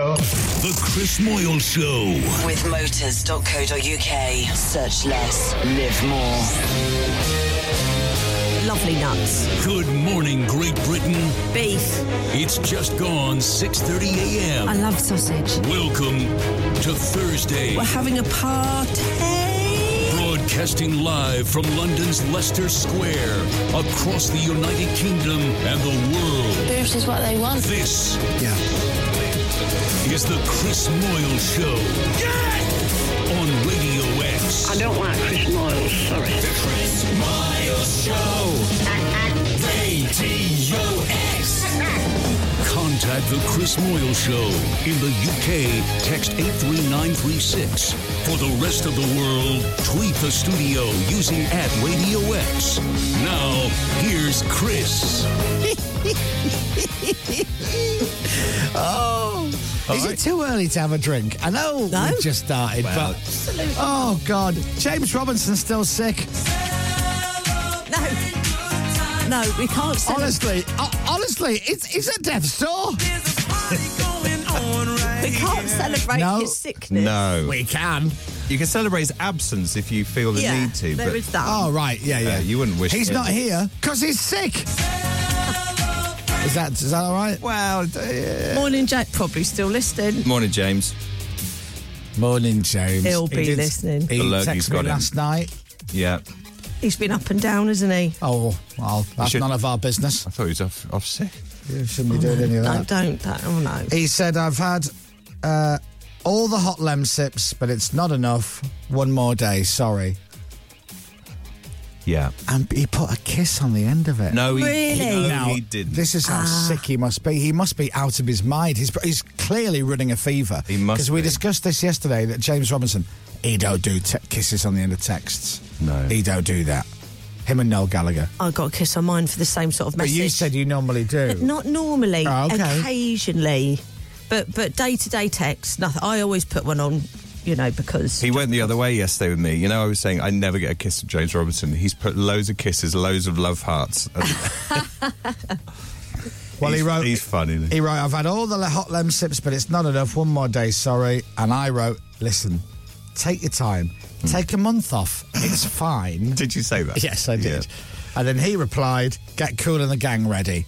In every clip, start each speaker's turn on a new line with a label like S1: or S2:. S1: The Chris Moyle Show.
S2: With motors.co.uk. Search less, live more.
S3: Lovely nuts.
S1: Good morning, Great Britain.
S3: Beef.
S1: It's just gone 6:30 a.m.
S3: I love sausage.
S1: Welcome to Thursday.
S3: We're having a party.
S1: Broadcasting live from London's Leicester Square, across the United Kingdom and the world.
S4: This is what they want.
S1: This
S5: yeah.
S1: is the Chris Moyle Show. Yes! On Radio X.
S6: I don't like Chris Moyle, sorry.
S1: The Chris Moyle Show. Radio X. Contact the Chris Moyle Show in the UK. Text 83936. For the rest of the world, tweet the studio using at Radio X. Now, here's Chris.
S5: oh. All is right. it too early to have a drink? I know no? we've just started, well, but. Absolutely. Oh, God. James Robinson's still sick.
S3: No no, we can't.
S5: Honestly, honestly, it's it's a death store.
S3: right we can't celebrate no. his sickness.
S7: No,
S5: we can.
S7: You can celebrate his absence if you feel the
S3: yeah,
S7: need to.
S3: There but, is that.
S5: Oh right, yeah, yeah. Uh,
S7: you wouldn't wish.
S5: He's it. not here because he's sick. is that is that all right?
S7: Well, uh,
S3: morning, Jack. Probably still listening.
S7: Morning, James.
S5: Morning, James.
S3: He'll be he did, listening.
S5: He texted me last night.
S7: Yeah.
S3: He's been up and down, hasn't he?
S5: Oh, well, that's none of our business.
S7: I thought he was off, off sick.
S5: You shouldn't oh, be doing no, any of
S3: that. Don't, don't, oh no.
S5: He said, I've had uh, all the hot lem sips, but it's not enough. One more day, sorry.
S7: Yeah.
S5: And he put a kiss on the end of it.
S7: No, he,
S3: really?
S7: he,
S3: no,
S7: now, he didn't.
S5: This is how ah. sick he must be. He must be out of his mind. He's, he's clearly running a fever.
S7: He must.
S5: Because we discussed this yesterday that James Robinson, he don't do te- kisses on the end of texts.
S7: No.
S5: He don't do that. Him and Noel Gallagher.
S3: I got a kiss on mine for the same sort of message.
S5: But you said you normally do.
S3: But not normally.
S5: Oh, okay.
S3: Occasionally. But but day to day texts, nothing. I always put one on you know, because
S7: he went the other way yesterday with me. You know, I was saying I never get a kiss from James Robinson. He's put loads of kisses, loads of love hearts.
S5: well, he wrote.
S7: He's funny.
S5: He? he wrote, "I've had all the hot lem sips, but it's not enough. One more day, sorry." And I wrote, "Listen, take your time. Mm. Take a month off. It's fine."
S7: Hmm. did you say that?
S5: Yes, I did. Yeah. And then he replied, "Get cool and the gang ready."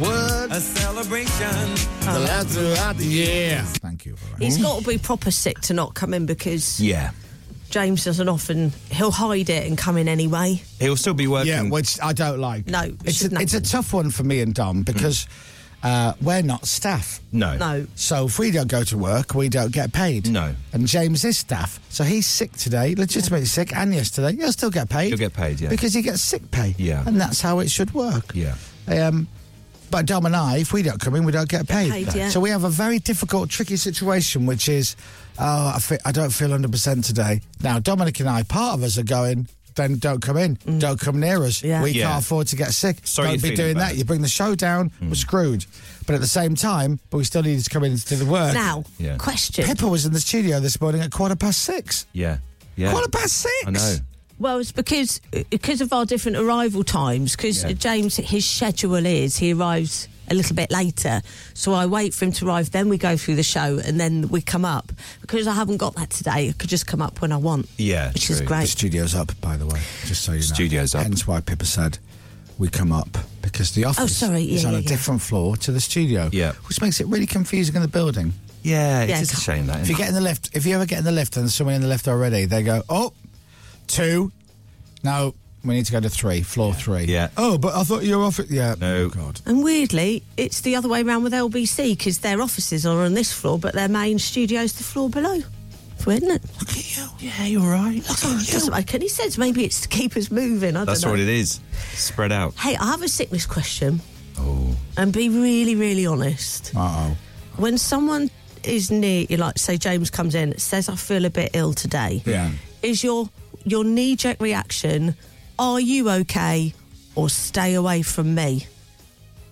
S7: What? A celebration. The lads
S5: are the year. Thank you. For
S3: that. He's got to um, be proper sick to not come in because.
S7: Yeah.
S3: James doesn't often. He'll hide it and come in anyway.
S7: He'll still be working.
S5: Yeah, which I don't like.
S3: No, it
S5: it's a,
S3: happen.
S5: it's a tough one for me and Dom because. Mm. Uh, we're not staff.
S7: No.
S3: No.
S5: So if we don't go to work, we don't get paid.
S7: No.
S5: And James is staff. So he's sick today, legitimately yeah. sick, and yesterday. He'll still get paid.
S7: He'll get paid, yeah.
S5: Because he gets sick pay.
S7: Yeah.
S5: And that's how it should work.
S7: Yeah.
S5: Um, but Dom and I, if we don't come in, we don't get paid.
S3: paid yeah.
S5: So we have a very difficult, tricky situation, which is, oh, I, fe- I don't feel 100% today. Now, Dominic and I, part of us are going, then don't come in. Mm. Don't come near us.
S3: Yeah.
S5: We
S3: yeah.
S5: can't afford to get sick.
S7: Sorry
S5: don't be doing that.
S7: It.
S5: You bring the show down, mm. we're screwed. But at the same time, but we still needed to come in to do the work.
S3: Now, question.
S5: Pippa was in the studio this morning at quarter past six.
S7: Yeah. yeah.
S5: Quarter past six.
S7: I know.
S3: Well, it's because because of our different arrival times. Because yeah. James, his schedule is he arrives a little bit later, so I wait for him to arrive. Then we go through the show, and then we come up. Because I haven't got that today, I could just come up when I want.
S7: Yeah,
S3: which
S7: true.
S3: is great. The
S5: studio's up, by the way, just so you know.
S7: Studio's up.
S5: Hence why Pippa said we come up because the office
S3: oh, sorry. Yeah,
S5: is on
S3: yeah,
S5: a different floor to the studio.
S7: Yeah,
S5: which makes it really confusing in the building.
S7: Yeah, it's yeah, a shame that.
S5: If you get in the lift, if you ever get in the lift and there's someone in the lift already, they go, "Oh, two. No, we need to go to three, floor three.
S7: Yeah.
S5: Oh, but I thought you were off. It. Yeah.
S7: No.
S5: Oh, God.
S3: And weirdly, it's the other way around with LBC because their offices are on this floor, but their main studio's the floor below. Isn't it?
S5: Look at you.
S3: Yeah, you're right.
S5: Look at you.
S3: Doesn't make any sense. Maybe it's to keep us moving. I
S7: That's
S3: know.
S7: what it is. Spread out.
S3: Hey, I have a sickness question.
S7: Oh.
S3: And be really, really honest.
S5: Uh oh.
S3: When someone is near you, like say James comes in, says I feel a bit ill today.
S5: Yeah.
S3: Is your your knee jerk reaction, are you okay or stay away from me?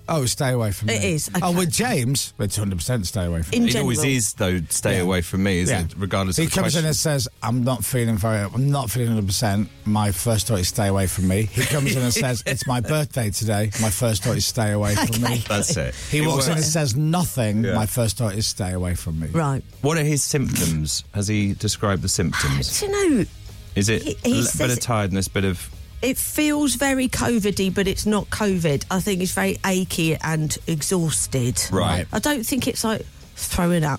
S5: Oh, stay away from
S3: It
S5: me.
S3: is,
S5: Oh,
S3: okay.
S5: with James, it's 100% stay away from
S3: In
S5: me.
S7: It always
S3: general.
S7: is, though, stay
S5: Yeah.
S7: away from me, isn't it? Regardless
S5: he
S7: of the
S5: comes
S7: question.
S5: in and says, "I'm not feeling very. I'm not feeling 100. percent My first thought is stay away from me." He comes in and says, "It's my birthday today. My first thought is stay away from me."
S7: That's it.
S5: He
S7: It
S5: walks in and
S7: works.
S5: says nothing.
S7: Yeah.
S5: My first thought is stay away from me.
S3: Right.
S7: What are his symptoms? Has he described the symptoms?
S3: Do you know,
S7: Is it
S3: He-
S7: a
S3: he
S7: li-
S3: says
S7: bit of
S3: it-
S7: tiredness, bit of
S3: it feels very COVIDy, but it's not COVID. I think it's very achy and exhausted.
S7: Right.
S3: I don't think it's like throwing up.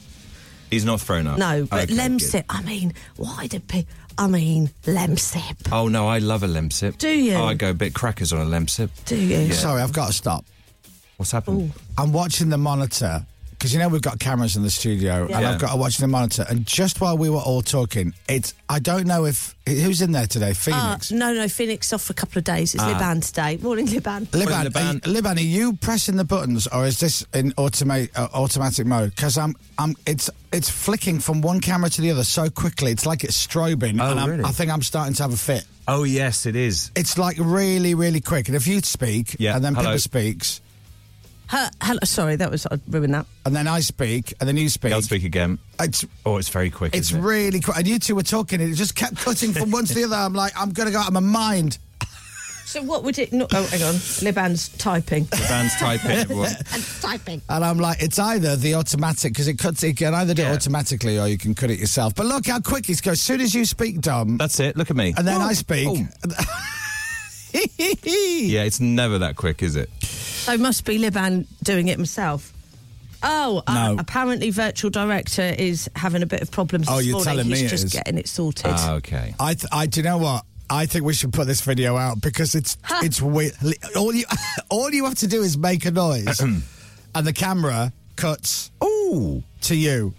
S7: he's not thrown up?
S3: No, but
S7: Okay,
S3: Lemsip.
S7: good.
S3: I mean, why did people? I mean, Lemsip.
S7: Oh no, I love a lemsip.
S3: Do you?
S7: Oh, I go a bit crackers on a lemsip.
S3: Do you?
S7: Yeah.
S5: Sorry, I've got to stop.
S7: What's happened?
S5: I'm watching the monitor because you know we've got cameras in the studio, and
S7: Yeah.
S5: I've got to watch the monitor. And just while we were all talking, it's I don't know if who's in there
S3: Ah,
S5: today. Phoenix,
S3: no, no, Phoenix off for a couple of days. It's Liban today. Morning, Liban.
S5: Liban,
S7: Putting the
S5: are you,
S7: band-
S5: Liban, are you pressing the buttons or is this in automate uh, automatic mode? Because I'm, I'm, it's it's flicking from one camera to the other so quickly. It's like it's strobing,
S7: Oh,
S5: and I'm,
S7: really?
S5: I think I'm starting to have a fit.
S7: Oh yes, it is.
S5: It's like really, really quick. And if you speak,
S7: Yeah,
S5: and then
S7: hello.
S5: Pippa speaks,
S3: Her, hello, sorry, that was I ruined that.
S5: and then I speak, and then you speak.
S7: I'll speak again.
S5: It's
S7: Oh, it's very quick.
S5: it's
S7: isn't it?
S5: really quick. And you two were talking, and it just kept cutting from one to the other. I'm like, I'm gonna go out of my mind.
S3: So what would it? Not, oh, hang on, Liban's typing.
S7: The band's typing. everyone.
S5: And I'm like, it's either the automatic because it cuts. It can either do it
S7: Yeah.
S5: automatically or you can cut it yourself. But look how quick it's go. As soon as you speak, Dom,
S7: That's it. Look at me. Oh.
S5: and then I speak.
S7: Yeah, it's never that quick, is it?
S3: So it must be Liban doing it himself. Oh, uh,
S5: No.
S3: apparently Virtual Director is having a bit of problems
S5: Oh,
S3: this
S5: you're
S3: morning.
S5: telling
S3: He's
S5: me it
S3: just
S5: is.
S3: getting it sorted.
S7: Ah, okay.
S5: I, th- I, do you know what? I think we should put this video out because it's it's weird. All you all you have to do is make a noise, and the camera cuts
S7: Oh,
S5: to you,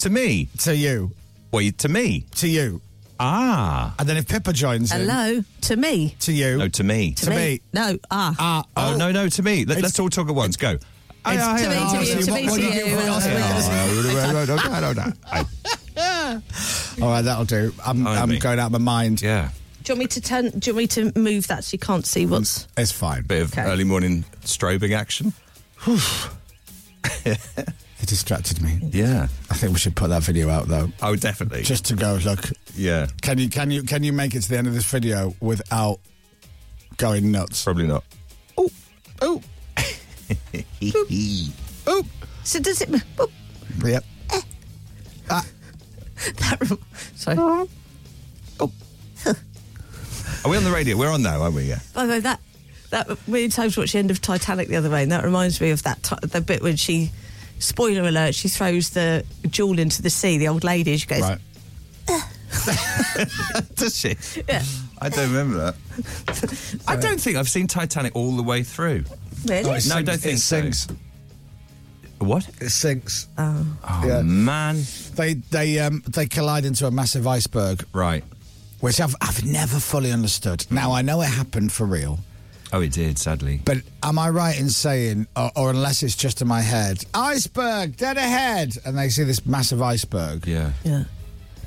S7: to me.
S5: to you,
S7: Wait, to me.
S5: to you,
S7: Ah.
S5: and then if Pippa joins, in,
S3: Hello to me.
S5: to you,
S7: No, to me.
S5: To me.
S3: No. Ah.
S5: ah,
S7: Oh, no, no, to me. Let,
S5: It's-
S7: let's all talk at once. Go. Aye,
S5: it's-
S7: aye,
S3: to me,
S7: aye.
S3: to me,
S5: Oh,
S3: to
S5: what-
S3: me,
S5: what
S3: to
S5: do you
S3: you.
S5: do for us? All right, that'll do. I'm,
S7: Aye,
S5: I'm
S7: me.
S5: going out of my mind.
S7: Yeah.
S3: Do you want me to turn? Do you want me to move that so you can't see what's?
S5: It's fine.
S7: Bit of
S3: Okay.
S7: early morning strobing action.
S5: It distracted me.
S7: Yeah.
S5: I think we should put that video out though,
S7: Oh, definitely.
S5: just to go look.
S7: yeah.
S5: Can you can you can you make it to the end of this video without going nuts?
S7: Probably not.
S5: Oh, oh,
S3: So does it? Boop,
S5: yep. Uh.
S3: that, rem-
S5: Uh-huh.
S3: sorry.
S7: Are we on the radio? We're on now, aren't we? Yeah.
S3: By the way, that that many times watched the end of Titanic the other way, and that reminds me of that ti the bit when she. Spoiler alert! She throws the jewel into the sea. The old lady. She goes.
S5: Right.
S7: Does she?
S3: Yeah.
S7: I don't remember that. I don't think I've seen Titanic all the way through.
S3: Really?
S7: No, I don't think
S5: it sinks.
S7: so. What?
S5: It sinks.
S7: Oh,
S5: Yeah.
S7: man.
S5: They they um they collide into a massive iceberg,
S7: Right.
S5: which I've I've never fully understood. Now I know it happened for real,
S7: Oh, it did, sadly.
S5: but am I right in saying, or, or unless it's just in my head, iceberg dead ahead, and they see this massive iceberg,
S7: Yeah.
S3: Yeah.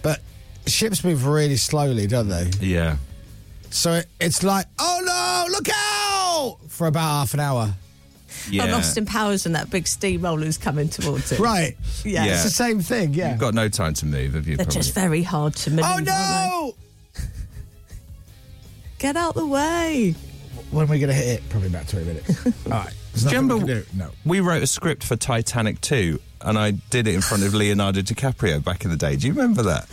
S5: but ships move really slowly, don't they?
S7: Yeah.
S5: So it, it's like, oh no, look out! For about half an hour.
S7: Yeah.
S3: And Austin Powers and that big steamroller's coming towards it.
S5: Right.
S3: Yeah.
S7: Yeah.
S5: It's the same thing, yeah.
S7: You've got no time to move, have you?
S3: They're
S7: probably?
S3: just very hard to move.
S5: oh no!
S3: Get out the way.
S5: When are we going to hit it? Probably about 20 minutes. All right. There's
S7: Do you
S5: nothing we
S7: remember-
S5: can do. No.
S7: We wrote a script for Titanic 2, and I did it in front of Leonardo DiCaprio back in the day. Do you remember that?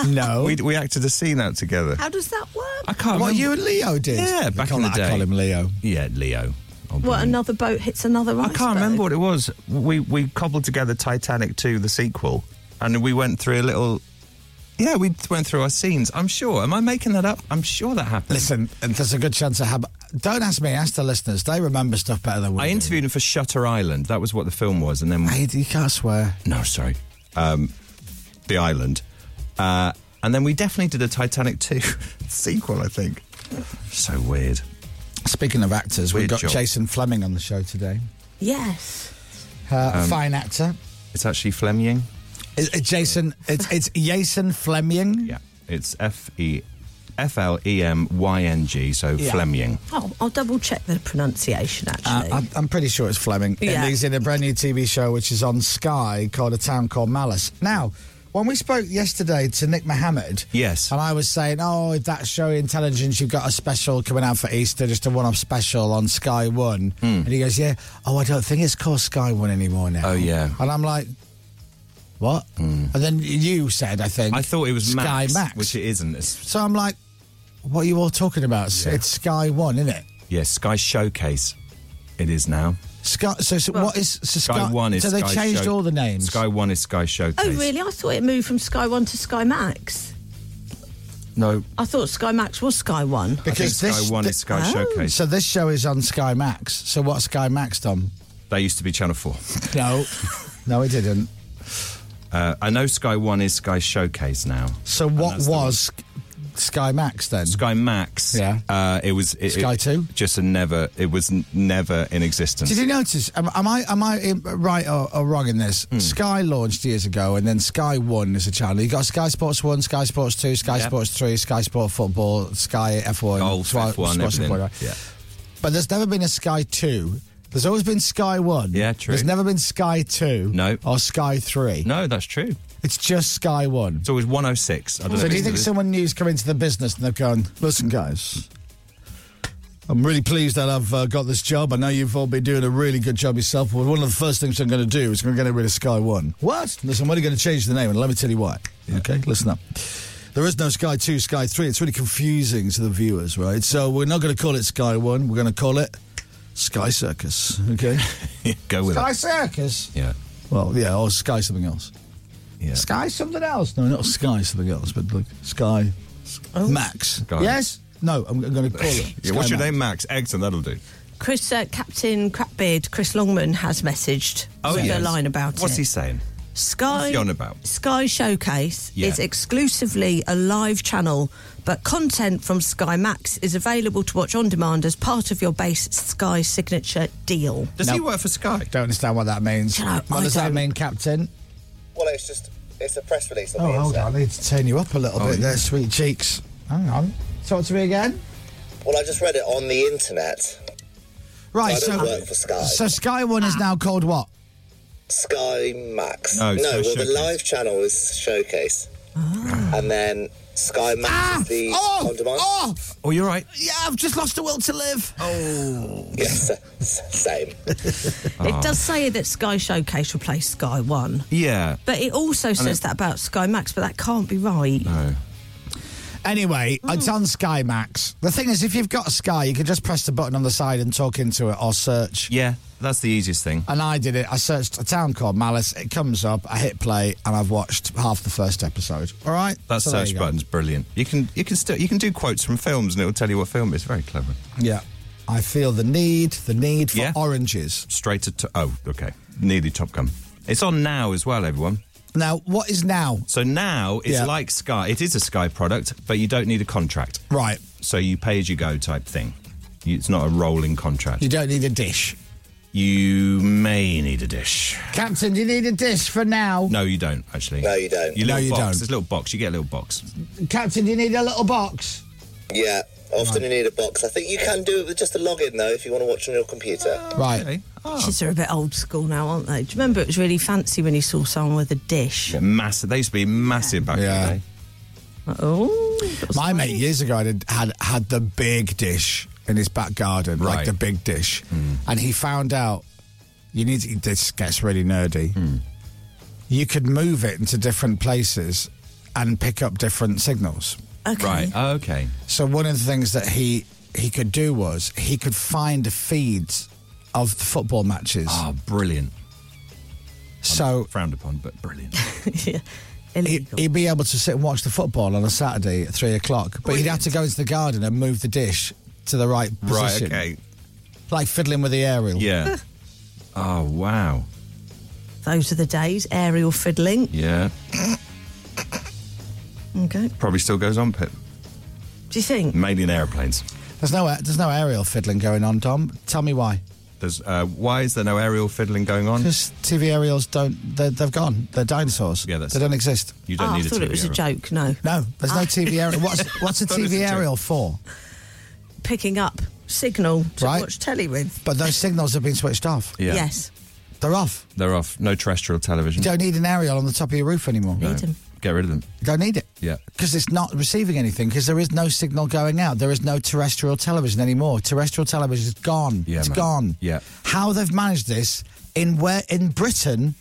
S5: No.
S7: We, we acted a scene out together.
S3: How does that work?
S7: I can't
S5: What
S7: remember.
S5: you and Leo did?
S7: Yeah,
S5: We
S7: back
S5: call-
S7: in the
S5: I
S7: day.
S5: call him Leo.
S7: Yeah, Leo. Oh,
S3: What
S7: brilliant.
S3: another boat hits another
S7: I
S3: iceberg?
S7: can't remember what it was. We, we cobbled together Titanic 2, the sequel, and we went through a little. Yeah, we went through our scenes. I'm sure. Am I making that up? I'm sure that happened.
S5: Listen, there's a good chance I have. Don't ask me, ask the listeners. They remember stuff better than we
S7: I
S5: do.
S7: interviewed him for Shutter Island. That was what the film was, and then
S5: I, you can't swear.
S7: no, sorry, um, the island, uh, and then we definitely did a Titanic two sequel. I think so weird.
S5: Speaking of actors, we've
S7: Weird
S5: got
S7: job.
S5: Jason Fleming on the show today.
S3: Yes.
S5: Uh, a fine actor.
S7: It's actually Fleming.
S5: Is- is Jason, it's, it's Jason Fleming.
S7: Yeah, it's F E F L E M Y N G, so
S5: Yeah.
S7: Flemying.
S3: Oh, I'll double check the pronunciation
S5: Uh,
S7: Ah,
S3: actually.
S5: I'm, I'm pretty sure it's Fleming.
S3: Yeah.
S5: And he's in a brand new TV show which is on Sky called A Town Called Malice. Now, when we spoke yesterday to Nick Mohammed,
S7: Yes.
S5: and I was saying, oh, if that show Intelligence, you've got a special coming out for Easter, just a one-off special on Sky One,
S7: Hmm.
S5: and he goes, yeah, oh, I don't think it's called Sky One anymore now.
S7: Oh, yeah. Hmm.
S5: and I'm like. What? And then you said, I think.
S7: I thought it was
S5: Sky Max.
S7: which it isn't. It's,
S5: so I'm like, what are you all talking about?
S7: Yeah.
S5: It's Sky One, isn't it?
S7: yeah, Sky Showcase. It is now.
S5: Sky. So, so what is so
S7: Sky, One is
S5: So they
S7: Sky
S5: changed
S7: Show-
S5: all the names.
S7: Sky One is Sky Showcase.
S3: oh, really? I thought it moved from Sky One to Sky Max.
S7: No,
S3: I thought Sky Max was Sky One.
S7: I think Sky One
S5: thi-
S7: is Sky
S3: Oh.
S7: Showcase.
S5: So this show is on Sky Max. So what's Sky Max done?
S7: They used to be Channel Four.
S5: No, no, it didn't.
S7: Uh, I know Sky One is Sky Showcase now.
S5: So
S7: And
S5: what
S7: that's the
S5: was Sk- Sky Max then?
S7: Sky Max?
S5: Yeah.
S7: uh, it was it,
S5: Sky
S7: it-
S5: Two?
S7: Just a never. It was n- never in existence.
S5: Did you notice? Am, am I am I in- right or, or wrong in this?
S7: Hmm.
S5: Sky launched years ago, and then Sky One is a channel. You got Sky Sports One, Sky Sports Two, Sky
S7: Yeah.
S5: Sports Three, Sky Sport Football, Sky F One,
S7: Golf, F1, everything. Yeah.
S5: But there's never been a Sky Two. There's always been Sky One.
S7: Yeah, true.
S5: There's never been Sky Two.
S7: No.
S5: Or Sky Three.
S7: No, that's true.
S5: It's just Sky One.
S7: It's always 106. I don't know
S5: So
S7: if
S5: do you
S7: it's-
S5: think someone new's come into the business and they've gone, listen, guys, I'm really pleased that I've uh, got this job. I know you've all been doing a really good job yourself. Well, one of the first things I'm going to do is I'm going to get rid of Sky One. What? Listen, I'm only going to change the name, and let me tell you why. Okay, listen up. There is no Sky 2, Sky 3. It's really confusing to the viewers, right? So we're not going to call it Sky 1. We're going to call it Sky Circus, okay?
S7: go with it?
S5: Circus?
S7: Yeah,
S5: Well, yeah, or Sky something else.
S7: yeah.
S5: Sky something else? No, not Sky something else, but like Sky Max.
S7: Sky.
S5: Yes? No, I'm going to call it.
S7: Yeah,
S5: Sky
S7: what's your
S5: Max.
S7: name, Max? Excellent, that'll do.
S3: Chris, uh, Captain Crapbeard, Chris Longman has messaged with a line about it.
S7: Oh, What's he saying?
S3: Sky
S7: What's he on about?
S3: Sky Showcase
S7: Yeah.
S3: is exclusively a live channel, but content from Sky Max is available to watch on demand as part of your base Sky signature deal.
S7: Does
S5: No.
S7: he work for Sky?
S5: Don't understand what that means.
S3: No,
S5: what
S3: I
S5: does that
S3: don't.
S5: mean, Captain?
S8: Well, it's just it's a press release. On
S5: Oh,
S8: the
S5: hold
S8: internet.
S5: on. I need to turn you up a
S7: Oh,
S5: little bit there, sweet cheeks. Hang on. Talk to me again.
S8: Well, I just read it on the internet.
S5: Right,
S8: I
S5: so
S8: don't work for Sky.
S5: so Sky One is now called what?
S8: Sky Max.
S7: Oh,
S8: no,
S7: Sky
S8: well,
S7: Showcase.
S8: the live channel is Showcase, and then Sky Max is the
S5: Ah. oh,
S8: on demand.
S5: oh,
S7: Oh, you're right.
S5: yeah! I've just lost the will to live.
S7: Oh,
S8: Yes, s- same.
S5: Ah.
S3: It does say that Sky Showcase replaced Sky One,
S7: Yeah.
S3: but it also says that about Sky Max, but that can't be right. Hmm.
S7: No.
S5: Anyway, it's on Sky Max. The thing is, if you've got Sky, you can just press the button on the side and talk into it or search.
S7: Yeah, that's the easiest thing.
S5: And I did it. I searched a town called Malice. It comes up. I hit play, and I've watched half the first episode. All right,
S7: That
S5: So there you
S7: search
S5: go.
S7: button's brilliant. You can you can still you can do quotes from films and it'll tell you what film it is. Very clever.
S5: Yeah, I feel the need, the need for
S7: Yeah.
S5: oranges.
S7: Straight to, to oh okay, nearly Top Gun. It's on now as well, everyone.
S5: Now, what is now?
S7: So now it's
S5: Yeah.
S7: like Sky. It is a Sky product, but you don't need a contract.
S5: Right,
S7: So you pay as you go type thing. You- It's not a rolling contract.
S5: you don't need a dish,
S7: You may need a dish.
S5: Captain. You need a dish for now,
S7: No, you don't actually.
S8: No, you don't.
S7: Your
S5: No,
S7: little
S5: you
S7: box.
S5: don't.
S7: There's a little box. You get a little box.
S5: Captain. You need a little box.
S8: Yeah, often you need a box. I think you can do it with just a login though, if you want to watch on your computer.
S5: Right.
S7: Okay. Oh.
S3: Dishes are a bit old school now, aren't they? Do you remember it was really fancy when you saw someone with a dish?
S7: Massive. They used to be massive back
S5: Yeah.
S7: in the day.
S3: Oh, got
S5: My
S3: Sky.
S5: mate years ago had had, had the big dish in his back garden, like
S7: Right.
S5: the big dish, and he found out you need to, this gets really nerdy.
S7: Hmm.
S5: You could move it into different places and pick up different signals.
S3: Okay.
S7: Right. Okay.
S5: So one of the things that he he could do was he could find the feeds of the football matches.
S7: Oh, brilliant.
S5: so
S7: Frowned upon, but brilliant.
S3: yeah.
S5: he,
S3: Illegal.
S5: he'd be able to sit and watch the football on a Saturday at three o'clock, but he'd have to go into the garden and move the dish to the right
S7: right.
S5: position,
S7: Okay.
S5: like fiddling with the aerial.
S7: Yeah. oh wow.
S3: Those are the days. Aerial fiddling.
S7: Yeah.
S3: Okay.
S7: Probably still goes on, Pip.
S3: Do you think?
S7: Mainly in airplanes.
S5: There's no there's no aerial fiddling going on, Tom. Tell me why.
S7: There's uh, why is there no aerial fiddling going on?
S5: Because TV aerials don't, they they've gone. They're dinosaurs.
S7: Yeah, that's-
S5: they don't exist.
S7: You
S3: Oh,
S7: don't
S3: I
S7: need a
S3: thought
S7: TV
S3: it was a
S7: aerial.
S3: joke. No.
S5: No, there's no
S3: Ah.
S5: TV aerial. What's, what's a
S7: That is a
S5: TV
S7: joke.
S5: aerial for?
S3: Picking up signal to
S5: Right.
S3: watch telly with.
S5: But those signals have been switched off.
S7: Yeah.
S3: Yes.
S5: They're off.
S7: They're off. No terrestrial television.
S5: You don't need an aerial on the top of your roof anymore.
S7: No.
S3: Need 'em.
S7: Get rid of them.
S5: You don't need it.
S7: Yeah.
S5: Because it's not receiving anything, because there is no signal going out. There is no terrestrial television anymore. Terrestrial television is gone.
S7: Yeah,
S5: It's
S7: man.
S5: gone.
S7: Yeah.
S5: How they've managed this in where in Britain,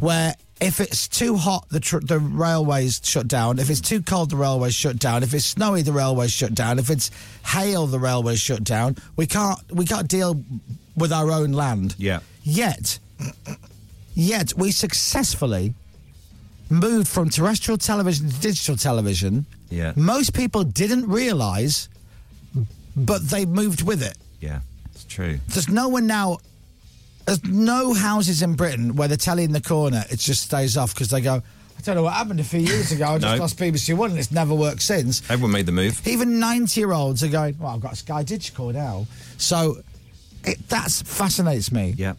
S5: where if it's too hot, the tr- the railways shut down. If it's too cold, the railways shut down. If it's snowy, the railways shut down. If it's hail, the railways shut down. We can't we can't deal with our own land.
S7: Yeah.
S5: Yet, yet we successfully moved from terrestrial television to digital television.
S7: Yeah.
S5: Most people didn't realise, but they moved with it.
S7: Yeah. It's true.
S5: There's no one now. There's no houses in Britain where the telly in the corner it just stays off because they go. I don't know what happened a few years ago. I just
S7: No.
S5: lost BBC One and it's never worked since.
S7: Everyone made the move.
S5: Even 90 year olds are going, well, I've got a Sky Digital now. So it, that fascinates me.
S7: Yeah.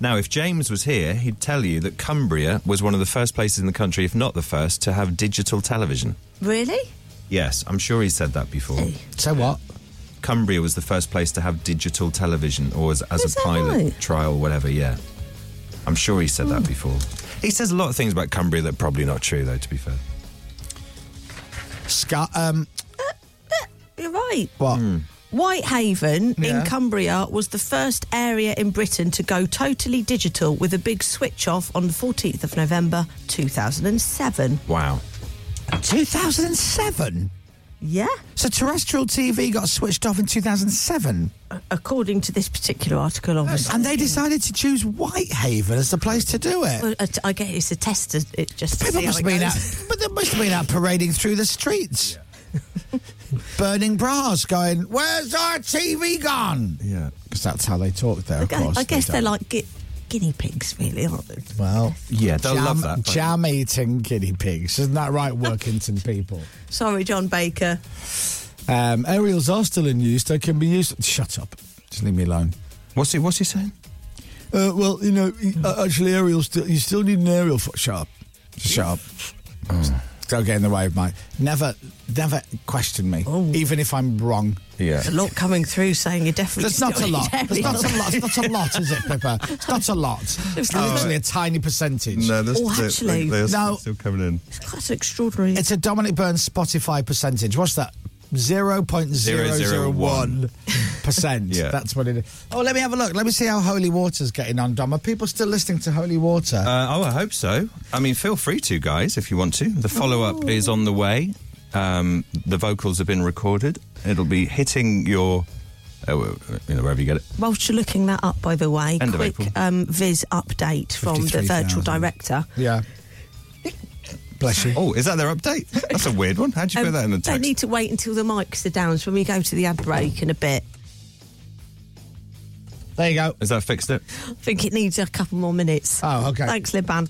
S7: Now, if James was here, he'd tell you that Cumbria was one of the first places in the country, if not the first, to have digital television.
S3: Really?
S7: Yes, I'm sure he said that before.
S5: So what?
S7: Cumbria was the first place to have digital television, or as, as
S3: Is
S7: a
S3: that
S7: pilot
S3: right?
S7: trial, whatever. Yeah, I'm sure he said
S3: Hmm.
S7: that before. He says a lot of things about Cumbria that are probably not true, though. To be fair,
S5: Sky, um,
S3: Uh, You're right.
S5: what?
S3: Whitehaven
S5: Yeah.
S3: in Cumbria was the first area in Britain to go totally digital with a big switch off on the 14th of November 2007.
S7: wow.
S5: 2007?
S3: Yeah,
S5: So terrestrial TV got switched off in 2007.
S3: according to this particular article, obviously.
S5: And they decided to choose Whitehaven as the place to do it.
S3: Well, I- I get it's a test. to- It just to
S5: People
S3: see how
S5: must
S3: it
S5: have been out,
S3: goes.
S5: but they must have been out parading through the streets. Burning bras, going, Where's our TV gone?
S7: Yeah.
S5: Because that's how they talk there, of
S3: I,
S5: course.
S3: I guess
S5: they
S3: they're
S5: don't.
S3: like gui- guinea pigs, really, aren't they?
S5: Well,
S7: Yeah, they'll
S5: jam,
S7: love that, won't they?
S5: Jam eating guinea pigs. Isn't that right, Workington people?
S3: Sorry, John Baker.
S5: Um, aerials are still in use. They can be used. Shut up. Just leave me alone.
S7: What's he? What's he saying?
S5: Uh, well, you know, uh, actually, aerials, still, you still need an aerial for. Shut up. Just shut up.
S7: Oh.
S5: Don't get in the way of my. Never, never question me, even if I'm wrong.
S7: Oh. Yeah.
S3: There's a lot coming through saying you're definitely.
S5: That's not a
S3: still
S5: lot. That's
S3: vegetarian.
S5: not a lot. It's not a lot, is it, Pippa? It's not a lot. It's literally a tiny percentage.
S7: that's
S3: Oh, they- actually. they-
S5: No.
S7: still coming in.
S3: It's quite extraordinary.
S5: It's a Dominic Burns Spotify percentage. What's that? 0.001 percent.
S7: Yeah.
S5: That's what it is. Oh, let me have a look. Let me see how Holy Water's getting on, Dom. Are people still listening to Holy Water?
S7: Uh, oh, I hope so. I mean, feel free to, guys, if you want to. The follow
S3: Oh.
S7: up is on the way. Um, the vocals have been recorded. It'll be hitting your, uh, you know, wherever you get it.
S3: Whilst you're looking that up, by the way,
S7: End of
S3: quick
S7: April.
S3: um, Viz update from the
S5: 53,000.
S3: virtual director.
S5: yeah. Bless you.
S7: Oh, is that their update? That's a weird one. How'd you put
S3: Um,
S7: that in the
S3: they
S7: text?
S3: need to wait until the mics are down so when we go to the ad break in a bit.
S5: There you go.
S7: Has that fixed it?
S3: I think it needs a couple more minutes.
S5: Oh, okay.
S3: Thanks, Liban.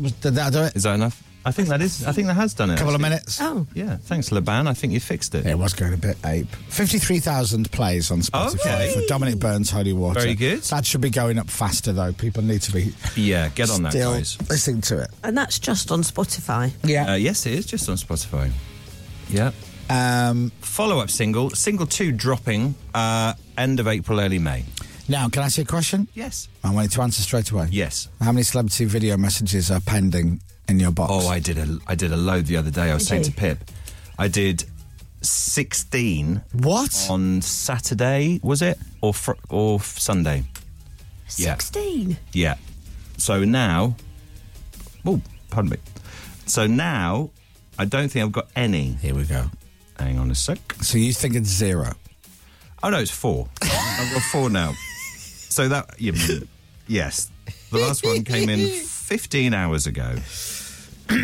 S5: Was- Did that do it?
S7: Is that enough? I think that is. I think that has done it.
S5: couple of
S7: actually.
S5: minutes.
S3: Oh,
S7: Yeah, thanks, Laban. I think you fixed it.
S5: It was going a bit ape. 53,000 plays on Spotify
S7: Okay.
S5: for Dominic Burns Holy Water.
S7: Very good.
S5: That should be going up faster, though. People need to be
S7: Yeah, get on that,
S5: still
S7: guys.
S5: listening to it.
S3: and that's just on Spotify.
S5: Yeah.
S7: Uh, yes, it is just on Spotify. Yeah.
S5: Um,
S7: Follow up single, single two dropping uh, end of April, early May.
S5: now, can I ask you a question?
S7: Yes.
S5: I want you to answer straight away.
S7: Yes.
S5: How many celebrity video messages are pending in your box?
S7: Oh, I did a I did a load the other day. I was
S3: Did
S7: saying
S3: you?
S7: to Pip, I did sixteen
S5: What?
S7: on Saturday, was it or fr- or f- Sunday? Yeah.
S3: 16.
S7: Yeah. So now, oh, pardon me. So now, I don't think I've got any.
S5: Here we go.
S7: Hang on a sec.
S5: So you think it's zero?
S7: Oh no, it's four. I've got four now. So that yeah, yes, the last one came in 15 hours ago. uh,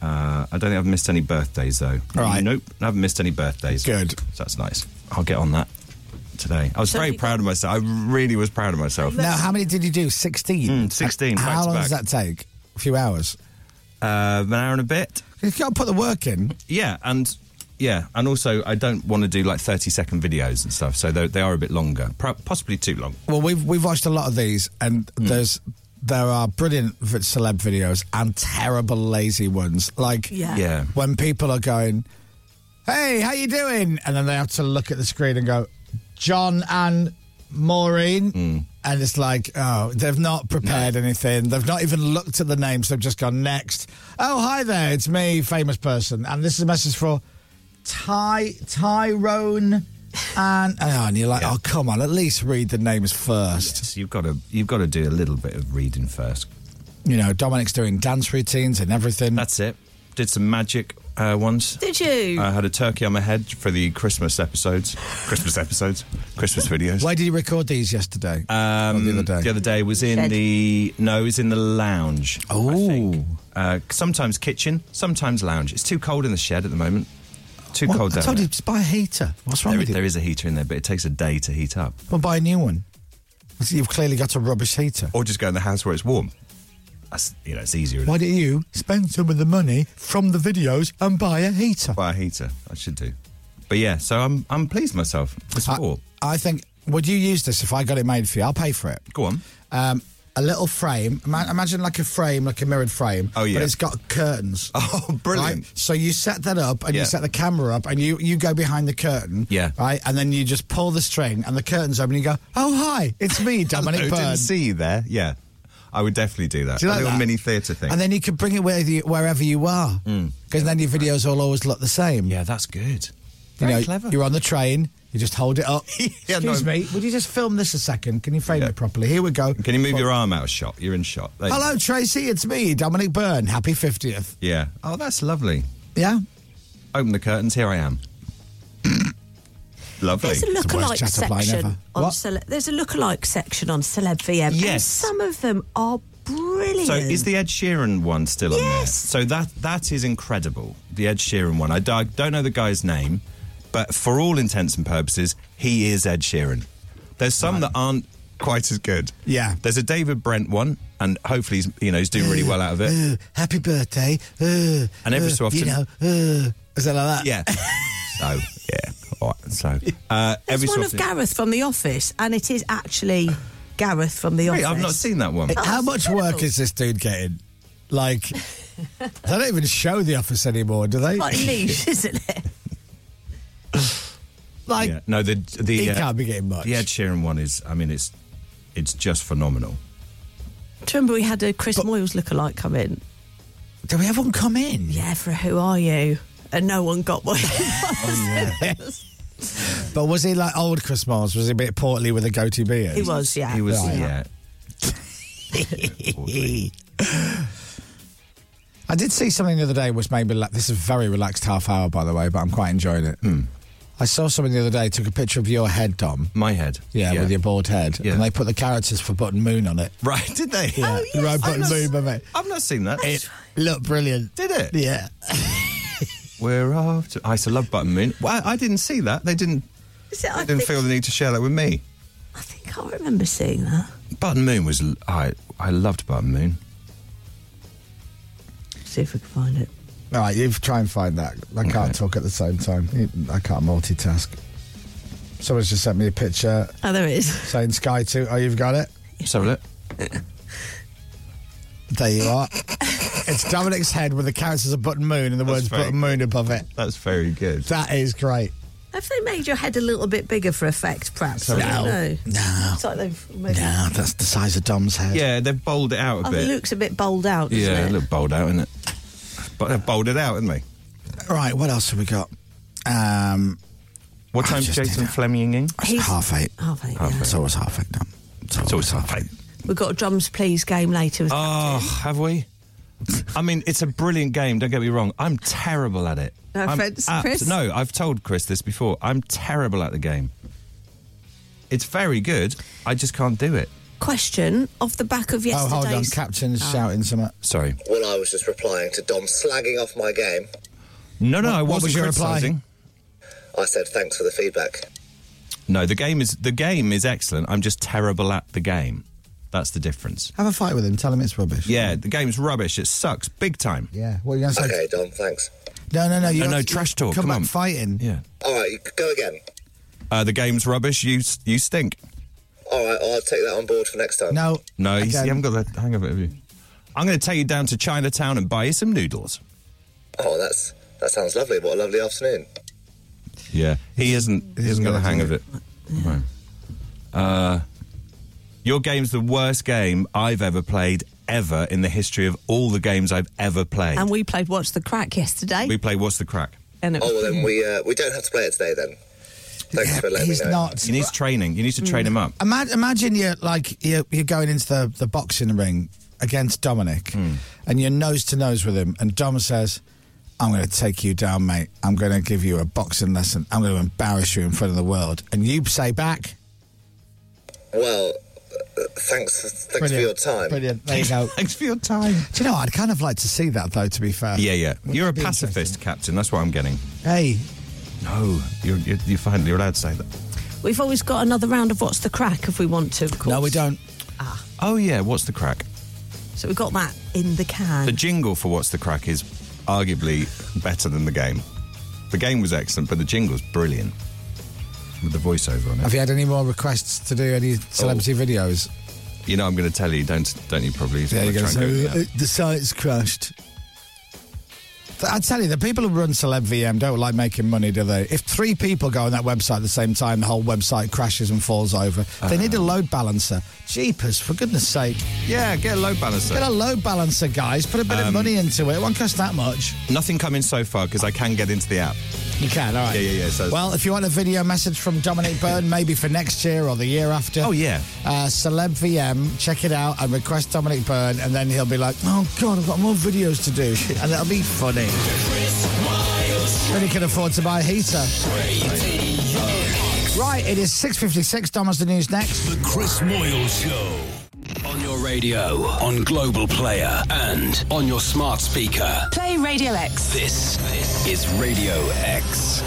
S7: I don't think I've missed any birthdays though.
S5: All right.
S7: Nope, I haven't missed any birthdays.
S5: Good.
S7: So that's nice. I'll get on that today. I was
S3: So
S7: very
S3: you-
S7: proud of myself. I really was proud of myself.
S5: Now, how many did you do? 16?
S7: Mm, 16,
S5: How
S7: back to
S5: long does
S7: back.
S5: that take? A few hours.
S7: Uh, an hour and a bit.
S5: You've got to put the work in.
S7: Yeah, and yeah, and also I don't want to do like thirty-second videos and stuff, so they, they are a bit longer, pro- possibly too long.
S5: Well, we've we've watched a lot of these, and there's there are brilliant v- celeb videos and terrible lazy ones. Like
S3: Yeah.
S7: Yeah.
S5: when people are going, "Hey, how you doing?" and then they have to look at the screen and go, "John and Maureen."
S7: Hmm.
S5: And it's like, oh, they've not prepared anything. They've not even looked at the names. They've just gone next. Oh, hi there. It's me, famous person. And this is a message for Ty Tyrone and oh, and you're like, oh come on, at least read the names first.
S7: So you've got to you've got to do a little bit of reading first.
S5: You know, Dominic's doing dance routines and everything.
S7: That's it. Uh, Did some magic uh, once.
S3: Did you?
S7: I had a turkey on my head for the Christmas episodes, Christmas episodes, Christmas videos.
S5: Where did you record these yesterday? Um, the other day.
S7: The other day was in
S3: Shed.
S7: the no, it was in the lounge. I think.
S5: Ooh.
S7: Uh, sometimes kitchen, sometimes lounge. It's too cold in the shed at the moment. Too
S5: What?
S7: cold
S5: I
S7: down
S5: told
S7: there.
S5: you just buy a heater. What's wrong
S7: There-
S5: with you?
S7: there is a heater in there, but it takes a day to heat up.
S5: Well, buy a new one. So You've clearly got a rubbish heater.
S7: Or just go in the house where it's warm. That's you know, it's easier. isn't
S5: Why
S7: it?
S5: don't you spend some of the money from the videos and buy a heater?
S7: Buy a heater. I should do. But yeah, so I'm I'm pleased with myself. It's
S5: I,
S7: all.
S5: I think. Would you use this if I got it made for you? I'll pay for it.
S7: Go on.
S5: um, a little frame. Ima- imagine like a frame, like a mirrored frame.
S7: Oh, yeah.
S5: But it's got curtains.
S7: Oh, brilliant.
S5: So you set that up and
S7: Yeah.
S5: you set the camera up and you, you go behind the curtain.
S7: Yeah.
S5: Right? And then you just pull the string and the curtains open and you go, oh, hi, it's me, Dominic
S7: Hello,
S5: Byrne.
S7: didn't see you there. Yeah, I would definitely do that.
S5: Do
S7: a
S5: you like
S7: little
S5: that?
S7: mini theatre thing. Mm.
S5: And then you can bring it with you wherever you are. Because then your videos will always look the same.
S7: yeah, that's good.
S5: You
S7: Very
S5: know,
S7: clever.
S5: you're on the train, you just hold it up.
S7: Yeah,
S5: Excuse
S7: no.
S5: me, would you just film this a second? Can you frame
S7: Yeah.
S5: it properly? Here we go.
S7: Can you move
S5: Well,
S7: your arm out of shot? You're in shot. There you
S5: Hello,
S7: go.
S5: Tracy, it's me, Dominic Byrne. Happy 50th.
S7: Yeah. Oh, that's lovely.
S5: Yeah?
S7: Open the curtains. Here I am. lovely.
S3: There's a
S5: It's the worst
S3: lookalike
S5: chat up line
S3: section
S5: ever.
S3: on
S5: What?
S3: cele- There's a lookalike section on Celeb VM. and
S7: Yes.
S3: some of them are brilliant.
S7: So is the Ed Sheeran one still on there?
S3: Yes.
S7: So that that is incredible. The Ed Sheeran one. I d- I don't know the guy's name, but for all intents and purposes, he is Ed Sheeran. There's some that aren't quite as good.
S5: Yeah.
S7: There's a David Brent one, and hopefully he's you know he's doing really well out of it.
S5: Uh, happy birthday. Uh,
S7: And every
S5: uh,
S7: so
S5: You
S7: often-
S5: know, uh, is that like that?
S7: Yeah. so yeah. All right. So uh,
S3: There's
S7: every so
S3: one of
S7: often-
S3: Gareth from The Office, and it is actually Gareth from The
S7: Wait,
S3: Office.
S7: I've not seen that one.
S5: How
S3: that's
S5: much
S3: incredible.
S5: work is this dude getting? Like, they don't even show the office anymore, do they?
S3: Quite niche, isn't it?
S5: Like,
S7: Yeah. No, the the uh,
S5: He can't be getting much.
S7: The Ed Sheeran one is. I mean, it's it's just phenomenal.
S3: Do you remember we had a Chris Moyles lookalike come in?
S5: do we have one come in?
S3: Yeah, for Who Are You? And no one got one.
S5: Oh, But was he like old Chris Miles? Was he a bit portly with a goatee beard?
S3: He was, yeah.
S7: He was.
S5: Right.
S7: Yeah. Awkwardly.
S5: I did see something the other day which made me like, this is a very relaxed half hour, by the way, but I'm quite enjoying it.
S7: Hmm.
S5: I saw someone the other day took a picture of your head, Dom.
S7: My head.
S5: Yeah, with your bald head.
S7: Yeah.
S5: And they put the characters for Button Moon on it.
S7: Right? Did they? Oh,
S5: Yeah,
S3: yes,
S5: right
S3: I
S5: Button
S3: know.
S5: Moon, mate.
S7: I've not seen that.
S5: It looked brilliant.
S7: Did it?
S5: Yeah.
S7: We're off. To, I used to love Button Moon. Well, I, I didn't see that. They didn't.
S3: Is it?
S7: They
S3: I,
S7: didn't
S3: think,
S7: feel the need to share that with me.
S3: I think I remember seeing that.
S7: Button Moon was. l- I I loved Button Moon.
S3: See if we can find it.
S5: All right, you try and find that. I
S7: Okay.
S5: can't talk at the same time. I can't multitask. Someone's just sent me a picture
S3: Oh, there it is.
S5: saying Sky 2. Oh, you've got it?
S7: Let's have a look.
S5: There you are. it's Dominic's head with the characters of Button Moon and the
S7: That's
S5: words
S7: very
S5: Button Moon above it.
S7: That's very good.
S5: That is great.
S3: Have they made your head a little bit bigger for effect, perhaps? I don't know.
S5: No.
S3: It's like they've made
S7: Ah,
S5: No, that's the size of Dom's head.
S7: Yeah, they've bowled it out a
S3: Oh,
S7: bit.
S3: it looks a bit bowled out, doesn't
S7: yeah,
S3: it?
S7: it looked bowled out, isn't it? But they've bowled it out, haven't they?
S5: Right, what else have we got? Um,
S7: What
S5: I
S7: time's
S5: just
S7: Jason
S5: did it.
S7: Fleming in?
S5: it's
S3: He's-
S5: half eight.
S3: Oh, thank
S7: Half
S3: God.
S5: It's always half eight, Dom.
S7: It's always half eight.
S3: We've got a drums please game later. With
S7: Oh, have we? I mean, it's a brilliant game. Don't get me wrong. I'm terrible at it.
S3: No
S7: I'm
S3: offence,
S7: abs-
S3: Chris.
S7: No, I've told Chris this before. I'm terrible at the game. It's very good. I just can't do it.
S3: Question off the back of
S5: Oh,
S3: yesterday's. Ah.
S5: hold on. Captain's shouting something.
S7: Sorry.
S4: Well, I was just replying to Dom slagging off my game.
S7: No, no, I
S5: what
S7: wasn't
S5: was your reply?
S7: criticising.
S4: I said thanks for the feedback.
S7: No, the game is the game is excellent. I'm just terrible at the game. That's the difference.
S5: Have a fight with him. Tell him it's rubbish.
S7: Yeah, the game's rubbish. It sucks big time.
S5: Yeah. What are you going to say?
S4: Okay, Dom, thanks.
S5: No, no, no. You
S7: No,
S5: have
S7: no,
S5: to-
S7: trash talk,
S5: Come
S7: come
S5: back
S7: on.
S5: fighting.
S7: Yeah.
S4: All right, go again.
S7: Uh, the game's rubbish. You you stink.
S4: All right, I'll take that on board for next time.
S5: No.
S7: No, you,
S5: Again.
S7: see, you haven't got the hang of it, have you? I'm going to take you down to Chinatown and buy you some noodles.
S4: Oh, that's that sounds lovely. What a lovely afternoon.
S7: Yeah, he isn't. He hasn't got the hang of it. Right. Uh, your game's the worst game I've ever played ever in the history of all the games I've ever played.
S3: And we played Watch the Crack yesterday.
S7: we play What's the Crack?
S3: and it
S4: Oh,
S3: was
S4: well, then we uh, we don't have to play it today then. Thanks for letting
S5: He's
S4: me know.
S5: not.
S7: He needs training. You need to
S3: Mm.
S7: train him up.
S5: Ima- imagine you're like you're, you're going into the, the boxing ring against Dominic,
S7: Hmm.
S5: and you're nose to nose with him, and Dom says, "I'm going to take you down, mate. I'm going to give you a boxing lesson. I'm going to embarrass you in front of the world." And you say back,
S4: Well, uh, thanks thanks for
S5: Brilliant.
S4: your time.
S5: Brilliant. There you go.
S7: Thanks for your time.
S5: Do you know? I'd kind of like to see that, though. To be fair.
S7: Yeah, yeah.
S5: Wouldn't
S7: you're a
S5: that be
S7: pacifist, Captain. That's what I'm getting.
S5: interesting? Hey,
S7: No, you're, you're, you're fine. You're allowed to say that.
S3: We've always got another round of What's the Crack if we want to, of course. Ah.
S5: no, we don't.
S7: Oh, yeah. What's the crack?
S3: So we've got that in the can.
S7: The jingle for What's the Crack is arguably better than the game. The game was excellent, but the jingle's brilliant with the voiceover on it.
S5: Have you had any more requests to do any celebrity
S7: Oh.
S5: videos?
S7: You know, I'm going to tell you. Don't don't you probably?
S5: There you go.
S7: Try and
S5: So,
S7: go-
S5: uh,
S7: yeah.
S5: the site's crashed. I tell you, the people who run Celeb VM don't like making money, do they? If three people go on that website at the same time, the whole website crashes and falls over. They need a load balancer. Jeepers, for goodness sake.
S7: Yeah, uh, get a load balancer.
S5: Get a load balancer, guys. Put a bit of money into it. It won't cost that much.
S7: Nothing coming so far because I can get into the app.
S5: You can, all right.
S7: Yeah, yeah, yeah, so-
S5: well, if you want a video message from Dominic Byrne, maybe for next year or the year after.
S7: Oh, yeah.
S5: Uh, Celeb VM, check it out and request Dominic Byrne, and then he'll be like, oh, God, I've got more videos to do. and it'll be funny. Then he can afford to buy a heater. Right, it is 6.56. Dom has the news next.
S1: The Chris Moyle Show.
S9: On your radio, on Global Player, and on your smart speaker.
S2: Play Radio X.
S9: This is Radio X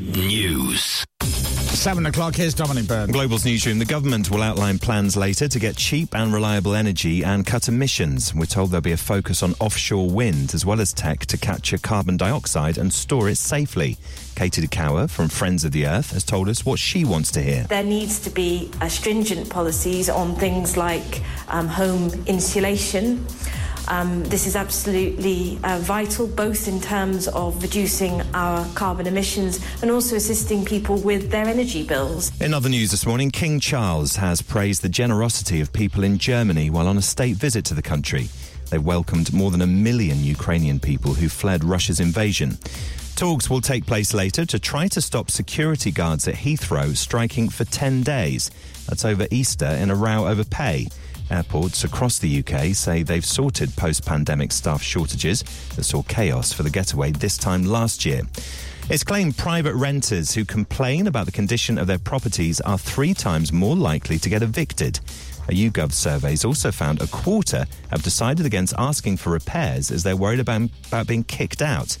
S9: News.
S5: Seven o'clock, here's Dominic Byrne.
S7: Global's newsroom. The government will outline plans later to get cheap and reliable energy and cut emissions. We're told there'll be a focus on offshore wind as well as tech to capture carbon dioxide and store it safely. Katie DeCower from Friends of the Earth has told us what she wants to hear.
S10: There needs to be uh, stringent policies on things like um, home insulation. Um, this is absolutely uh, vital, both in terms of reducing our carbon emissions and also assisting people with their energy bills.
S7: In other news this morning, King Charles has praised the generosity of people in Germany while on a state visit to the country. They welcomed more than a million Ukrainian people who fled Russia's invasion. Talks will take place later to try to stop security guards at Heathrow striking for 10 days. That's over Easter in a row over pay. Airports across the UK say they've sorted post pandemic staff shortages that saw chaos for the getaway this time last year. It's claimed private renters who complain about the condition of their properties are three times more likely to get evicted. A YouGov survey's also found a quarter have decided against asking for repairs as they're worried about, about being kicked out.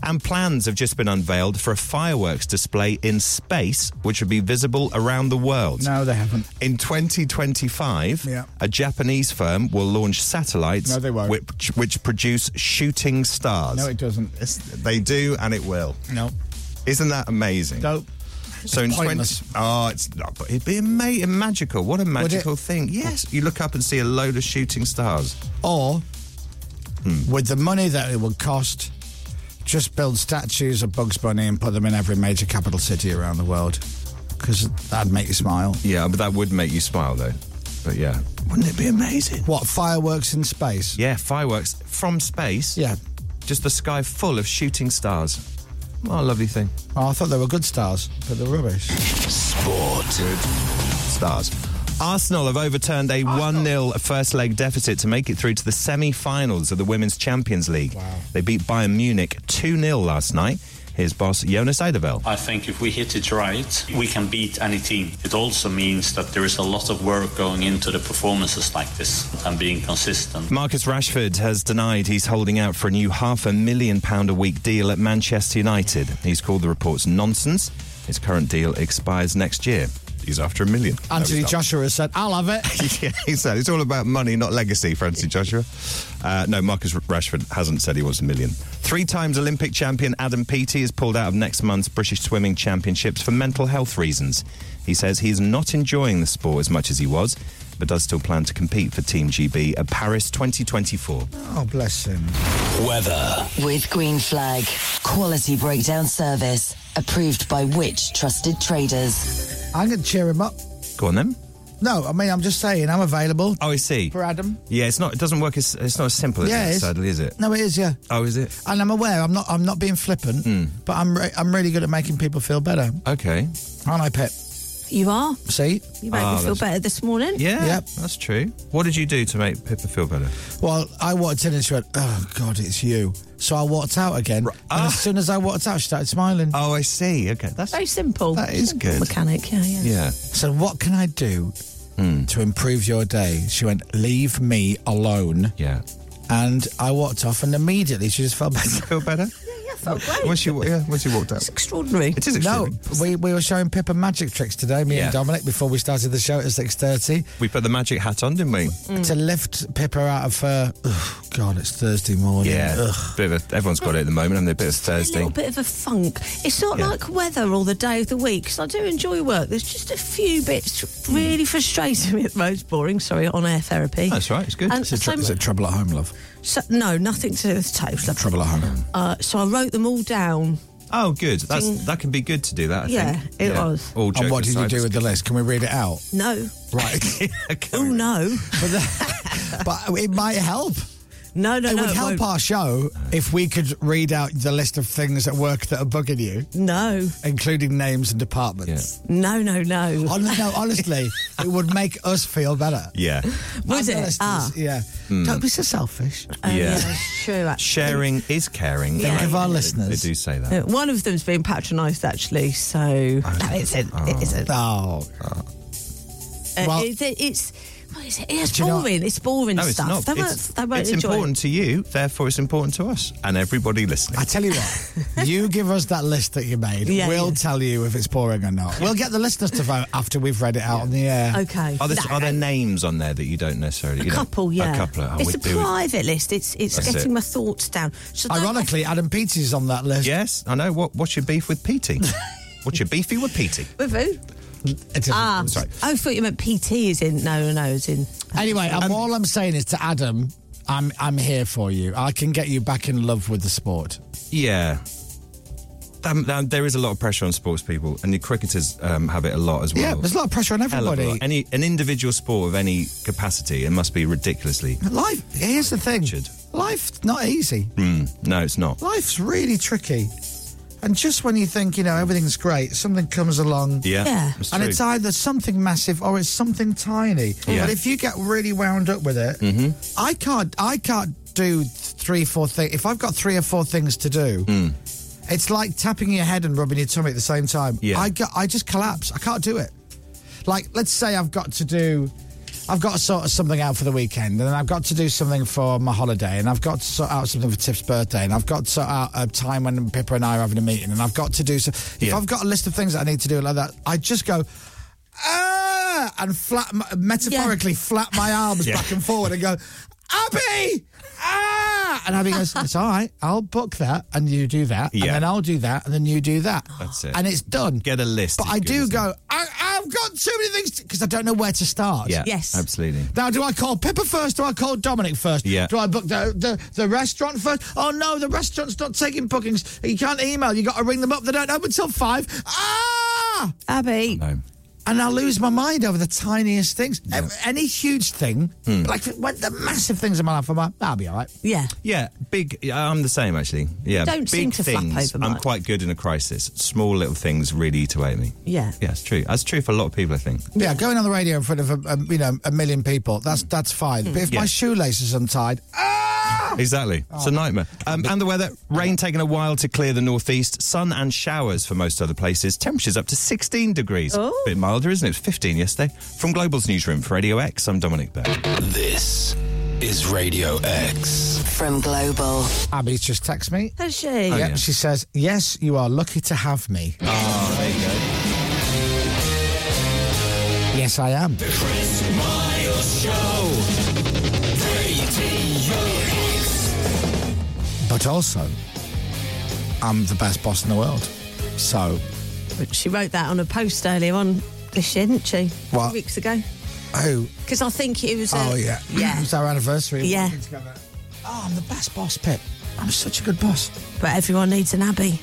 S7: And plans have just been unveiled for a fireworks display in space, which would be visible around the world.
S5: No, they haven't.
S7: In 2025,
S5: Yeah.
S7: a Japanese firm will launch satellites
S5: No, they won't.
S7: Which, which produce shooting stars.
S5: No, it doesn't.
S7: Yes, they do, and it will.
S5: No.
S7: Isn't that amazing?
S5: Nope.
S7: So in
S5: Pointless.
S7: 20, oh, it's not, but it'd be ama- magical. What a magical thing! Yes, you look up and see a load of shooting stars.
S5: or with the money that it would cost, just build statues of Bugs Bunny and put them in every major capital city around the world. Because that'd make you smile.
S7: Yeah, but that would make you smile, though. But yeah, wouldn't it be amazing?
S5: What, fireworks in space?
S7: Yeah, fireworks from space.
S5: Yeah.
S7: just the sky full of shooting stars. What a lovely thing.
S5: Oh, I thought they were good stars, but they're rubbish.
S7: stars. Arsenal have overturned a 1 0 first leg deficit to make it through to the semi finals of the Women's Champions League. They beat Bayern Munich 2 0 last night. Here's boss Jonas Eideveld.
S11: I think if we hit it right, we can beat any team. It also means that there is a lot of work going into the performances like this and being consistent.
S7: Marcus Rashford has denied he's holding out for a new half a million pound a week deal at Manchester United. He's called the reports nonsense. His current deal expires next year. He's after a million.
S5: Anthony
S7: No, he's not.
S5: Joshua said, I'll have it.
S7: yeah, he said it's all about money, not legacy for Anthony Joshua. Uh, no, Marcus Rashford hasn't said he wants a million. Three times Olympic champion Adam Peaty is pulled out of next month's British Swimming Championships for mental health reasons. He says he is not enjoying the sport as much as he was, but does still plan to compete for Team GB at Paris 2024.
S5: Oh, bless him.
S7: Weather.
S2: With Green Flag, quality breakdown service approved by which trusted traders?
S5: I'm going to cheer him up.
S7: Go on then.
S5: No, I mean, I'm just saying, I'm available
S7: Oh, I see.
S5: for Adam.
S7: Yeah, it's not. It doesn't work. As, it's not as simple as
S5: Yeah, it
S7: that.
S5: is.
S7: Sadly, is it?
S5: No, it is, yeah.
S7: Oh, is it?
S5: And I'm aware I'm not I'm not being flippant,
S7: Hmm.
S5: but I'm re- I'm really good at making people feel better,
S7: Okay.
S5: aren't I, Pip?
S3: You are.
S5: See,
S3: You made
S7: Ah,
S3: me feel
S7: that's-
S3: better this morning.
S7: Yeah. That's true. What did you do to make Pippa feel better?
S5: Well, I walked in and she went, "Oh God, it's you." So I walked out again, and as soon as I walked out, she started smiling.
S7: Ah. Oh, I see. Okay, that's
S3: Very simple.
S7: That is good.
S3: Mechanic, yeah, yeah.
S7: Yeah. Hmm.
S5: So what can I do to improve your day? She went, "Leave me alone."
S7: Yeah.
S5: And I walked off, and immediately she just felt better.
S7: Feel better?
S3: Felt great.
S7: Once you, yeah, once you walked out.
S3: Extraordinary.
S7: It is
S5: No,
S7: extraordinary.
S5: we, we were showing Pippa magic tricks today, me
S7: Yeah.
S5: and Dominic, before we started the show at six thirty.
S7: We put the magic hat on, didn't we?
S3: Mm.
S5: to lift Pippa out of her. Oh, God, it's Thursday morning.
S7: Yeah.
S5: Ugh.
S7: Bit of a, everyone's got it at the moment, and a bit of
S3: A
S7: Thursday.
S3: little bit of a funk. It's not
S7: Yeah.
S3: like weather or the day of the week, because I do enjoy work. There's just a few
S7: Hmm.
S3: bits really frustrating me at the most boring, sorry, on air therapy.
S7: That's right. It's good.
S3: And
S7: It's a
S3: so-
S5: Is it trouble at home, love?
S3: so- no, nothing to do with toast. love.
S5: Trouble at home.
S3: Uh, so I wrote them all down.
S7: Oh, good. That's that can be good to do that. I
S3: Yeah,
S7: think.
S3: it was.
S7: All
S5: And what
S7: jokes
S5: did you
S7: aside.
S5: do with the list? Can we read it out?
S3: No.
S5: Right.
S3: Oh, no.
S5: but, the- but it might help.
S3: No, no,
S5: It
S3: no.
S5: would help
S3: won't.
S5: our show if we could read out the list of things at work that are bugging you,
S3: No,
S5: including names and departments.
S3: no, no, no.
S5: Hon- no, honestly, it would make us feel better.
S7: Yeah.
S3: Would
S5: And the
S3: it?
S5: list is-
S3: Ah.
S5: Yeah. Don't be so selfish.
S3: Oh,
S7: Yeah.
S3: that's true. Actually.
S7: Sharing is caring.
S3: Think
S5: of our
S7: They-
S5: listeners.
S7: They do say that.
S3: Uh, One of them's been patronised, actually, so no, it's a, it is a, uh,
S5: Oh. well-
S3: it's, it's, what is it? it's
S5: Do you know-
S3: boring. It's boring
S7: No, it's
S3: stuff.
S7: not.
S3: They won't,
S7: it's
S3: they won't
S7: it's
S3: enjoy
S7: important to you, therefore it's important to us and everybody listening.
S5: I tell you what, you give us that list that you made.
S3: Yeah,
S5: we'll
S3: yeah.
S5: tell you if it's boring or not. We'll get the listeners to vote after we've read it out on the air.
S3: it. Okay.
S7: Are there, are there names on there that you don't necessarily?
S3: a
S7: you know,
S3: couple, yeah.
S7: A couple. Oh,
S3: it's
S7: we
S3: a
S7: do.
S3: private list. It's it's
S7: That's
S3: getting
S7: it.
S3: my thoughts down. So don't-
S5: Ironically, Adam Peaty's on that list.
S7: Yes, I know. What, what's your beef with Petey? what's your beefy with Petey?
S3: with who?
S5: It is-
S3: Ah,
S7: sorry.
S3: I thought you meant PT is in. No, no, no, is in.
S5: Anyway, and all I'm saying is to Adam, I'm I'm here for you. I can get you back in love with the sport.
S7: Yeah. Um, now, there is a lot of pressure on sports people, and the cricketers um, have it a lot as well.
S5: Yeah, there's a lot of pressure on
S7: Hell of a lot.
S5: everybody.
S7: Any an individual sport of any capacity, it must be ridiculously.
S5: Life. Here's the thing.
S7: Richard.
S5: Life's not easy.
S7: Mm, No, it's not.
S5: Life's really tricky. And just when you think you know everything's great, something comes along.
S7: Yeah,
S3: Yeah.
S7: It's
S5: and
S7: true.
S5: it's either something massive or it's something tiny.
S7: Yeah.
S5: But if you get really wound up with it,
S7: Mm-hmm.
S5: I can't. I can't do th- three, four things. If I've got three or four things to do, it's like tapping your head and rubbing your tummy at the same time.
S7: Yeah.
S5: I got, I just collapse. I can't do it. Like, let's say I've got to do. I've got to sort of something out for the weekend, and then I've got to do something for my holiday, and I've got to sort out something for Tiff's birthday, and I've got to sort out a time when Pippa and I are having a meeting, and I've got to do so. If
S7: Yeah.
S5: I've got a list of things that I need to do like that, I just go, ah, and flat, my, metaphorically flap my arms back and forward and go, Abby, ah, and Abby goes, it's all right, I'll book that, and you do that, and
S7: Yeah.
S5: then I'll do that, and then you do that.
S7: That's it.
S5: And it's done.
S7: Get a list
S5: But
S7: is
S5: I
S7: good,
S5: do
S7: isn't
S5: go, I, I've got too many things because I don't know where to start.
S7: yeah,
S3: Yes.
S7: absolutely.
S5: Now, do I call Pippa first? Do I call Dominic first?
S7: Yeah.
S5: Do I book the, the, the restaurant first? Oh, no, the restaurant's not taking bookings. You can't email. you got to ring them up. They don't open till five. Ah!
S3: Abby.
S7: No.
S5: And I lose my mind over the tiniest things. Ev- Any huge thing,
S7: Hmm.
S5: like when the massive things in my life, I'm like, that'll be all right.
S3: Yeah.
S7: Yeah, big. yeah, I'm the same actually. Yeah,
S3: Don't
S7: big
S3: seem to flap
S7: things.
S3: over
S7: I'm
S3: much.
S7: quite good in a crisis. Small little things really eat away at me.
S3: Yeah.
S7: yeah, it's true. That's true for a lot of people, I think.
S5: Yeah, going on the radio in front of a, a, you know a million people, that's that's fine.
S3: Hmm.
S5: But if
S7: Yeah.
S5: my shoelace is untied,
S7: Exactly. It's
S5: Oh.
S7: a nightmare. Um, and the weather rain taking a while to clear the northeast, sun and showers for most other places. Temperatures up to 16 degrees.
S3: Oh.
S7: Bit milder, isn't it? It was 15 yesterday. From Global's newsroom for Radio X, I'm Dominic Bell.
S9: This is Radio X.
S2: From Global.
S5: Abby's just text me.
S3: Has she?
S5: Yep,
S7: Oh, yeah.
S5: she says, "Yes, you are lucky to have me."
S7: Oh, there you go.
S5: Yes, I am.
S9: Chris Miles Show. Radio X.
S5: But also, I'm the best boss in the world. So,
S3: She wrote that on a post earlier on this year, didn't she?
S5: What?
S3: Two weeks ago.
S5: oh,
S3: Because I think it was. uh,
S5: oh yeah,
S3: Yeah.
S5: it was our anniversary.
S3: Yeah.
S5: Oh, I'm the best boss, Pip. I'm such a good boss.
S3: But everyone needs an Abbey.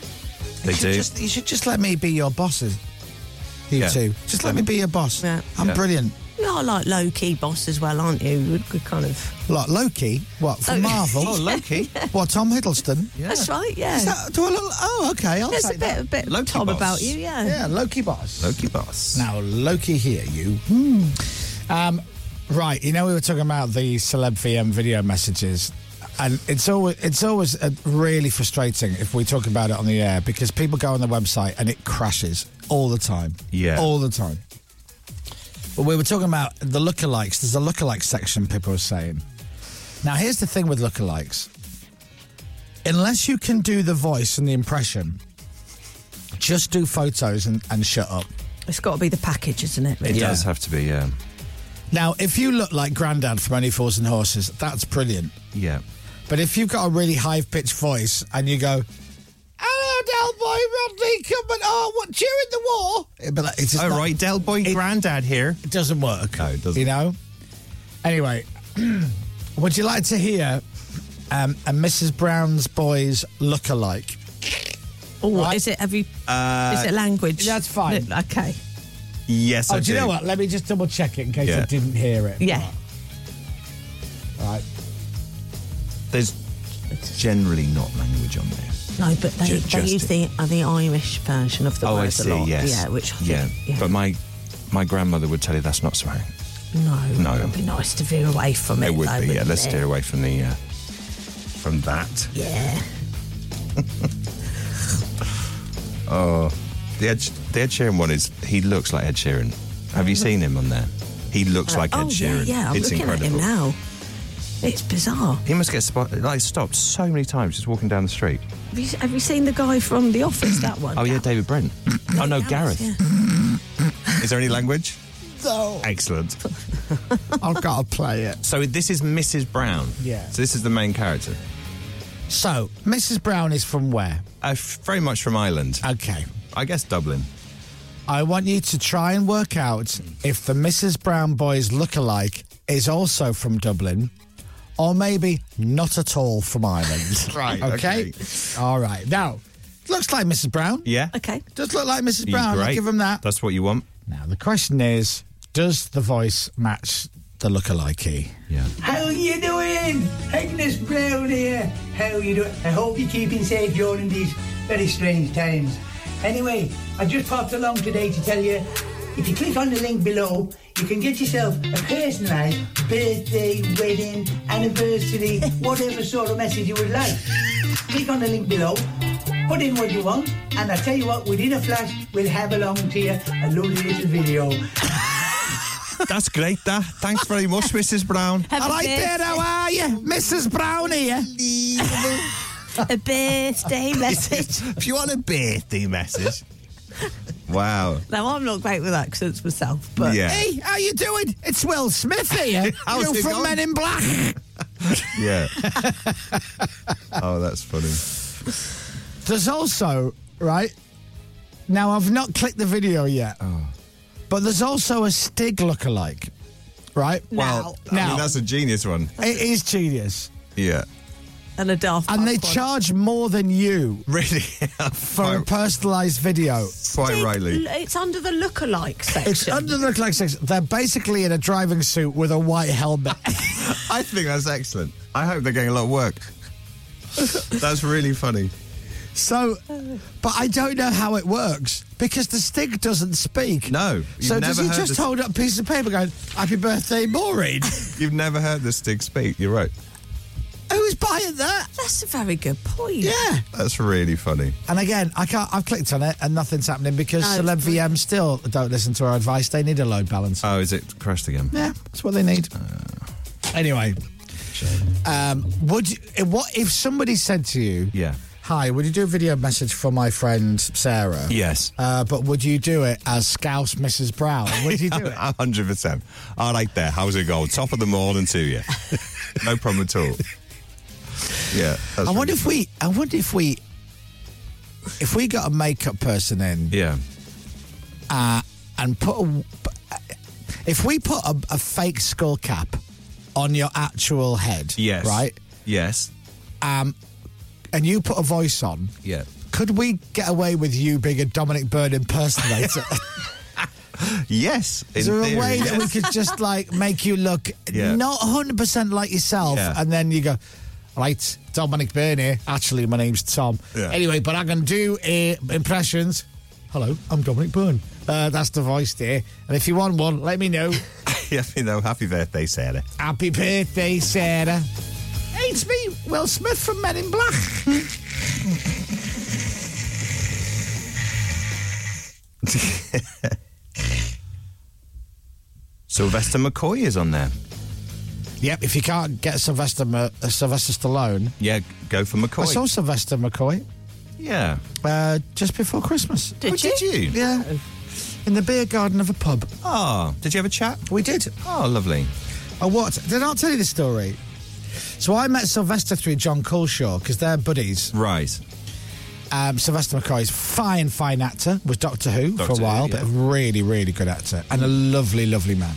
S7: They
S5: you should
S7: do.
S5: Just, you should just let me be your bosses. You
S7: Yeah.
S5: two, just let me be your boss.
S3: Yeah.
S5: I'm
S7: Yeah.
S5: brilliant.
S3: You are like low key boss as well, aren't you? We're- We're kind of.
S5: Like Loki, what from
S3: Lo-
S5: Marvel?
S3: Oh,
S7: Loki.
S5: What Tom Hiddleston?
S3: That's right, yeah.
S5: Is that, do I look? Oh, okay. I'll
S3: There's a
S5: take
S3: bit, a bit
S7: Loki
S3: Tom
S7: boss.
S3: about you, yeah.
S5: that. Yeah, Loki boss.
S7: Loki boss.
S5: Now, Loki here, you. Hmm. Um, right, you know we were talking about the celeb VM video messages, and it's always it's always uh, really frustrating if we talk about it on the air because people go on the website and it crashes all the time.
S7: Yeah.
S5: all the time. But we were talking about the lookalikes. There's a lookalike section. People were saying. Now, here's the thing with lookalikes. Unless you can do the voice and the impression, just do photos and, and shut up.
S3: It's got to be the package, isn't it?
S7: It
S3: really?
S5: Yeah.
S7: does have to be, um, yeah.
S5: Now, if you look like Grandad from Only Fools and Horses, that's brilliant.
S7: Yeah.
S5: But if you've got a really high pitched voice and you go, "Hello, Del Boy Rodney, come and oh, what during the war?" It'd be like, it's just
S7: All
S5: not-
S7: Oh, right, Del Boy Grandad here.
S5: it doesn't work.
S7: No, it doesn't.
S5: You know. Anyway, would you like to hear um, a Mrs. Brown's boys look-alike?
S3: Or what
S5: Right.
S3: Oh, is it? Have you?
S7: Uh,
S3: is it language?
S5: that's fine.
S3: No, Okay.
S7: Yes,
S5: Oh,
S7: I
S5: do you know what? Let me just double check it in case
S7: Yeah.
S5: I didn't hear it.
S3: Yeah.
S5: Right.
S7: There's generally not language on there.
S3: No, but they,
S7: Ju-
S3: they
S7: just
S3: use the uh, the Irish version of the
S7: oh,
S3: word
S7: I
S3: a
S7: see.
S3: lot.
S7: Yes.
S3: Yeah, which I think,
S7: yeah.
S3: yeah.
S7: But my my grandmother would tell you that's not so. right.
S3: no,
S7: No.
S3: It'd be nice to veer away from it.
S7: It would
S3: though,
S7: be. Yeah.
S3: wouldn't
S7: Let's
S3: it?
S7: steer away from the uh, from that.
S3: Yeah.
S7: Oh, The Ed, the Ed Sheeran one is he looks like Ed Sheeran. Have you seen him on there? He looks like Ed
S3: Mm-hmm. oh, yeah,
S7: Sheeran.
S3: yeah. I'm
S7: it's
S3: looking
S7: incredible.
S3: at him now. It's bizarre.
S7: He must get spot, like stopped so many times just walking down the street.
S3: Have you, have you seen the guy from The Office? That one.
S7: Oh yeah,
S3: Gar-
S7: David Brent. oh no,
S3: Gareth,
S7: Gareth.
S3: yeah.
S7: Is there any language?
S5: So
S7: Excellent.
S5: I've got to play it.
S7: So this is Mrs. Brown.
S5: Yeah.
S7: So this is the main character.
S5: So Mrs. Brown is from where?
S7: Uh, f- very much from Ireland.
S5: Okay.
S7: I guess Dublin.
S5: I want you to try and work out if the Mrs. Brown boys look-alike is also from Dublin or maybe not at all from Ireland.
S7: Right, okay.
S5: All right. Now, looks like Mrs. Brown.
S7: Yeah.
S3: Okay.
S5: Does look like Mrs. Brown. I'll
S7: Great.
S5: give him that.
S7: That's what you want.
S5: Now, the question is does the voice match the look-alike?
S7: Yeah.
S12: How you doing? Agnes Brown here. How you doing? I hope you're keeping safe during these very strange times. Anyway, I just popped along today to tell you if you click on the link below, you can get yourself a personalised birthday, wedding, anniversary, whatever sort of message you would like. click on the link below, put in what you want, and I tell you what, within a flash, we'll have along to you a lovely little video.
S7: That's great, that. Thanks very much, Mrs. Brown.
S3: Have
S5: All
S3: a
S5: right,
S3: birth-
S5: there, how are you? Mrs. Brown here.
S3: a birthday message.
S7: If you want a birthday message. wow.
S3: Now I'm not great with accents myself, but
S7: Yeah.
S5: Hey, how you doing? It's Will Smith here.
S7: How's
S5: you
S7: it
S5: from
S7: going?
S5: Men in Black.
S7: Yeah. oh, that's funny.
S5: There's also, right? Now, I've not clicked the video yet,
S7: Oh.
S5: but there's also a Stig lookalike, right?
S7: Well, I
S5: now
S7: mean, that's a genius one.
S5: it is genius.
S7: Yeah.
S3: and a daft.
S5: And they
S3: Punk one.
S5: charge more than you
S7: Really?
S5: for a
S7: quite,
S5: personalised video.
S7: quite
S3: Big-
S7: rightly.
S3: It's under the lookalike section.
S5: It's under the lookalike section. They're basically in a driving suit with a white helmet.
S7: I think that's excellent. I hope they're getting a lot of work. that's really funny.
S5: so, but I don't know how it works because the Stig doesn't speak.
S7: No, you've
S5: So does
S7: never
S5: he
S7: heard
S5: just
S7: this-
S5: hold up a piece of paper going, "Happy birthday, Maureen"?
S7: You've never heard the Stig speak. You're right.
S5: Who's buying that?
S3: That's a very good point.
S5: Yeah.
S7: That's really funny.
S5: And again, I can't. I've clicked on it, and nothing's happening because
S3: No,
S5: Celeb
S3: it's-
S5: VM still don't listen to our advice. They need a load balance.
S7: Oh, is it crashed again?
S5: yeah, that's what they need. anyway, um, would you, what if somebody said to you,
S7: Yeah.
S5: "Hi, would you do a video message for my friend Sarah?"
S7: Yes.
S5: Uh, but would you do it as Scouse Mrs. Brown? Would you do it?
S7: A hundred percent. All right, there. How's it going? Top of the morning to you. no problem at all. Yeah. that's
S5: I
S7: really
S5: wonder if we. I wonder if we if we got a makeup person in,
S7: yeah,
S5: uh, and put a, if we put a, a fake skull cap on your actual head,
S7: Yes.
S5: right,
S7: Yes.
S5: um, and you put a voice on,
S7: Yeah.
S5: could we get away with you being a Dominic Byrne impersonator?
S7: Yes.
S5: Is
S7: in
S5: there
S7: theory,
S5: a way that we
S7: yes.
S5: could just like make you look
S7: Yeah.
S5: not 100% like yourself
S7: Yeah.
S5: and then you go, right, Dominic Byrne here. Actually, my name's Tom.
S7: Yeah.
S5: Anyway, but I can do uh, impressions. Hello, I'm Dominic Byrne. Uh, that's the voice there. And if you want one, let me know.
S7: yeah, you know, happy birthday, Sarah.
S5: Happy birthday, Sarah. Hey, it's me, Will Smith from Men in Black.
S7: Sylvester McCoy is on there.
S5: yep, if you can't get Sylvester, Ma- uh, Sylvester Stallone,
S7: Yeah, go for McCoy.
S5: I saw Sylvester McCoy
S7: yeah.
S5: uh, just before Christmas.
S7: Did Oh, did you? you?
S5: Yeah. In the beer garden of a pub.
S7: Oh, did you have a chat?
S5: We did.
S7: Oh, lovely.
S5: I what? Did I not tell you this story? So I met Sylvester through John Culshaw because they're buddies.
S7: Right.
S5: Um, Sylvester McCoy's fine, fine actor, was Doctor Who for
S7: Doctor
S5: a
S7: Who,
S5: while,
S7: yeah.
S5: but a really, really good actor and a lovely, lovely man.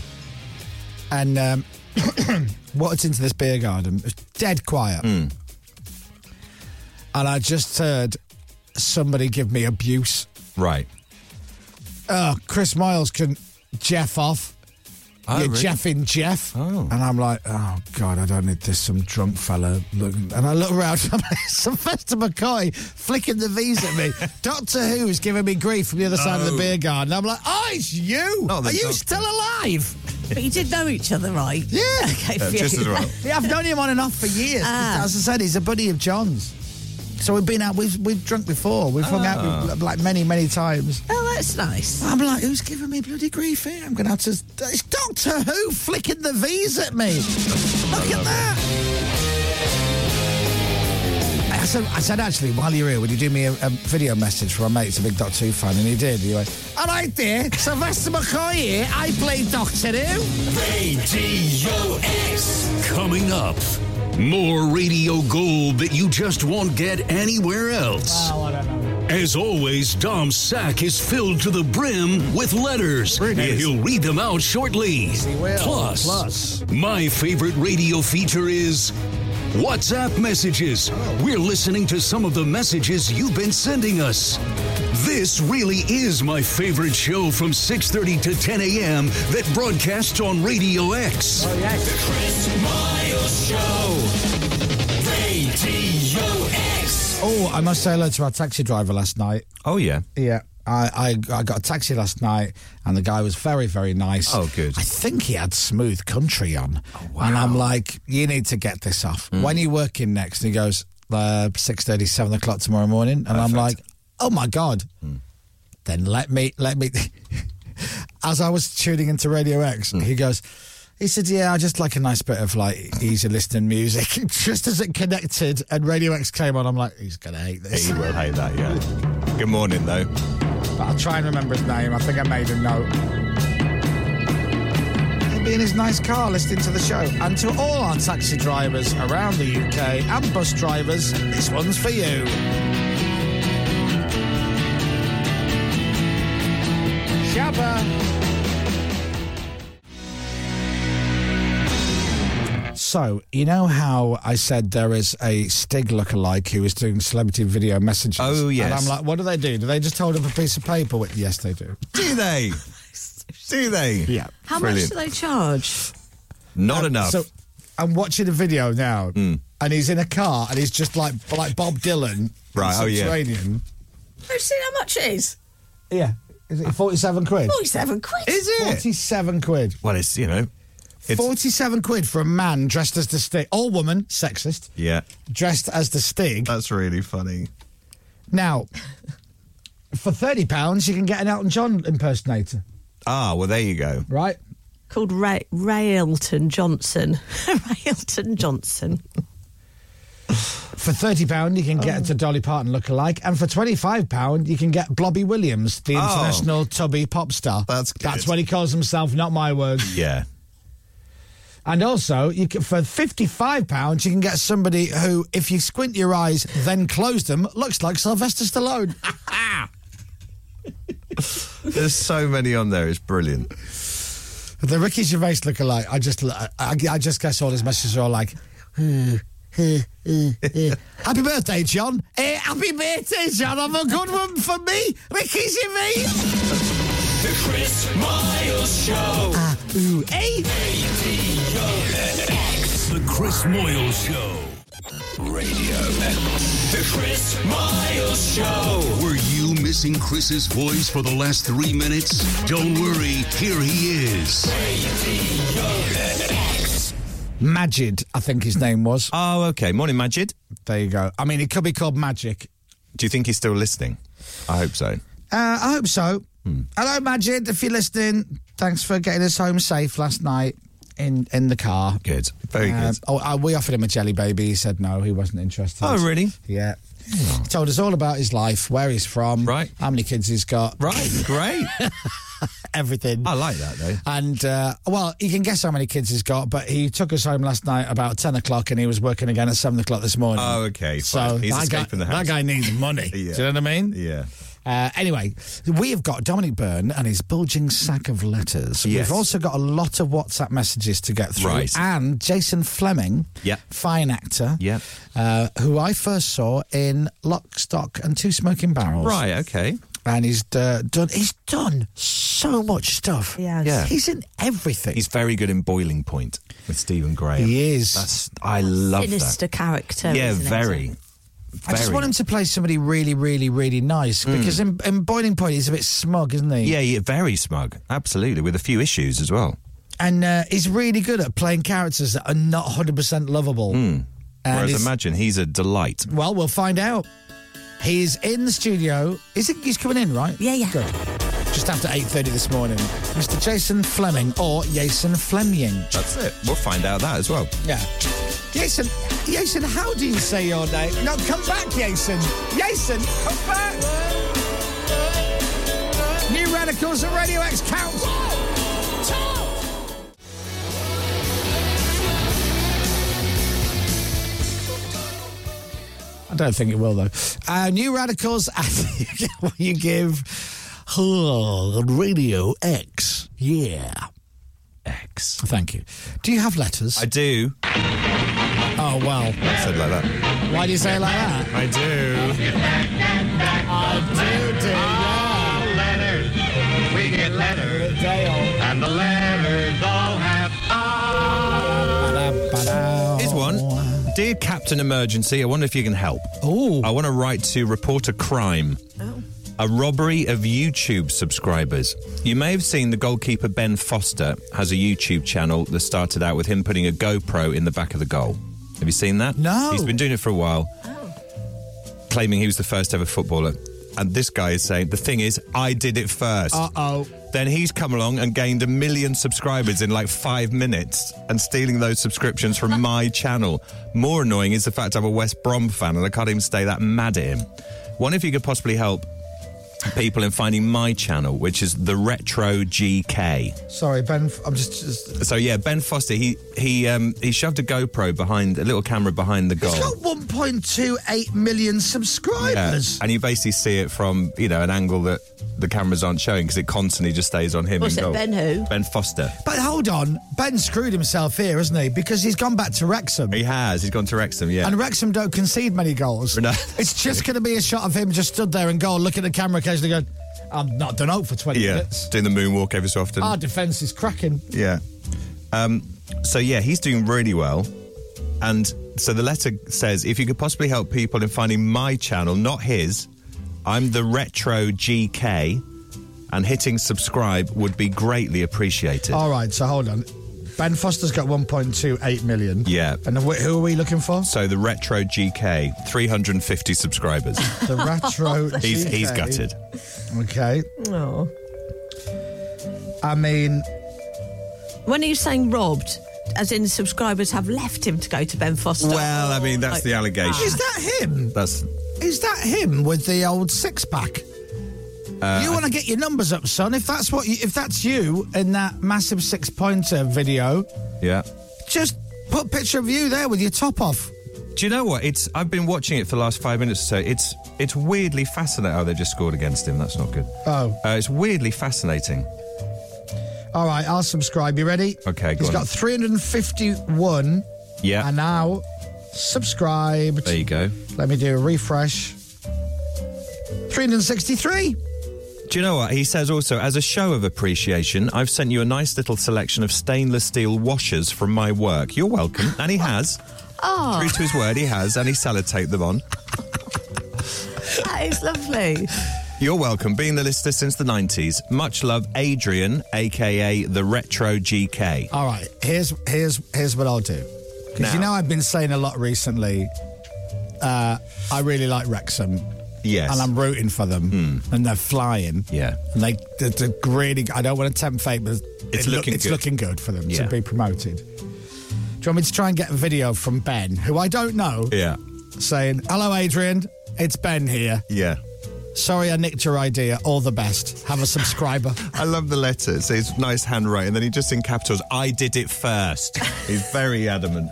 S5: And um, walked into this beer garden, it was dead quiet.
S7: Hmm.
S5: And I just heard somebody give me abuse.
S7: Right.
S5: Oh, Chris Miles can Jeff off.
S7: Oh,
S5: You're
S7: really?
S5: Jeffing Jeff.
S7: Oh.
S5: And I'm like, oh, God, I don't need this. Some drunk fella. Looking. And I look around, Sylvester McCoy flicking the V's at me. Doctor Who is giving me grief from the other side of the
S7: No.
S5: beer garden. I'm like, oh, it's you.
S7: Not the
S5: Are you
S7: doctor.
S5: still alive?
S3: But you did know each other, right?
S5: Yeah.
S3: Okay,
S7: Yeah,
S3: phew.
S7: Uh, just as well.
S5: yeah, I've known him on and off for years. 'cause
S3: Ah.
S5: As I said, he's a buddy of John's. So we've been out, we've, we've drunk before. We've hung out
S7: Ah.
S5: with, like many, many times.
S3: Oh, that's nice.
S5: I'm like, who's giving me bloody grief here? I'm going to have to. It's Doctor Who flicking the V's at me. Look at that. I said, I said, actually, while you're here, would you do me a, a video message for my mate's a big Doctor Who fan? And he did. He went, all right, dear, Sylvester McCoy here. I play Doctor Who.
S1: Radio X. Coming up, more radio gold that you just won't get anywhere else. As always, Dom's sack is filled to the brim with letters, and he'll read them out shortly. Plus, my favorite radio feature is WhatsApp messages. We're listening to some of the messages you've been sending us. This really is my favorite show from 6:30 to 10 a.m. that broadcasts on Radio X.
S5: Oh, I must say hello to our taxi driver last night.
S7: Oh, yeah.
S5: Yeah. I, I, I got a taxi last night and the guy was very, very nice.
S7: Oh, good. Oh,
S5: I think he had smooth country on. And I'm like, you need to get this off.
S7: Mm.
S5: When are you working next? And he goes, uh, 6.30, 7 o'clock tomorrow morning. And I'm like, oh my God.
S7: Mm.
S5: Then let me, let me. As I was tuning into Radio X,
S7: Mm.
S5: he goes, he said, yeah, I just like a nice bit of like easy listening music. just as it connected and Radio X came on, I'm like, he's going to hate this.
S7: He will hate that, yeah. Good morning, though.
S5: But I'll try and remember his name. I think I made a note. He'll be in his nice car listening to the show. And to all our taxi drivers around the UK and bus drivers, this one's for you. Shabba. So, you know how I said there is a Stig lookalike who is doing celebrity video messages?
S7: Oh,
S5: And
S7: yes.
S5: I'm like, what do they do? Do they just hold up a piece of paper? With- yes, they do.
S7: Do they? Do they?
S5: Yeah.
S3: How
S7: Brilliant.
S3: much do they charge?
S7: Not
S5: Um,
S7: enough. Hmm.
S5: So I'm watching a video now, and he's in a car, and he's just like like Bob Dylan,
S7: Right, oh, yeah.
S5: Subterranean.
S3: I've seen how much it is.
S5: Yeah, is it forty-seven quid?
S3: 47 quid.
S7: Is it?
S5: Forty-seven quid.
S7: well, it's, you know. It's,
S5: Forty-seven quid for a man dressed as the Stig, or woman, sexist,
S7: yeah.
S5: dressed as the Stig.
S7: That's really funny.
S5: Now, for thirty pounds, you can get an Elton John impersonator,
S7: Ah, well, there you go.
S5: right?
S3: Called Ra- Railton Johnson. Railton Johnson. Oh.
S5: For thirty pound, you can get the Dolly Parton look-alike, and for twenty-five pound, you can get Blobby Williams, the
S7: Oh.
S5: international tubby pop star.
S7: That's good.
S5: that's what he calls himself. Not my words.
S7: Yeah.
S5: And also, you can, for £55, you can get somebody who, if you squint your eyes, then close them, looks like Sylvester Stallone.
S7: There's so many on there. It's brilliant.
S5: the Ricky Gervais look alike, I just, I, I just guess all his messages are all like, Happy birthday, John. Eh, happy birthday, John. Have a good one for me, Ricky Gervais.
S1: The Chris Miles Show. Ah,
S5: ooh, eh?
S1: The Chris Moyles Show. Radio X. The Chris Miles Show. Were you missing Chris's voice for the last three minutes? Don't worry, here he is. Radio X.
S5: Majid, I think his name was.
S7: Oh, okay. Morning, Majid.
S5: There you go. I mean, it could be called magic.
S7: Do you think he's still listening? I hope so.
S5: Uh, I hope so.
S7: Hmm.
S5: Hello, Majid. If you're listening, thanks for getting us home safe last night in in the car.
S7: Good. Very
S5: Uh,
S7: good.
S5: oh, uh, we offered him a jelly baby. He said no, he wasn't interested.
S7: Oh, really?
S5: Yeah. He told us all about his life, where he's from,
S7: Right.
S5: how many kids he's got,
S7: Right. Great.
S5: everything.
S7: I like that, though.
S5: And uh, well, you can guess how many kids he's got, but he took us home last night about ten o'clock, and he was working again at seven o'clock this morning.
S7: Oh, okay.
S5: so
S7: Fine. He's
S5: that guy,
S7: escaping the house.
S5: that guy needs
S7: Yeah.
S5: money. Do you know what I mean?
S7: Yeah.
S5: Uh, anyway, we have got Dominic Byrne and his bulging sack of letters.
S7: Yes.
S5: We've also got a lot of WhatsApp messages to get through.
S7: Right.
S5: And Jason Fleming,
S7: Yep.
S5: fine actor,
S7: Yep.
S5: uh, who I first saw in Lock, Stock and Two Smoking Barrels.
S7: Right. Okay.
S5: And he's uh, done. He's done so much stuff.
S3: Yes.
S7: Yeah.
S5: He's in everything.
S7: He's very good in Boiling Point with Stephen Graham.
S5: He is.
S7: That's. I love
S3: Sinister character.
S7: that. Yeah.
S3: isn't it?
S7: Very.
S5: I
S7: very.
S5: just
S7: Hmm.
S5: want him to play somebody really, really, really nice because in, in Boiling Point he's a bit smug, isn't he?
S7: Yeah, yeah, very smug. Absolutely, with a few issues as well.
S5: and uh, he's really good at playing characters that are not 100% lovable. And
S7: Hmm. Whereas
S5: he's-
S7: imagine he's a delight.
S5: well, we'll find out. He's in the studio. Is it, he's coming in, right?
S3: Yeah, yeah.
S5: Good. Just after 8.30 this morning. Mr. Jason Fleming, or Jason Fleming.
S7: That's it. We'll find out that as well.
S5: Yeah. Jason, Jason, how do you say your name? No, come back, Jason. Jason, come back. New Radicals at Radio X counts. I don't think it will, though. Uh, New Radicals, and you give oh, Radio X. Yeah.
S7: X.
S5: Thank you. Do you have letters?
S7: I do.
S5: oh, well.
S7: Said like that.
S5: Why do you say it like that?
S7: I do.
S5: I do, do.
S13: letters. We get letters,
S5: Dale.
S13: and the letters all have
S7: Here's one. Dear Captain Emergency, I wonder if you can help.
S5: Oh,
S7: I want to write to report a crime. A robbery of YouTube subscribers. You may have seen the goalkeeper Ben Foster has a YouTube channel that started out with him putting a GoPro in the back of the goal. Have you seen that?
S5: No.
S7: He's been doing it for a while, claiming he was the first ever footballer. And this guy is saying, the thing is, I did it first.
S5: uh oh.
S7: then he's come along and gained a million subscribers in like five minutes and stealing those subscriptions from my channel. More annoying is the fact I'm a West Brom fan and I can't even stay that mad at him. One, if you could possibly help people in finding my channel, which is the Retro GK.
S5: Sorry, Ben. I'm just. just
S7: So yeah, Ben Foster, he he um, he shoved a GoPro behind a little camera behind the goal.
S5: he's got 1.28 million
S7: Yeah.
S5: subscribers.
S7: And you basically see it from you know an angle that the cameras aren't showing because it constantly just stays on him.
S3: What's
S7: in
S3: it,
S7: goal.
S3: Ben who?
S7: Ben Foster.
S5: But hold on, Ben screwed himself here, hasn't he? Because he's gone back to Wrexham.
S7: He has. He's gone to Wrexham. Yeah.
S5: And Wrexham don't Oh, concede many goals.
S7: No.
S5: it's just going to be a shot of him just stood there and goal, looking at the camera occasionally going, I'm not done out for 20
S7: Yeah,
S5: minutes.
S7: doing the moonwalk every so often.
S5: Our defence is cracking.
S7: yeah. Um, so yeah, he's doing really well. And so the letter says, if you could possibly help people in finding my channel, not his, I'm the Retro GK, and hitting subscribe would be greatly appreciated.
S5: All right, so hold on. Ben Foster's got 1.28 million.
S7: Yeah.
S5: And wh- who are we looking for?
S7: So the Retro GK, 350 subscribers.
S5: The retro.
S7: he's he's
S5: GK.
S7: gutted.
S5: Okay.
S3: Oh.
S5: I mean,
S3: When are you saying robbed? As in, subscribers have left him to go to Ben Foster. Oh.
S7: Well, I mean, that's the allegation.
S5: is that him?
S7: That's
S5: Is that him with the old six pack?
S7: Uh,
S5: you want to get your numbers up, son. If that's what, you, if that's you in that massive six pointer video,
S7: yeah.
S5: Just put a picture of you there with your top off.
S7: Do you know what? It's I've been watching it for the last five minutes or so. It's it's weirdly fascinating. Oh, they just scored against him. That's not good.
S5: Oh.
S7: Uh, it's weirdly fascinating.
S5: All right, I'll subscribe. You ready?
S7: Okay, go
S5: He's
S7: on.
S5: got 351.
S7: Yeah.
S5: And now, subscribed.
S7: There you go.
S5: Let me do a refresh. 363.
S7: Do you know what? He says also, as a show of appreciation, I've sent you a nice little selection of stainless steel washers from my work. You're welcome. And he has.
S3: Oh,
S7: True to his word, he has, and he sellotaped them on.
S3: that is lovely.
S7: You're welcome. Being the listener since the 90s. Much love, Adrian, aka the Retro GK.
S5: All right, here's here's here's what I'll do. Because you
S7: Now.
S5: know I've been saying a lot recently. Uh, I really like Wrexham.
S7: Yes. Hmm.
S5: And I'm rooting for them, and they're flying.
S7: Yeah.
S5: And they they're, they're really. I don't want to tempt fate, but
S7: It's
S5: it look-
S7: looking
S5: it's
S7: good.
S5: looking good for them
S7: Yeah.
S5: to be promoted. Do you want me to try and get a video from Ben, who I don't know,
S7: Yeah.
S5: saying, "Hello, Adrian, it's Ben here.
S7: Yeah.
S5: Sorry, I nicked your idea. All the best. Have a subscriber."
S7: I love the letter. So it's nice handwriting. Then he just in capitals, I did it first. He's very adamant.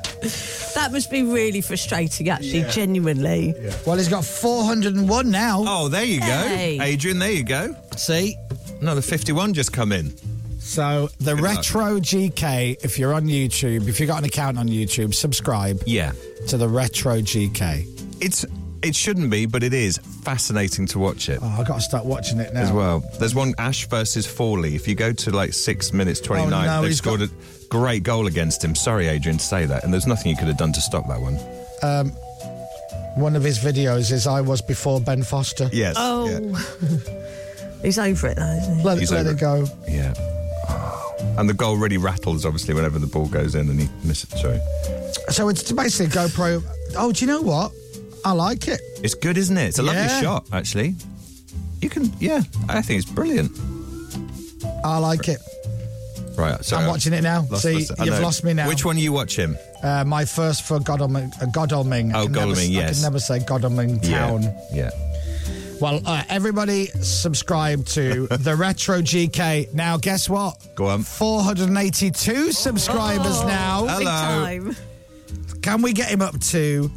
S3: That must be really frustrating, actually,
S7: Yeah.
S3: genuinely.
S5: Well, he's got 401 now.
S7: Oh, there you go.
S3: Hey.
S7: Adrian, there you go.
S5: See?
S7: Another 51 just come in.
S5: So the
S7: Good luck.
S5: Retro GK, if you're on YouTube, if you've got an account on YouTube, subscribe
S7: Yeah.
S5: to the Retro GK.
S7: It's it shouldn't be, but it is fascinating to watch it.
S5: Oh, I got to start watching it now.
S7: as well. There's one Ash versus Forley. If you go to like six minutes twenty nine,
S5: Oh, no,
S7: they've
S5: he's
S7: scored
S5: got-
S7: a great goal against him. Sorry, Adrian, to say that. And there's nothing you could have done to stop that one.
S5: Um, one of his videos is I was before Ben Foster.
S7: Yes.
S3: Oh. He's over it, Oh, though, isn't he?
S5: Let,
S7: He's
S5: let
S7: over
S5: it go.
S7: Yeah. And the goal really rattles, obviously, whenever the ball goes in and he misses. Sorry.
S5: So it's basically a GoPro. Oh, do you know what? I like it.
S7: It's good, isn't it? It's a
S5: Yeah.
S7: lovely shot, actually. You can, yeah, I think it's brilliant.
S5: I like it.
S7: Right, so
S5: I'm watching it now.
S7: Lost
S5: See,
S7: myself. I
S5: you've
S7: know.
S5: lost me now.
S7: Which one are you watching?
S5: Uh, my first for Godalming. Uh, Godalming. I
S7: Oh,
S5: can never s-
S7: Godalming,
S5: I
S7: yes.
S5: can never say Godalming Town.
S7: Yeah.
S5: Well, uh, everybody subscribe to the Retro GK. Now, guess what?
S7: Go on.
S5: 482 subscribers now.
S3: Oh. Big time.
S5: Can we get him up to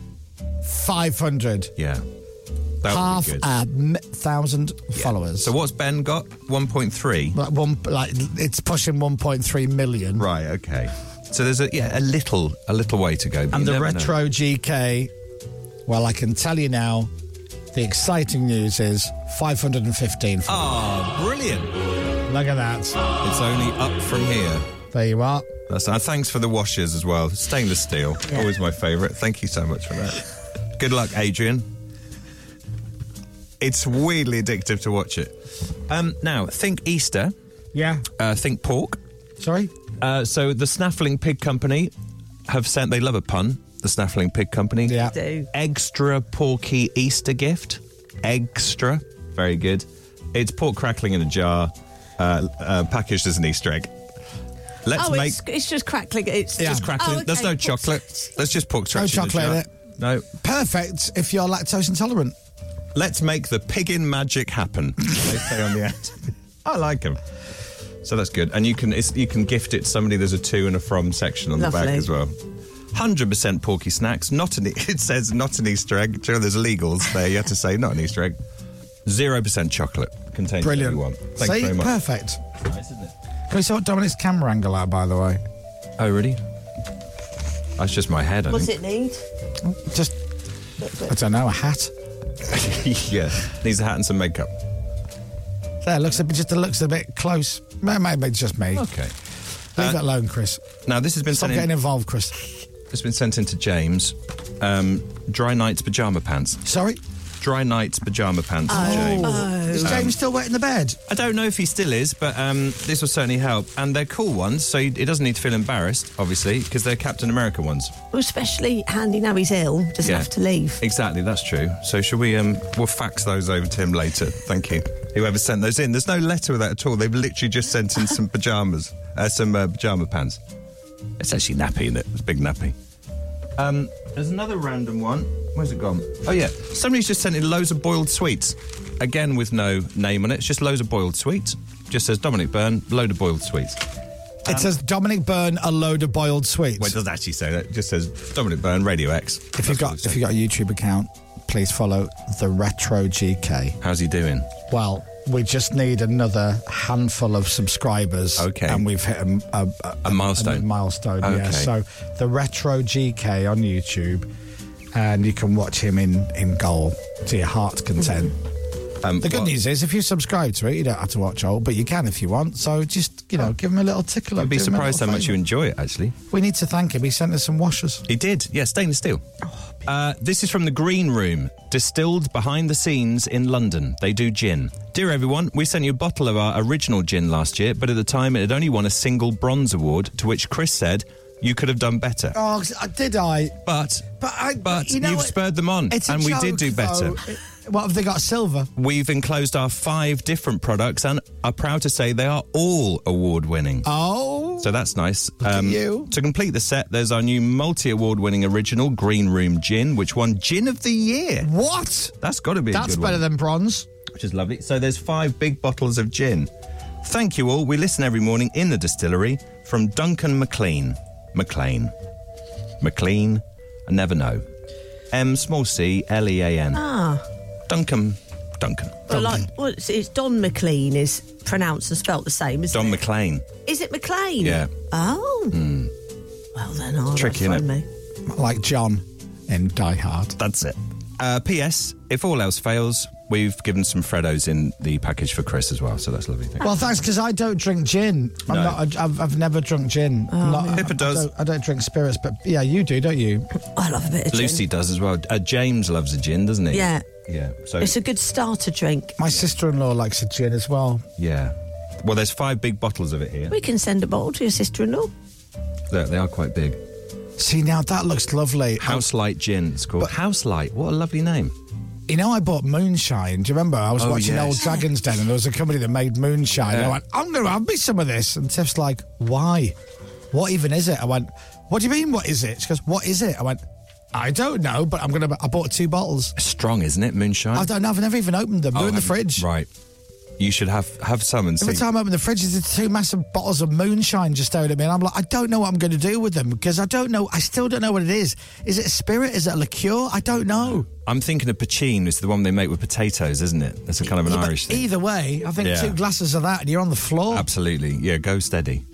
S5: 500?
S7: Yeah. That
S5: Half
S7: would be good.
S5: a m- thousand followers.
S7: So what's Ben got? 1.3?
S5: like one, like it's pushing 1.3 million.
S7: Right. Okay. So there's a yeah a little a little way to go. but you
S5: And the
S7: never know.
S5: Retro GK. Well, I can tell you now, the exciting news is 515. followers.
S7: Ah, brilliant!
S5: Look at that.
S7: It's only up from here.
S5: There you are.
S7: That's uh, thanks for the washers as well. Stainless steel, always my favourite. Thank you so much for that. Good luck, Adrian. It's weirdly addictive to watch it. Um, now think Easter,
S5: Yeah.
S7: uh, think pork.
S5: Sorry?
S7: Uh, so the Snaffling Pig Company have sent. They love a pun. The Snaffling Pig Company.
S5: Yeah.
S3: Do.
S7: extra porky Easter gift. Extra. Very good. It's pork crackling in a jar, uh, uh, packaged as an Easter egg. Let's
S3: oh,
S7: make
S3: it's, it's just crackling. It's
S7: just crackling.
S3: Oh,
S7: There's
S3: okay.
S7: no chocolate. Let's just pork
S5: No
S7: scratch in a
S5: chocolate in
S7: jar.
S5: it.
S7: No.
S5: Perfect if you're lactose intolerant.
S7: Let's make the piggin magic happen. they say on the ad. I like them. So that's good. And you can it's, you can gift it to somebody. There's a to and a from section on the back
S3: Lovely.
S7: as well. 100% porky snacks. Not an it says not an Easter egg. Do you know there's illegals there. You have to say not an Easter egg. 0% chocolate contains
S5: Brilliant.
S7: everyone. Thank
S5: See?
S7: you very much.
S5: Perfect.
S7: Nice, isn't it?
S5: Can we sort Dominic's camera angle out, by the way?
S7: Oh, really? That's just my head, I
S3: What's it
S7: think.
S3: need?
S5: Just, I don't know, a hat.
S7: yeah. Needs a hat and some makeup.
S5: There, looks a bit, just looks a bit close. May- Maybe it's just me.
S7: Okay.
S5: Leave
S7: Uh,
S5: that alone, Chris.
S7: Now, this has been
S5: Stop
S7: sent in-
S5: getting involved, Chris.
S7: It's been sent in to James. Um, dry night's pajama pants.
S5: Sorry?
S7: Dry night's pajama pants. for Oh. James. Um,
S5: Is James still wet in the bed?
S7: I don't know if he still is, but um, this will certainly help. And they're cool ones, so he he doesn't need to feel embarrassed, obviously, because they're Captain America ones.
S3: Well, especially handy now he's ill. Doesn't
S7: Yeah.
S3: have to leave.
S7: Exactly, that's true. So should we? Um, we'll fax those over to him later. Thank you. Whoever sent those in. There's no letter with that at all. They've literally just sent in some pajamas, uh, some uh, pajama pants. It's actually nappy, isn't it? It's a big nappy. Um, there's another random one. Where's it gone? Oh yeah, somebody's just sent in loads of boiled sweets. Again, with no name on it. It's just loads of boiled sweets. Just says Dominic Byrne, load of boiled sweets.
S5: It says Dominic Byrne, a load of boiled sweets.
S7: Well, it doesn't actually say that. It just says Dominic Byrne, Radio X.
S5: If you've got if you have got a YouTube account, please follow the Retro GK.
S7: How's he doing?
S5: Well, we just need another handful of subscribers.
S7: Okay.
S5: and we've hit a, a, a,
S7: A milestone.
S5: milestone. Yeah.
S7: Okay.
S5: So the Retro GK on YouTube, and you can watch him in in goal to your heart's content.
S7: Um,
S5: the good news is, if you subscribe to it, you don't have to watch all, but you can if you want. So just you know, give him a little tickle.
S7: I'd Oh. be
S5: do him a
S7: surprised how
S5: little
S7: much you
S5: favour.
S7: enjoy it, actually.
S5: We need to thank him. He sent us some washers.
S7: He did. Yeah, stainless steel. Uh, this is from the Green Room, distilled behind the scenes in London. They do gin. Dear everyone, we sent you a bottle of our original gin last year, but at the time it had only won a single bronze award, to which Chris said, You could have done better.
S5: Oh, I- did I?
S7: But
S5: but I,
S7: but
S5: you know
S7: you've
S5: what?
S7: spurred them on,
S5: It's a
S7: and we did
S5: joke,
S7: do better.
S5: though. What have they got? Silver.
S7: We've enclosed our five different products and are proud to say they are all award winning.
S5: Oh,
S7: So that's nice. Um, To complete the set, there's our new multi award winning original, Green Room Gin, which won Gin of the Year.
S5: What?
S7: That's got to be
S5: that's
S7: a good
S5: better
S7: one,
S5: than bronze.
S7: Which is lovely. So there's five big bottles of gin. Thank you all. We listen every morning in the distillery from Duncan McLean. McLean. McLean. I never know. M small c L E A N.
S3: Ah.
S7: Duncan. Duncan.
S3: But like, well, it's, it's Don McLean is pronounced and spelt the same, isn't
S7: Don
S3: it?
S7: McLean.
S3: Is it McLean?
S7: Yeah. Mm.
S3: Oh. Well then, I'll
S7: tricky,
S3: phone
S7: innit?
S3: me.
S5: Like John in Die Hard.
S7: That's it. Uh, P.S. If all else fails, we've given some Freddos in the package for Chris as well, so that's lovely. Thank you.
S5: Well, thanks, because I don't drink gin. I'm
S7: No.
S5: not, I, I've, I've never drunk gin.
S3: Oh,
S5: I'm not-
S7: Pippa
S5: I- I
S7: does.
S5: don't- I don't drink spirits, but yeah, you do, don't you?
S3: I love a bit of gin.
S7: Lucy does as well. Uh, James loves a gin, doesn't he?
S3: Yeah.
S7: Yeah. So
S3: It's a good starter drink.
S5: My sister-in-law likes a gin as well.
S7: yeah. Well, there's five big bottles of it here.
S3: We can send a bottle to your sister-in-law.
S7: Look, they are quite big.
S5: See, now that looks lovely.
S7: House Light Gin. It's called House Light. What a lovely name.
S5: You know, I bought moonshine. Do you remember? I was
S7: Oh,
S5: watching
S7: yes.
S5: Old Dragon's Den, and there was a company that made moonshine. And
S7: Yeah.
S5: I went, I'm going to have me some of this. And Tiff's like, Why? What even is it? I went, What do you mean? What is it? She goes, What is it? I went, I don't know, but I'm going to. I bought two bottles.
S7: Strong, isn't it? Moonshine.
S5: I don't know. I've never even opened them. They're
S7: Oh,
S5: in the
S7: haven't-
S5: fridge.
S7: Right. You should have have some and
S5: Every
S7: see.
S5: time I open the fridge, there's two massive bottles of moonshine just staring at me, and I'm like, I don't know what I'm going to do with them because I don't know. I still don't know what it is. Is it a spirit? Is it a liqueur? I don't know.
S7: I'm thinking of Pachin, is the one they make with potatoes, isn't it? That's a kind of an
S5: Yeah, but
S7: Irish thing.
S5: Either way, I think
S7: Yeah.
S5: two glasses of that, and you're on the floor.
S7: Absolutely. Yeah, go steady.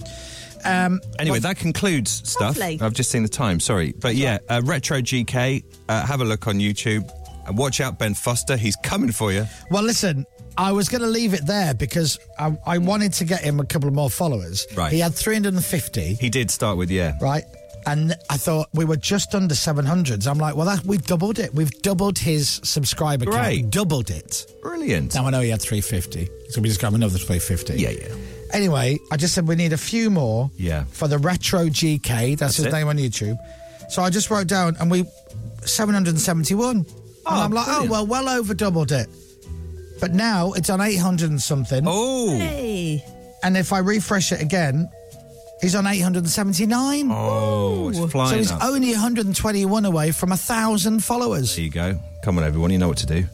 S5: Um,
S7: Anyway, that concludes stuff.
S5: Lovely.
S7: I've just seen the time, sorry. But yeah, uh, Retro GK, uh, have a look on YouTube. And watch out, Ben Foster. He's coming for you.
S5: Well, listen, I was going to leave it there because I, I wanted to get him a couple of more followers.
S7: Right.
S5: He had 350,
S7: He did start with, yeah.
S5: right? And I thought we were just under 700. So I'm like, well, that, we've doubled it. We've doubled his subscriber
S7: Great.
S5: count. Doubled it.
S7: Brilliant.
S5: Now I know he had 350. So we just got him another 350.
S7: Yeah, yeah.
S5: Anyway, I just said we need a few more
S7: Yeah.
S5: for the Retro GK. That's, his
S7: it.
S5: name on YouTube. So I just wrote down, and we 771. and I'm like, oh,
S7: brilliant.
S5: well, well over doubled it. But now it's on 800 and something.
S7: Oh.
S3: Hey.
S5: And if I refresh it again, he's on 879.
S7: Oh, it's flying
S5: so he's
S7: up.
S5: only 121 away from a 1,000 followers.
S7: There you go. Come on, everyone. You know what to do.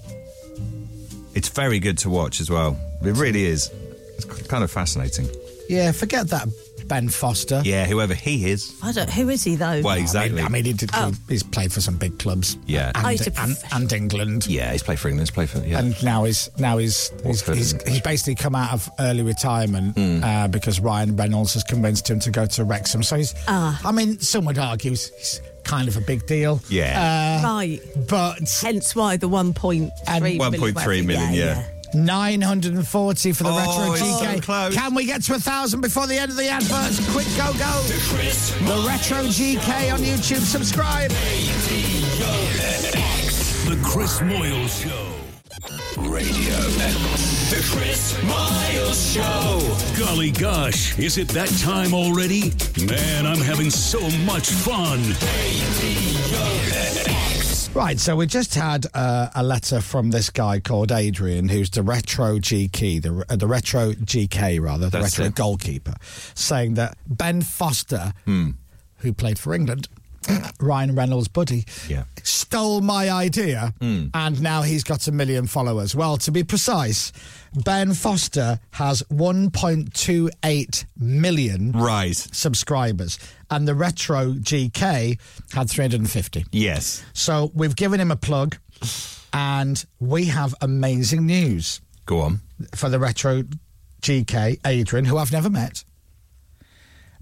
S7: It's very good to watch as well. It really is. It's k- kind of fascinating.
S5: Yeah, forget that Ben Foster.
S7: Yeah, whoever he is.
S3: I don't. Who is he though?
S7: Well,
S5: I
S7: exactly.
S5: mean, he did,
S3: Oh.
S5: he's played for some big clubs.
S7: Yeah.
S5: And,
S3: Oh, he's a
S5: and, and England.
S7: yeah, he's played for England. He's played for. Yeah.
S5: and now he's now he's he's,
S7: Watford,
S5: he's,
S7: isn't
S5: he's basically come out of early retirement
S7: Hmm.
S5: uh, because Ryan Reynolds has convinced him to go to Wrexham. So he's,
S3: Ah.
S5: I mean, some would argue he's, he's kind of a big deal.
S7: Yeah.
S5: uh,
S3: Right.
S5: but
S3: Hence why the one point three
S7: 1.3 million, yeah.
S5: 940 for the
S7: Oh,
S5: retro
S7: it's so
S5: GK.
S7: close.
S5: Can we get to a thousand before the end of the adverts? Quick, go, go! The retro GK on YouTube. Subscribe.
S14: The Chris Moyle Show. Radio X. The Chris Moyle Show. Golly gosh, is it that time already? Man, I'm having so much fun.
S5: Right, so we just had uh, a letter from this guy called Adrian, who's the retro GK, the, uh, the retro GK rather, the
S7: That's
S5: retro
S7: it.
S5: goalkeeper, saying that
S7: Hmm.
S5: Ben Foster, who played for England, Ryan Reynolds' buddy,
S7: Yeah.
S5: s- stole my idea
S7: Hmm.
S5: and now he's got a million followers. Well, to be precise, Ben Foster has 1.28 million
S7: right.
S5: subscribers and the Retro GK had 350.
S7: Yes.
S5: So we've given him a plug and we have amazing news
S7: Go on.
S5: for the retro GK Adrian, who I've never met.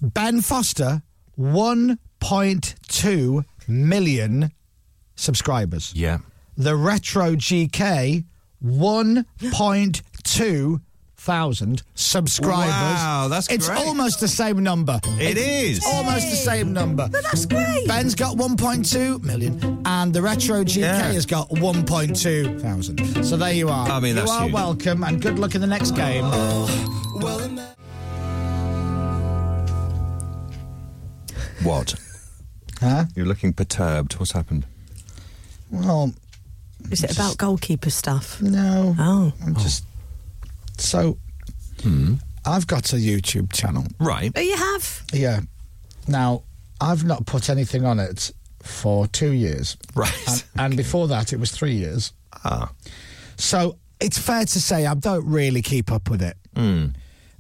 S5: Ben Foster, 1.2 million subscribers.
S7: Yeah.
S5: The retro GK, 1.2 thousand subscribers.
S7: Wow, that's
S5: It's
S7: great.
S5: almost the same number.
S7: It
S5: It's
S7: is.
S5: Almost the same number. that's great. Ben's got 1.2 million and the retro GK
S7: Yeah.
S5: has got 1.2 thousand. So there you are.
S7: I mean, that's
S5: you are
S7: huge.
S5: welcome and good luck in the next game.
S7: What?
S5: Huh?
S7: You're looking perturbed. What's happened?
S5: Well,
S3: Is it about goalkeeper stuff?
S5: No.
S3: Oh.
S5: I'm just so
S7: Hmm.
S5: I've got a YouTube channel.
S7: Right.
S3: But you have.
S5: Yeah. Now, I've not put anything on it for two years.
S7: Right.
S5: And, and before that, it was three years.
S7: Ah.
S5: So it's fair to say I don't really keep up with it.
S7: Hmm.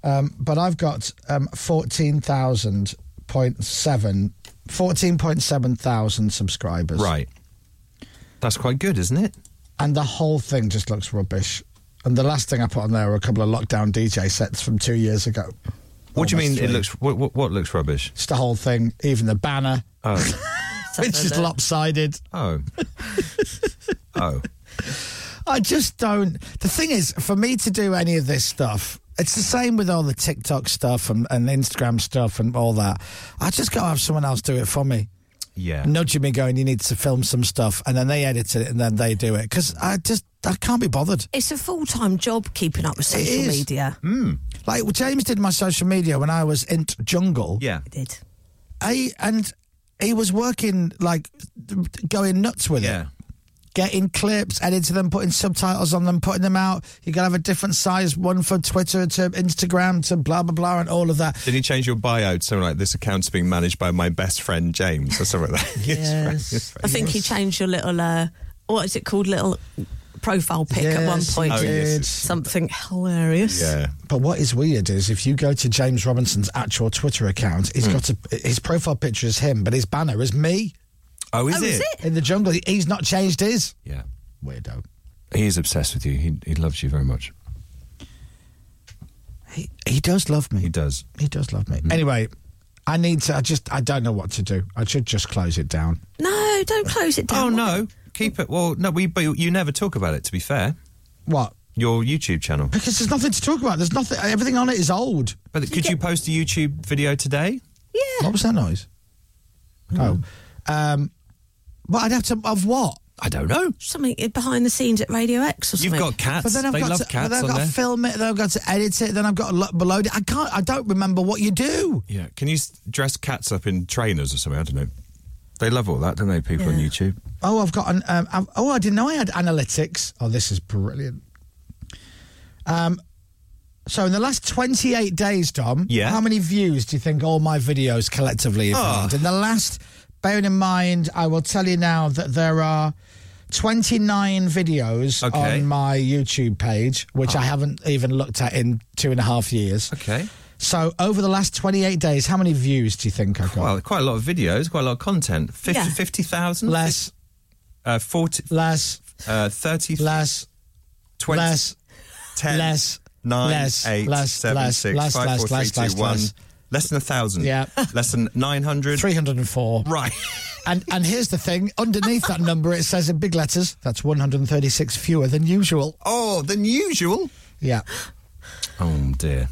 S5: Um, but I've got um, 14,000.7 14.7 thousand subscribers.
S7: Right. That's quite good, isn't it?
S5: and the whole thing just looks rubbish. And the last thing I put on there were a couple of lockdown DJ sets from two years ago.
S7: What do you mean?
S5: Almost
S7: It
S5: three.
S7: looks what, what? What looks rubbish?
S5: It's the whole thing, even the banner.
S7: Oh.
S5: It's just lopsided.
S7: Oh. oh.
S5: I just don't. The thing is, for me to do any of this stuff, it's the same with all the TikTok stuff and, and Instagram stuff and all that. I just got to have someone else do it for me.
S7: Yeah.
S5: Nudging me, going, you need to film some stuff. And then they edit it and then they do it. Because I just, I can't be bothered.
S3: It's a full time job keeping up with social
S5: is.
S3: media.
S7: Hmm.
S5: Like well, James did my social media when I was in Jungle.
S7: Yeah.
S3: I did.
S5: I and he was working like going nuts with
S7: Yeah.
S5: it. Getting clips, editing them, putting subtitles on them, putting them out. You gotta have a different size one for Twitter to Instagram to blah blah blah and all of that.
S7: Did he change your bio to something like this account's being managed by my best friend James or something like that?
S5: Yes.
S3: I think he changed your little, uh, what is it called, little profile pic at one
S5: Yes,
S3: point.
S7: he Oh, yes, did. it's-
S3: Something hilarious.
S7: Yeah.
S5: But what is weird is if you go to James Robinson's actual Twitter account,
S7: Hmm.
S5: he's got a his profile picture is him, but his banner is me
S7: Oh, is
S3: Oh, is it?
S5: in the jungle. He's not changed his
S7: Yeah.
S5: weirdo.
S7: He is obsessed with you. He he loves you very much.
S5: He, he does love me.
S7: He does. Mm.
S5: He does love me. Anyway, I need to. I just. I don't know what to do. I should just close it down.
S3: No, don't close it down.
S7: Oh no. Keep it. Well, no. We but you never talk about it. To be fair,
S5: What?
S7: your YouTube channel.
S5: Because there's nothing to talk about. There's nothing. Everything on it is old.
S7: But could you post a YouTube video today?
S3: Yeah.
S5: What was that noise? Oh. Um. But I'd have to. Of what?
S7: I don't know.
S3: Something behind the scenes at Radio X or something.
S7: You've got cats.
S5: But then I've
S7: they
S5: got
S7: love
S5: to.
S7: cats
S5: but then I've
S7: on
S5: got
S7: there.
S5: to film it. Then I've got to edit it. Then I've got to lo- load it. I can't. I don't remember what you do.
S7: yeah. Can you s- dress cats up in trainers or something? I don't know. They love all that, don't they? People on
S3: Yeah.
S7: YouTube.
S5: Oh, I've got an. Um, I've, oh, I didn't know I had analytics. Oh, this is brilliant. Um, so in the last 28 days, Dom,
S7: Yeah.
S5: how many views do you think all my videos collectively have
S7: Oh.
S5: had? In the last, bearing in mind, I will tell you now that there are 29 videos
S7: Okay. Ah.
S5: on my YouTube page, which I haven't even looked at in two and a half years.
S7: Okay.
S5: So over the last 28 days, how many views do you think I got?
S7: Well, quite a lot of videos, quite a lot of content. Fifty-
S3: Yeah.
S7: 50,000?
S5: less,
S7: Uh, 40,
S5: less,
S7: uh, 30,
S5: less,
S7: 20,
S5: less.
S7: 10,
S5: less,
S7: 9,
S5: less,
S7: 8,
S5: less,
S7: 7,
S5: less,
S7: 6,
S5: less,
S7: 5,
S5: less,
S7: 4, 3,
S5: less,
S7: 2,
S5: less,
S7: 1.
S5: less.
S7: Less than 1,000.
S5: Yeah.
S7: Less than 900.
S5: 304.
S7: Right.
S5: And and here's the thing, underneath that number it says in big letters, that's 136 fewer than usual.
S7: Oh, than usual.
S5: Yeah.
S7: Oh, dear.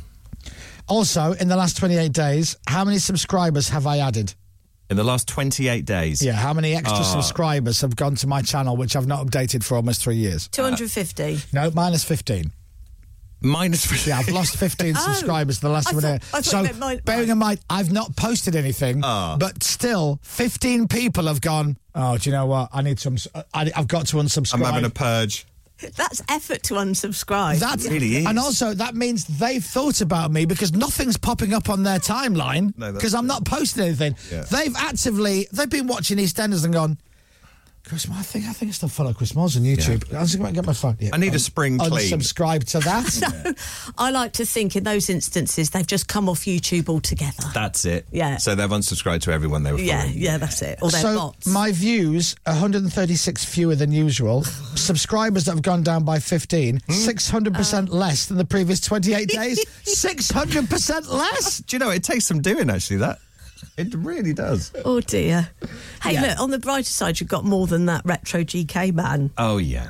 S5: Also, in the last 28 days, how many subscribers have I added?
S7: In the last 28 days.
S5: Yeah, how many extra
S7: Ah.
S5: subscribers have gone to my channel which I've not updated for almost 3 years?
S3: 250.
S5: No, minus 15.
S7: Minus.
S5: Yeah, I've lost 15
S3: Oh.
S5: subscribers the last
S3: I
S5: one.
S3: thought- I thought
S5: so,
S3: you meant mine-
S5: bearing in mind, I've not posted anything,
S7: Ah.
S5: but still, 15 people have gone, oh, do you know what? I need some, uh, I, I've got to unsubscribe.
S7: I'm having a purge.
S3: That's effort to unsubscribe.
S5: That
S7: It really is.
S5: And also, that means they've thought about me because nothing's popping up on their timeline
S7: No, that's
S5: because I'm
S7: true.
S5: not posting anything.
S7: Yeah.
S5: They've actively, they've been watching EastEnders and gone, Chris, Mo- I think I think I still follow Chris Moyles on YouTube. I was going to get my phone. Yeah,
S7: I need a spring clean.
S5: Unsubscribe to that.
S3: I like to think in those instances they've just come off YouTube altogether.
S7: That's it.
S3: Yeah.
S7: So they've unsubscribed to everyone they were
S3: Yeah,
S7: following.
S3: yeah, that's it. Or they're
S5: so
S3: bots.
S5: my views 136 fewer than usual. Subscribers that have gone down by 15,
S7: Hmm?
S5: 600
S3: Uh.
S5: percent less than the previous 28 days. 600 percent less.
S7: Do you know it takes some doing actually? That it really does.
S3: Oh dear. Hey,
S7: Yeah.
S3: look, on the brighter side, you've got more than that retro GK man.
S7: Oh yeah.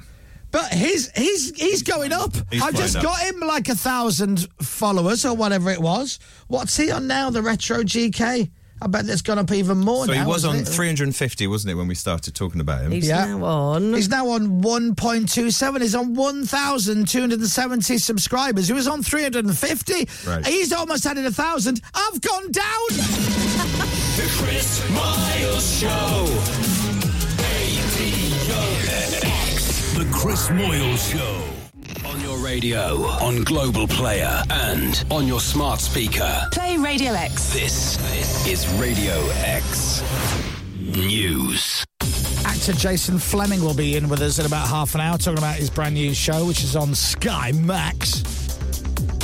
S5: But he's he's he's going up.
S7: He's
S5: I've just
S7: going up.
S5: got him like a thousand followers or whatever it was. What's he on now? The retro GK. I bet that's gone up even more.
S7: So
S5: now,
S7: he was on
S5: hasn't it?
S7: 350, wasn't it, when we started talking about him?
S5: now on. He's now on 1.27. He's on 1,270 subscribers. He was on 350.
S7: Right.
S5: He's almost added a thousand. I've gone down.
S9: The Chris Miles Show.
S14: The Chris Moyle Show.
S9: On your radio, on Global Player, and on your smart speaker.
S12: Play Radio X.
S9: This is Radio X News.
S5: Actor Jason Fleming will be in with us in about half an hour talking about his brand new show, which is on Sky Max.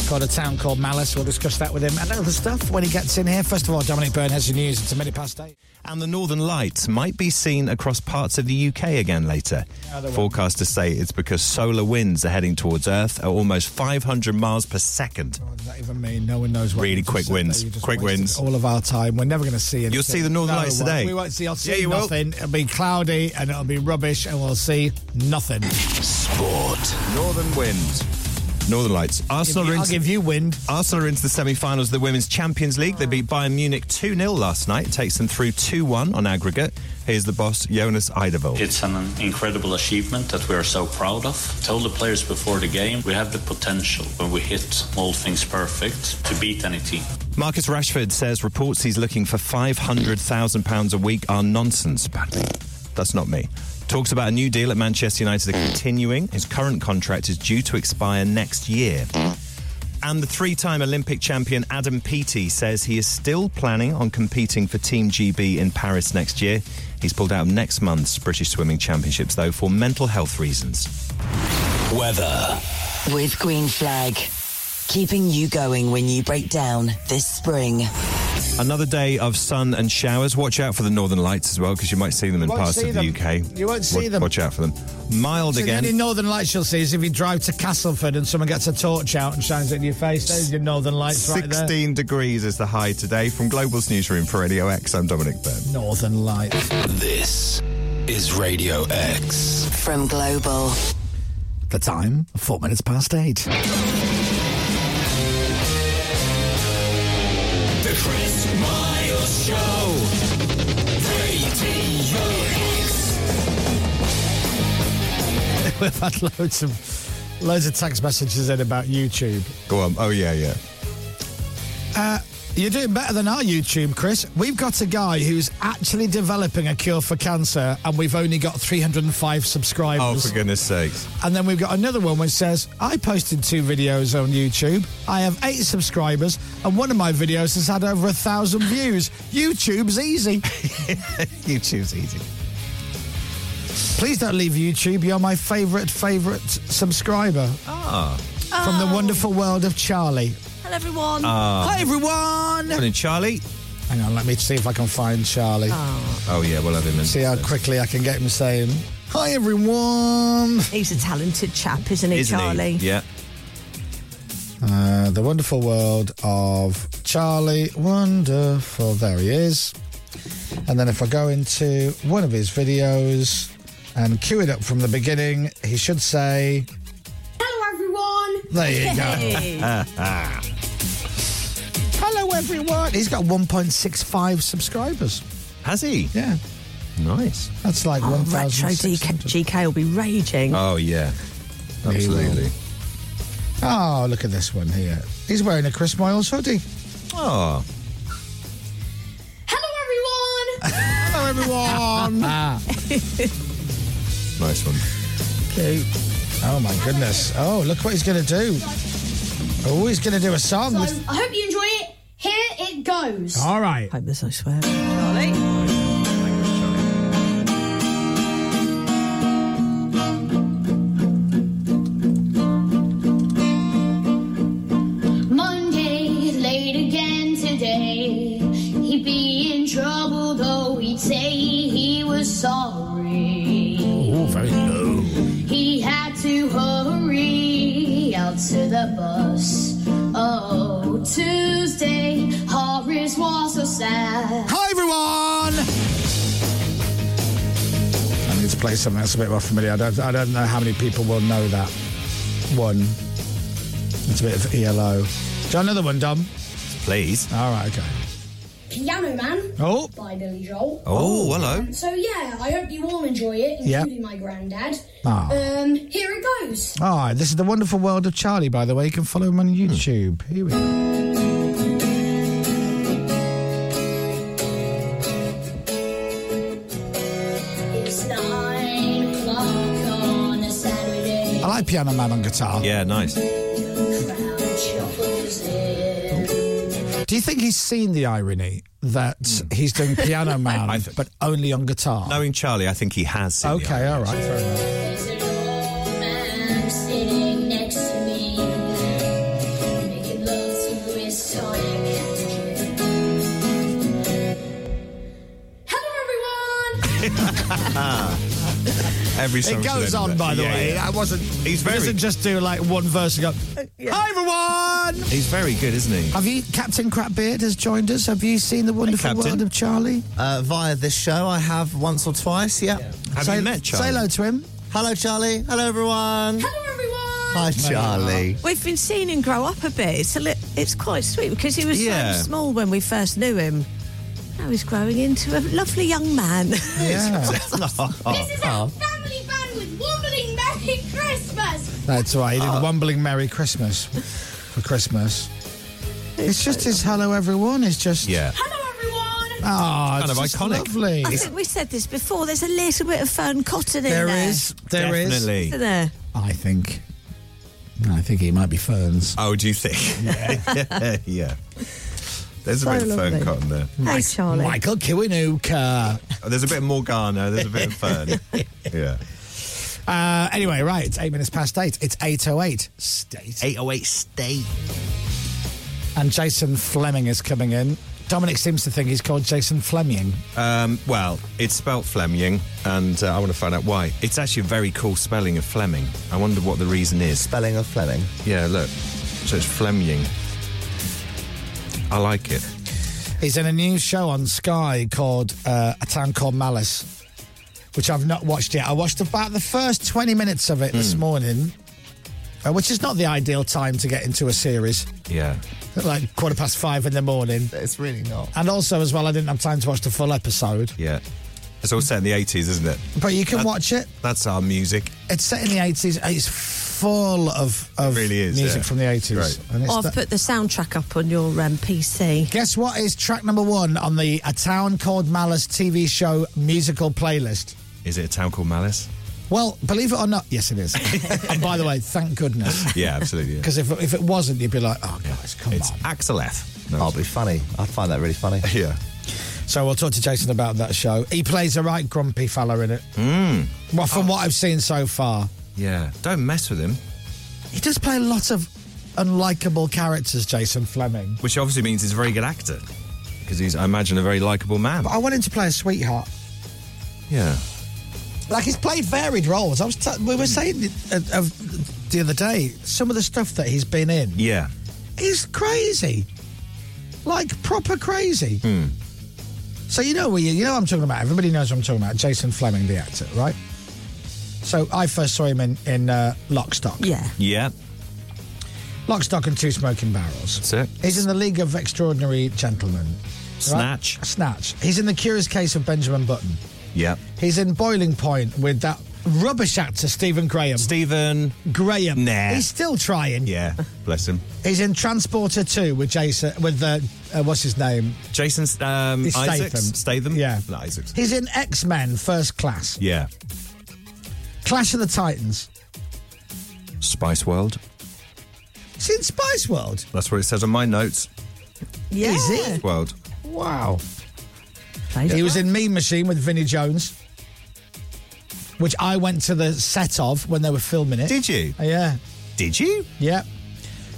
S5: Got a town called Malice. We'll discuss that with him and other stuff when he gets in here. First of all, Dominic Byrne has your news. It's a minute past eight.
S7: And the Northern Lights might be seen across parts of the UK again later.
S5: Yeah, they will.
S7: Forecasters say it's because solar winds are heading towards Earth at almost 500 miles per second.
S5: What does that even mean? No one knows what
S7: Really
S5: you just
S7: quick
S5: said
S7: wins.
S5: there. You just
S7: Quick
S5: wasted
S7: wins.
S5: All of our time. We're never going to see it.
S7: You'll see the Northern Lights today.
S5: We won't see. I'll see
S7: Yeah, you will.
S5: nothing. It'll be cloudy and it'll be rubbish and we'll see nothing.
S7: Sport. Northern Wind. Northern Lights. Arsenal are
S5: I'll
S7: into,
S5: give you wind.
S7: Arsenal are into the semi-finals of the Women's Champions League. They beat Bayern Munich 2-0 last night. It takes them through 2-1 on aggregate. Here's the boss, Jonas Eidevall.
S11: It's an incredible achievement that we are so proud of. Told the players before the game, we have the potential when we hit all things perfect to beat any team.
S7: Marcus Rashford says reports he's looking for £500,000 a week are nonsense. Apparently, That's not me. Talks about a new deal at Manchester United are continuing. His current contract is due to expire next year. And the three time Olympic champion Adam Peaty says he is still planning on competing for Team GB in Paris next year. He's pulled out of next month's British Swimming Championships, though, for mental health reasons.
S9: Weather.
S12: With Green Flag. Keeping you going when you break down this spring.
S7: Another day of sun and showers. Watch out for the northern lights as well, because you might see them in
S5: won't
S7: parts
S5: see
S7: of the
S5: them.
S7: UK.
S5: You won't see
S7: Wa-
S5: them.
S7: Watch out for them. Mild
S5: So the
S7: again.
S5: only northern lights you'll see is if you drive to Castleford and someone gets a torch out and shines it in your face. There's your northern lights right there.
S7: 16 degrees is the high today from Global's newsroom for Radio X. I'm Dominic Byrne.
S5: Northern lights.
S9: This is Radio X.
S12: From Global.
S5: The time, four minutes past eight.
S9: The Chris Miles Show. Radio X.
S5: We've had loads of loads of text messages in about YouTube.
S7: Go on. Oh, yeah, yeah.
S5: Uh, you're doing better than our YouTube, Chris. We've got a guy who's actually developing a cure for cancer, and we've only got 305
S7: Oh,
S5: subscribers.
S7: for goodness sakes.
S5: and then we've got another one which says, I posted two videos on YouTube. I have eight subscribers, and one of my videos has had over a thousand views. YouTube's easy.
S7: YouTube's easy.
S5: Please don't leave YouTube. You're my favourite, favourite subscriber
S7: Ah.
S5: from the wonderful world of Charlie.
S3: Hello, everyone.
S7: Ah.
S5: Hi, everyone.
S7: Morning, Charlie.
S5: Hang on, let me see if I can find Charlie.
S7: Oh, yeah, we'll have him in.
S5: See how quickly I can get him saying, Hi, everyone.
S3: He's a talented chap, isn't he,
S7: Isn't
S3: Charlie?
S7: he? Yeah.
S5: Uh, the wonderful world of Charlie. Wonderful. There he is. And then if I go into one of his videos and cue it up from the beginning, he should say,
S15: Hello, everyone.
S5: There you go. Hello, everyone. He's got 1.65 subscribers.
S7: Has he?
S5: Yeah.
S7: Nice.
S5: That's like
S3: Oh,
S5: 1,000.
S3: Retro DK, GK will be raging.
S7: Oh, yeah. Absolutely.
S5: Oh, look at this one here. He's wearing a Chris Miles hoodie.
S7: Oh.
S15: Hello, everyone.
S5: Hello, everyone.
S7: Nice one.
S5: Cute. Oh my goodness. Oh, look what he's going to do. Oh, he's going to do a song.
S15: So, I hope you enjoy it. Here it goes.
S5: All right.
S3: Hope there's no swear.
S15: Charlie. say he was sorry.
S16: Oh, very low.
S15: He had to hurry out to the bus. Oh, Tuesday, Horace was so sad.
S5: Hi, everyone! I need to play something that's a bit more familiar. I don't, I don't know how many people will know that one. It's a bit of ELO. Do you want another one, Dom?
S7: Please.
S5: All right, okay.
S15: Piano Man
S5: Oh.
S15: by Billy Joel. Um,
S7: Oh, hello.
S15: So yeah, I hope you all enjoy it,
S5: Yeah.
S15: including my granddad.
S5: Ah.
S15: Um, here it goes.
S5: All right, this is The Wonderful World of Charlie, by the way. You can follow him on
S7: Hmm.
S5: YouTube. Here we go.
S15: It's nine o'clock on a Saturday.
S5: I like Piano Man on guitar.
S7: Yeah, nice.
S5: Do you think he's seen the irony that he's doing Piano Man, but only on guitar?
S7: Knowing Charlie, I think he has seen the
S5: Okay, all right, fair enough.
S15: There's an old man sitting next to me, making love to his tonic.
S7: Ah, Every song
S5: It
S7: should
S5: goes
S7: end
S5: on,
S7: with
S5: by
S7: it.
S5: the
S7: Yeah,
S5: way.
S7: yeah.
S5: I wasn't.
S7: He's
S5: he
S7: very-
S5: doesn't just do like one verse and go. Hi everyone.
S7: He's very good, isn't he?
S5: Have you Captain Crapbeard has joined us? Have you seen the Wonderful
S7: Captain.
S5: World of Charlie?
S4: Uh, via this show, I have once or twice, yeah.
S7: Have you met Charlie?
S5: Say hello to him.
S4: Hello, Charlie. Hello, everyone.
S15: Hello, everyone.
S4: Hi, Charlie.
S3: We've been seeing him grow up a bit. It's a li- it's quite sweet because he was
S4: Yeah.
S3: so small when we first knew him. Now he's growing into a lovely young man.
S5: Oh,
S7: Oh.
S15: Family fun with wobbling Merry Christmas.
S5: That's right. He
S7: Oh.
S5: did Wumbling Merry Christmas for Christmas. It's just his hello everyone. It's just
S7: yeah.
S5: Oh,
S7: Kind
S5: it's
S7: of
S5: just
S7: iconic.
S5: Lovely.
S3: I think we said this before. There's a little bit of Fern Cotton in there.
S5: There is. There is.
S7: Definitely.
S3: Isn't there?
S5: I think. I think he might be Ferns.
S7: Oh, do you think? Yeah. yeah. There's a
S5: So
S7: bit of fern
S5: lovely.
S7: cotton there.
S3: Hey, Charlie.
S5: Michael Kiwanuka.
S7: Oh, There's a bit of Morgana. There's a bit of fern. yeah.
S5: Uh, anyway, right. It's eight minutes past eight. It's 8.08. State.
S7: 808 State.
S5: And Jason Fleming is coming in. Dominic seems to think he's called Jason Fleming.
S7: Um, well, it's spelt Fleming, and uh, I want to find out why. It's actually a very cool spelling of Fleming. I wonder what the reason is.
S4: Spelling of Fleming.
S7: Yeah, look. So it's Fleming. I like it.
S5: He's in a new show on Sky called uh, A Town Called Malice, which I've not watched yet. I watched about the first 20 minutes of it
S7: Hmm.
S5: this morning, uh, which is not the ideal time to get into a series.
S7: Yeah.
S5: Like quarter past five in the morning.
S4: It's really not.
S5: And also, as well, I didn't have time to watch the full episode.
S7: Yeah. It's all set in the 80s, isn't it?
S5: But you can watch it.
S7: That's our music.
S5: It's set in the 80s. It's full of, of
S7: really is,
S5: music
S7: yeah.
S5: from the 80s.
S7: Great.
S5: And it's
S3: Oh, I've
S5: the-
S3: put the soundtrack up on your um, PC.
S5: Guess what is track number one on the A Town Called Malice TV show musical playlist?
S7: Is it a town called Malice?
S5: Well, believe it or not, yes, it is. and by the way, thank goodness.
S7: Yeah, absolutely.
S5: Because if, if it wasn't, you'd be like, oh, guys, come
S7: It's
S5: on.
S7: Axel F.
S4: I'll be funny. I find that really funny.
S7: Yeah.
S5: So we'll talk to Jason about that show. He plays a right grumpy fella in it.
S7: Mm.
S5: Well, from what I've seen so far,
S7: Yeah. Don't mess with him.
S5: he does play a lot of unlikable characters, Jason Fleming.
S7: Which obviously means he's a very good actor. Because he's, I imagine, a very likable man.
S5: But I want him to play a sweetheart.
S7: Yeah.
S5: Like he's played varied roles. I was t- we were saying uh, of the other day some of the stuff that he's been in.
S7: Yeah.
S5: is crazy, like proper crazy.
S7: Hmm.
S5: So you know we, you know what I'm talking about. Everybody knows what I'm talking about. Jason Fleming, the actor, right? So I first saw him in in uh, Lock, Stock,
S3: Yeah.
S7: Yeah.
S5: Lock, Stock and Two Smoking Barrels.
S7: That's it.
S5: He's in the League of Extraordinary Gentlemen. right?
S7: Snatch.
S5: Snatch. He's in the Curious Case of Benjamin Button.
S7: Yeah.
S5: He's in Boiling Point with that rubbish actor Stephen Graham.
S7: Stephen.
S5: Graham.
S7: Nah.
S5: He's still trying.
S7: Yeah. Bless him.
S5: He's in Transporter 2 with Jason with uh, uh, what's his name?
S7: Jason um,
S5: It's
S7: Isaacs.
S5: Statham.
S7: Statham.
S5: Yeah.
S7: Not Isaacs.
S5: He's in X Men First Class,
S7: Yeah.
S5: Clash of the Titans.
S7: Spice World.
S5: He's in Spice World.
S7: That's what it says on my notes.
S3: Yeah.
S5: Is he?
S7: World.
S5: Wow. He was in Mean Machine with Vinnie Jones, which I went to the set of when they were filming it.
S7: Did you?
S5: Yeah,
S7: Did you?
S5: yeah.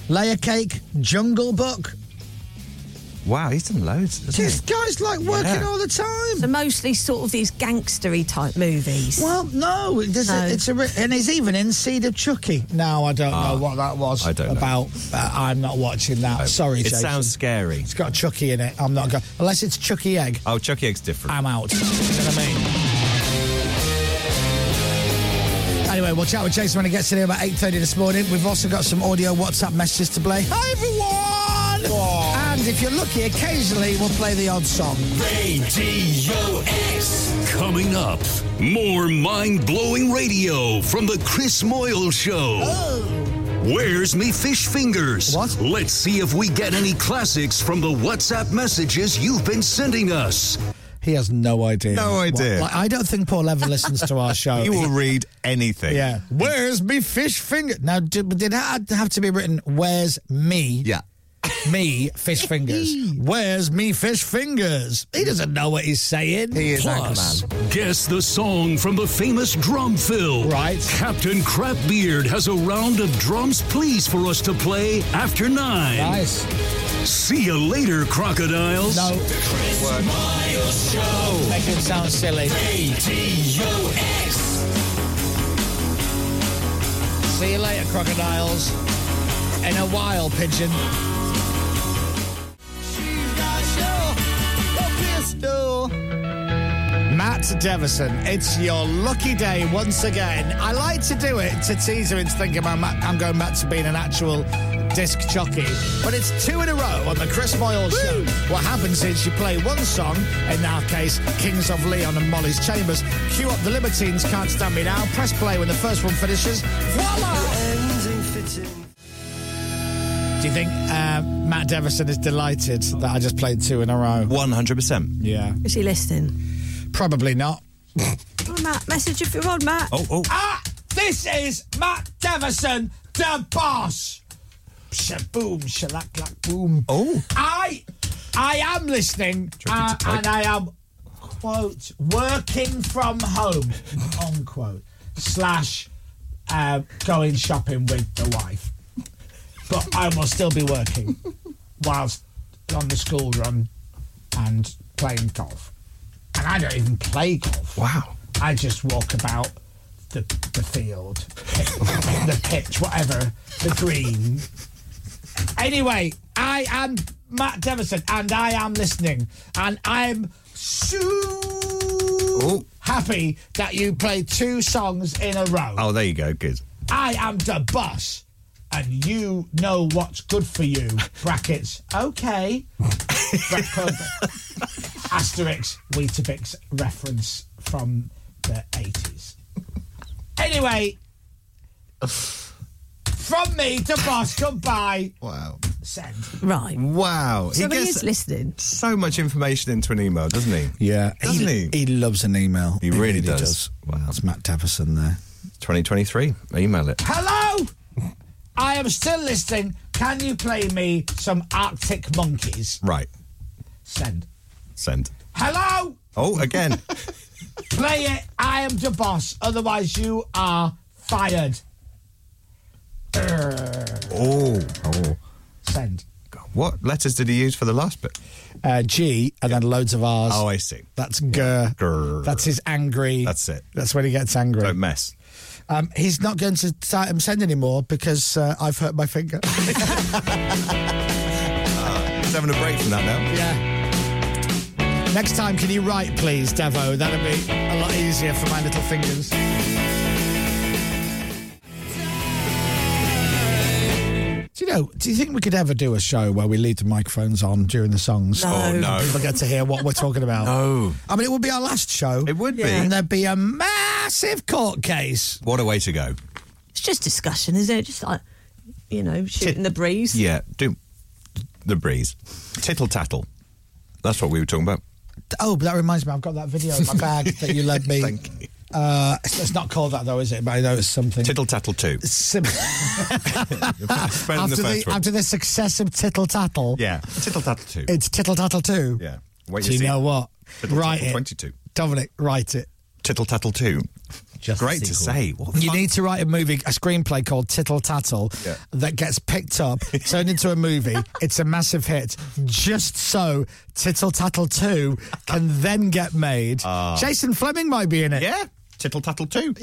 S5: Layer Cake, Jungle Book,
S7: Wow, he's done loads. hasn't
S5: This
S7: he?
S5: guy's like working
S7: Yeah.
S5: all the time.
S3: So mostly sort of these gangstery type movies.
S5: Well, no, there's
S3: No.
S5: A, it's a re- and he's even in Seed of Chucky. No, I don't
S7: Ah,
S5: know what that was
S7: I don't know.
S5: about. Uh, I'm not watching that. Sorry,
S7: It
S5: Jason.
S7: sounds scary.
S5: It's got Chucky in it. I'm not going unless it's Chucky E Egg.
S7: Oh, Chucky Egg's different.
S5: I'm out. You know what I mean? Anyway, we'll chat with Jason when he gets in here about 8.30 this morning. We've also got some audio WhatsApp messages to play. Hi, everyone! And if you're lucky, occasionally we'll play the odd song.
S1: Radio X. Coming up, more mind blowing radio from The Chris Moyle Show. Where's me fish fingers? What? Let's see if we get any classics from the WhatsApp messages you've been sending us.
S5: He has no idea.
S7: No idea.
S5: Like, I don't think Paul ever listens to our show.
S7: You will read anything.
S5: Yeah. Where's me fish finger? Now, did, did that have to be written, where's me?
S7: Yeah.
S5: Me fish fingers. Where's me fish fingers? He doesn't know what he's saying. He
S1: Plus, guess the song from the famous drum fill. Right. Captain Crapbeard has a round of drums please for us to play after nine.
S5: Nice.
S1: See you later, crocodiles.
S5: No. Make him sound silly. See you later, crocodiles. In a while, pigeon. Matt Deverson, it's your lucky day once again. I like to do it to tease her into thinking about Matt, I'm going back to being an actual disc jockey. But it's two in a row on the Chris Moyle show. What happens is you play one song, in our case, Kings of Leon and Molly's Chambers. Cue up the Libertines, Can't Stand Me Now. Press play when the first one finishes. Voila! Do you think uh, Matt Deverson is delighted that I just played two in a row?
S7: 100%.
S5: Yeah.
S3: Is he listening?
S5: Probably not.
S3: Oh, Matt, message if you're on, Matt.
S7: Oh, oh.
S5: Ah, this is Matt Deverson, the boss. Shaboom, shalak, clack, boom.
S7: Oh.
S5: I, I am listening, uh, and I am quote working from home unquote slash uh, going shopping with the wife, but I will still be working whilst on the school run and playing golf. And I don't even play golf.
S7: Wow.
S5: I just walk about the, the field, the pitch, whatever, the green. Anyway, I am Matt Deverson and I am listening. And I'm so happy that you played two songs in a row.
S7: Oh, there you go. Good.
S5: I am the boss, and you know what's good for you. Brackets, okay. Bracket, asterisk, Weetabix reference from the 80s. Anyway, from me to boss, goodbye.
S7: Wow.
S5: Send.
S3: Right.
S7: Wow.
S3: So he is listening.
S7: so much information into an email, doesn't he?
S5: Yeah,
S7: Doesn't he?
S5: loves an email.
S7: He really does. Wow.
S5: That's Matt Deverson there.
S7: 2023. Email it.
S5: Hello! I am still listening. Can you play me some Arctic Monkeys?
S7: Right.
S5: Send.
S7: Send.
S5: Hello!
S7: Oh, again.
S5: Play it. I am the boss. Otherwise, you are fired. Err.
S7: oh. Oh.
S5: Send.
S7: God. What letters did he use for the last bit?
S5: Uh, G and then loads of R's.
S7: Oh, I see.
S5: That's grr.
S7: Grr.
S5: That's his angry.
S7: That's it.
S5: That's when he gets angry.
S7: Don't mess.
S5: Um, he's not going to start him send anymore because uh, I've hurt my finger.
S7: He's having a break from that now.
S5: yeah. Next time, can you write, please, Devo? That'll be a lot easier for my little fingers. Do you know? Do you think we could ever do a show where we leave the microphones on during the songs?
S3: No. Oh,
S7: no.
S5: People get to hear what we're talking about.
S7: No.
S5: I mean, it would be our last show.
S7: It would be.
S5: and there'd be a massive court case.
S7: What a way to go.
S3: It's just discussion, isn't it? Just like, you know, shooting the breeze.
S7: Yeah. Do the breeze. Tittle tattle. That's what we were talking about.
S5: Oh, but that reminds me, I've got that video in my bag that you led me. Thank you. Uh, it's it's not called that though, is it? But I know it's something.
S7: Tittle tattle two.
S5: Sim-
S7: Spelling
S5: after,
S7: the
S5: the,
S7: first one.
S5: after the success of Tittle Tattle,
S7: Yeah. Tittle tattle two.
S5: it's Tittle Tattle 2.
S7: yeah. Wait.
S5: Do you know what?
S7: Tittle
S5: write
S7: tattle
S5: it.
S7: twenty two.
S5: Dominic, write it.
S7: Tittle Tattle 2. Just Great to say. What
S5: you need to write a movie, a screenplay called Tittle Tattle
S7: Yeah.
S5: that gets picked up, turned into a movie. It's a massive hit, just so Tittle Tattle 2 can then get made.
S7: Ah.
S5: Jason Fleming might be in it.
S7: Yeah. Tittle Tattle 2.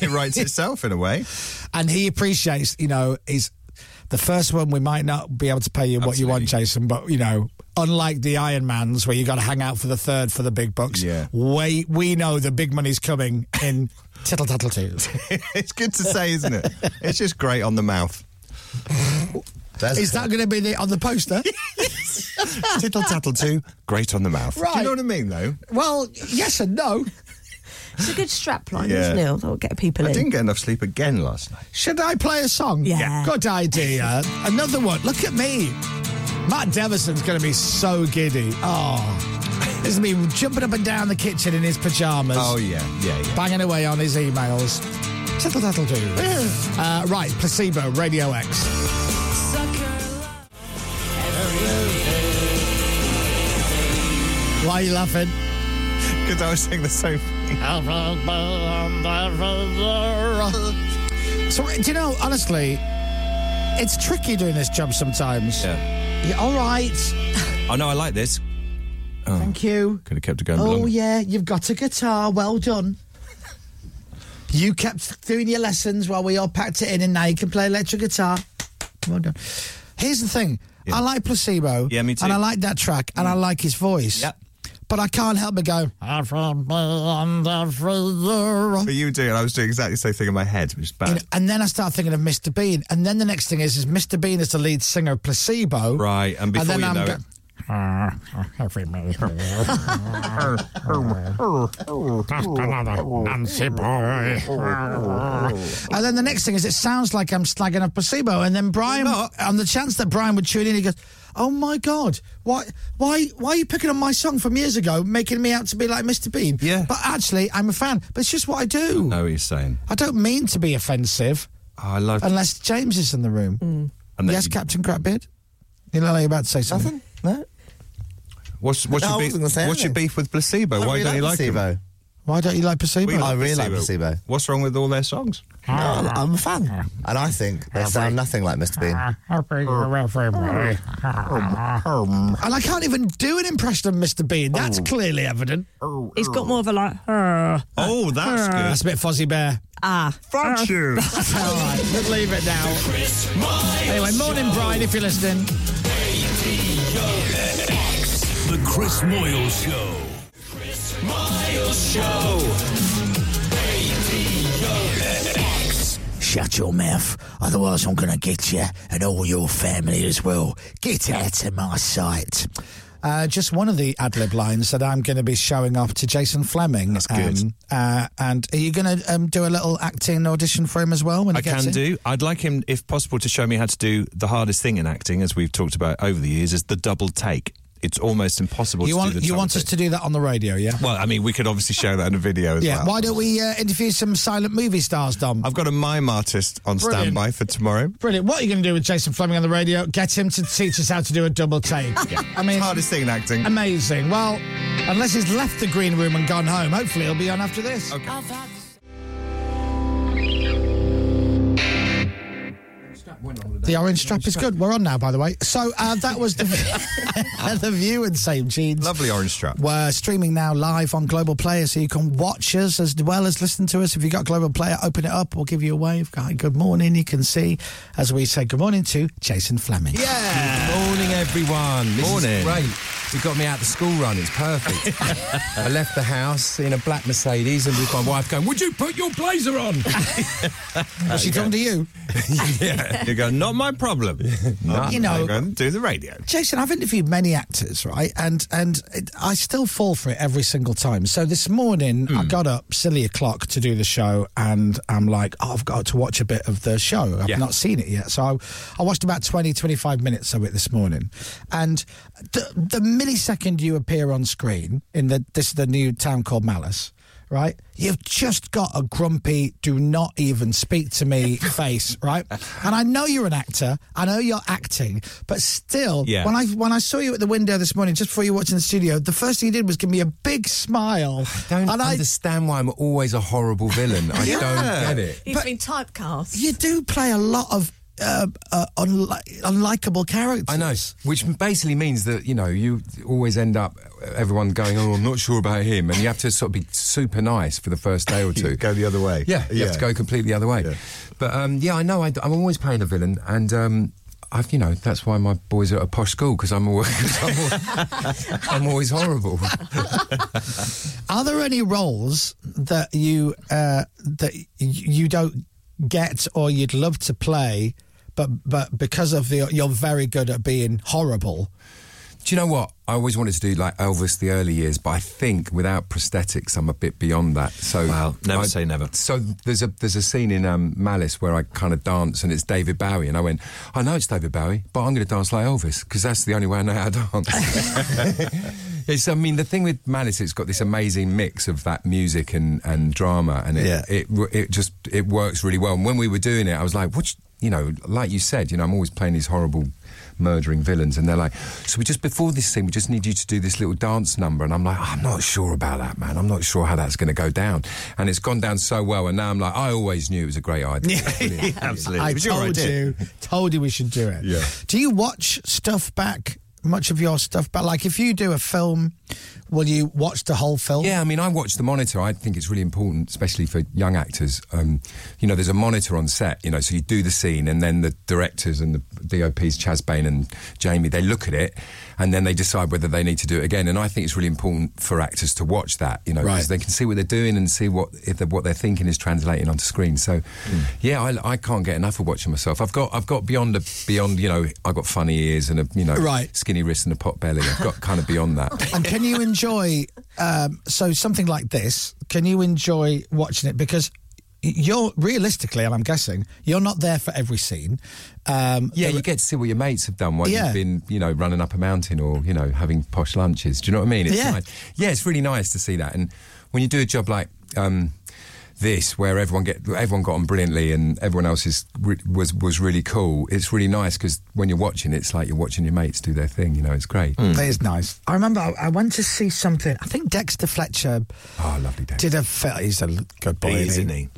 S7: it writes itself in a way.
S5: And he appreciates, you know, is the first one we might not be able to pay you what you want, Jason, but you know, unlike the Iron Man's where you got to hang out for the third for the big bucks,
S7: Yeah.
S5: we we know the big money's coming in Tittle Tattle 2.
S7: it's good to say, isn't it? It's just great on the mouth.
S5: Is that going to be the, on the poster?
S7: Tittle Tattle 2, great on the mouth. Do
S5: Right.
S7: you know what I mean, though?
S5: Well, yes and no.
S3: It's a good strap line, isn't it? That'll get people
S7: I
S3: in.
S7: didn't get enough sleep again last night.
S5: Should I play a song?
S3: Yeah. Yeah.
S5: Good idea. Another one. Look at me. Matt Deverson's going to be so giddy. Oh, this is me jumping up and down the kitchen in his pajamas.
S7: Oh, yeah, yeah, yeah.
S5: Banging away on his emails. Tittle tattle do. Uh, right, placebo, Radio X. Why are you laughing?
S7: Because I was saying the same thing.
S5: So, do you know, honestly, it's tricky doing this job sometimes.
S7: Yeah.
S5: You're all right.
S7: Oh, no, I like this. Oh,
S5: Thank you.
S7: Could have kept it going
S5: Oh
S7: longer.
S5: yeah, you've got a guitar. Well done. you kept doing your lessons while we all packed it in, and now you can play electric guitar. Well done. Here's the thing. I like placebo.
S7: Yeah, me too. Mm.
S5: And I like that track, and I like his voice.
S7: Yep.
S5: But I can't help but go.
S7: But you were doing, I was doing exactly the same thing in my head, which is bad.
S5: You know, and then I start thinking of Mr. Bean, and then the next thing is, is Mr. Bean is the lead singer of Placebo,
S7: right, and before
S5: then
S7: you
S5: I'm
S7: know
S5: go-
S7: it,
S5: And then the next thing is, it sounds like I'm slagging off placebo. And then Brian, on the chance that Brian would tune in, he goes, "Oh my god, why, why, why are you picking on my song from years ago, making me out to be like Mr. Bean?
S7: Yeah.
S5: but actually, I'm a fan. But it's just what I do.
S7: know what you're saying.
S5: I don't mean to be offensive,
S7: Oh, I love
S5: unless James is in the room.
S7: And then
S5: Yes,
S7: you-
S5: Captain Crapbeard. You look like you're about to say something.
S4: No,
S7: What's, what's,
S4: No, I
S7: your,
S4: wasn't gonna
S7: beef,
S4: say
S7: what's your
S4: anything.
S7: beef with placebo?
S4: I
S7: Why
S4: really
S7: don't you like
S4: placebo.
S7: them?
S5: Why don't you like placebo?
S7: We
S4: I really like placebo.
S7: What's wrong with all their songs?
S5: Ah.
S4: No, I'm a fan, and I think they sound nothing like Mr. Bean.
S7: Um,
S5: Ah. And I can't even do an impression of Mr. Bean. That's clearly evident. Uh, Ah.
S3: It's got more of a like, "Arr,
S7: Oh, that's
S5: That's a bit Fozzie Bear.
S3: ah.
S7: good. Thank you.
S5: All right, let's leave it now. Anyway, morning, Brian, if you're listening.
S1: The Chris Moyle Show.
S5: Shut your mouth, otherwise I'm going to get you and all your family as well. Get out of my sight. Uh, just one of the ad lib lines that I'm going to be showing off to Jason Fleming. That's
S7: good.
S5: uh, and are you going to um, do a little acting audition for him as well when he
S7: I
S5: gets
S7: can
S5: in?
S7: do. I'd like him, if possible, to show me how to do the hardest thing in acting, as we've talked about over the years, is the double take. It's almost impossible
S5: You
S7: to
S5: want
S7: do the
S5: you
S7: double
S5: want us
S7: take.
S5: to do that on the radio, yeah?
S7: Well, I mean, we could obviously show that in a video as
S5: yeah.
S7: well.
S5: Why don't we uh, interview some silent movie stars, Dom?
S7: I've got a mime artist on
S5: Brilliant.
S7: standby for tomorrow.
S5: Brilliant. What are you going to do with Jason Fleming on the radio? Get him to teach us how to do a double take. I mean,
S7: Hardest thing in acting.
S5: amazing. Well, unless he's left the green room and gone home, hopefully he'll be on after this.
S7: Okay.
S5: The orange strap is good. We're on now, by the way. So uh, that was the the view and same jeans.
S7: Lovely orange strap.
S5: We're streaming now live on Global Player, so you can watch us as well as listen to us. If you've got Global Player, open it up. We'll give you a wave. Hi, Good morning. You can see, as we say, good morning to Jason Fleming.
S16: Good morning, everyone. This
S7: Morning.
S16: Is great. You got me out the school run. It's perfect. I left the house in a black Mercedes and with my wife going, Would you put your blazer on?
S5: Was she talking to you?
S7: You go, not my problem. Not
S5: You know-
S7: my problem. do the radio.
S5: Jason, I've interviewed many actors, right? And and it, I still fall for it every single time. So this morning I got up silly o'clock to do the show, and I'm like, oh, I've got to watch a bit of the show. I've
S16: Yeah.
S5: not seen it yet, so I, I watched about 20, 25 minutes of it this morning, and the the millisecond you appear on screen in the this is the new town called Malice, right? You've just got a grumpy, do not even speak to me face, right? And I know you're an actor, I know you're acting, but still,
S7: Yeah.
S5: when I when I saw you at the window this morning, just before you watching the studio, the first thing you did was give me a big smile.
S16: I don't
S5: and I
S16: understand why I'm always a horrible villain. I don't get it.
S3: You've been typecast.
S5: You do play a lot of uh, uh, unli- unlikable characters.
S16: I know, which basically means that you know you always end up everyone going, "Oh, I'm not sure about him," and you have to sort of be super nice for the first day or two.
S9: go the other way.
S16: Yeah, you have to go completely the other way. But um, yeah, I know I, am always playing a villain, and um, I've you know that's why my boys are at a posh school because I'm always I'm always, I'm always horrible.
S5: Are there any roles that you uh, that y- you don't get or you'd love to play, but but because of the you're very good at being horrible?
S16: Do you know what? I always wanted to do like Elvis the early years, but I think without prosthetics, I'm a bit beyond that. So
S7: Wow, never
S16: I-
S7: say never.
S16: So there's a there's a scene in um, Malice where I kind of dance, and it's David Bowie, and I went, I know it's David Bowie, but I'm going to dance like Elvis because that's the only way I know how to dance. It's, I mean, the thing with Malice, it's got this amazing mix of that music and, and drama, and it,
S9: Yeah.
S16: it it just it works really well. And when we were doing it, I was like, "What?" You you know, like you said, you know, I'm always playing these horrible, murdering villains, and they're like, "So we just before this scene, we just need you to do this little dance number," and I'm like, "I'm not sure about that, man. I'm not sure how that's going to go down." And it's gone down so well, and now I'm like, "I always knew it was a great idea." Brilliant.
S5: I told you, told you we should do it.
S16: Yeah.
S5: Do you watch stuff back? Much of your stuff back? Like if you do a film, will you watch the whole film?
S16: Yeah, I mean, I watch the monitor. I think it's really important, especially for young actors. Um, you know, there's a monitor on set, you know, so you do the scene, and then the directors and the DOPs, Chaz Bain and Jamie, they look at it and then they decide whether they need to do it again. And I think it's really important for actors to watch that, you know,
S9: Right.
S16: because they can see what they're doing and see what if they what they're thinking is translating onto screen. So,
S5: Hmm.
S16: yeah, I, I can't get enough of watching myself. I've got I've got beyond a, beyond, you know, I've got funny ears and a you know
S5: Right.
S16: skinny wrist and a pot belly. I've got kind of beyond that.
S5: and can you enjoy um, so something like this can you enjoy watching it because you're realistically and i'm guessing you're not there for every scene um,
S16: Yeah, you get to see what your mates have done while
S5: Yeah.
S16: you've been, you know, running up a mountain or, you know, having posh lunches. Do you know what I mean? It's
S5: Yeah.
S16: Nice. Yeah, it's really nice to see that. And when you do a job like um, this, where everyone get everyone got on brilliantly and everyone else is re- was was really cool, it's really nice because when you're watching, it's like you're watching your mates do their thing. You know, it's great.
S5: That is nice. Hmm. I remember I, I went to see something. I think Dexter Fletcher.
S16: Oh, lovely Dexter.
S5: Did a. Fe- he's a l- good boy,
S7: He is,
S5: isn't
S7: isn't
S5: he?
S7: he?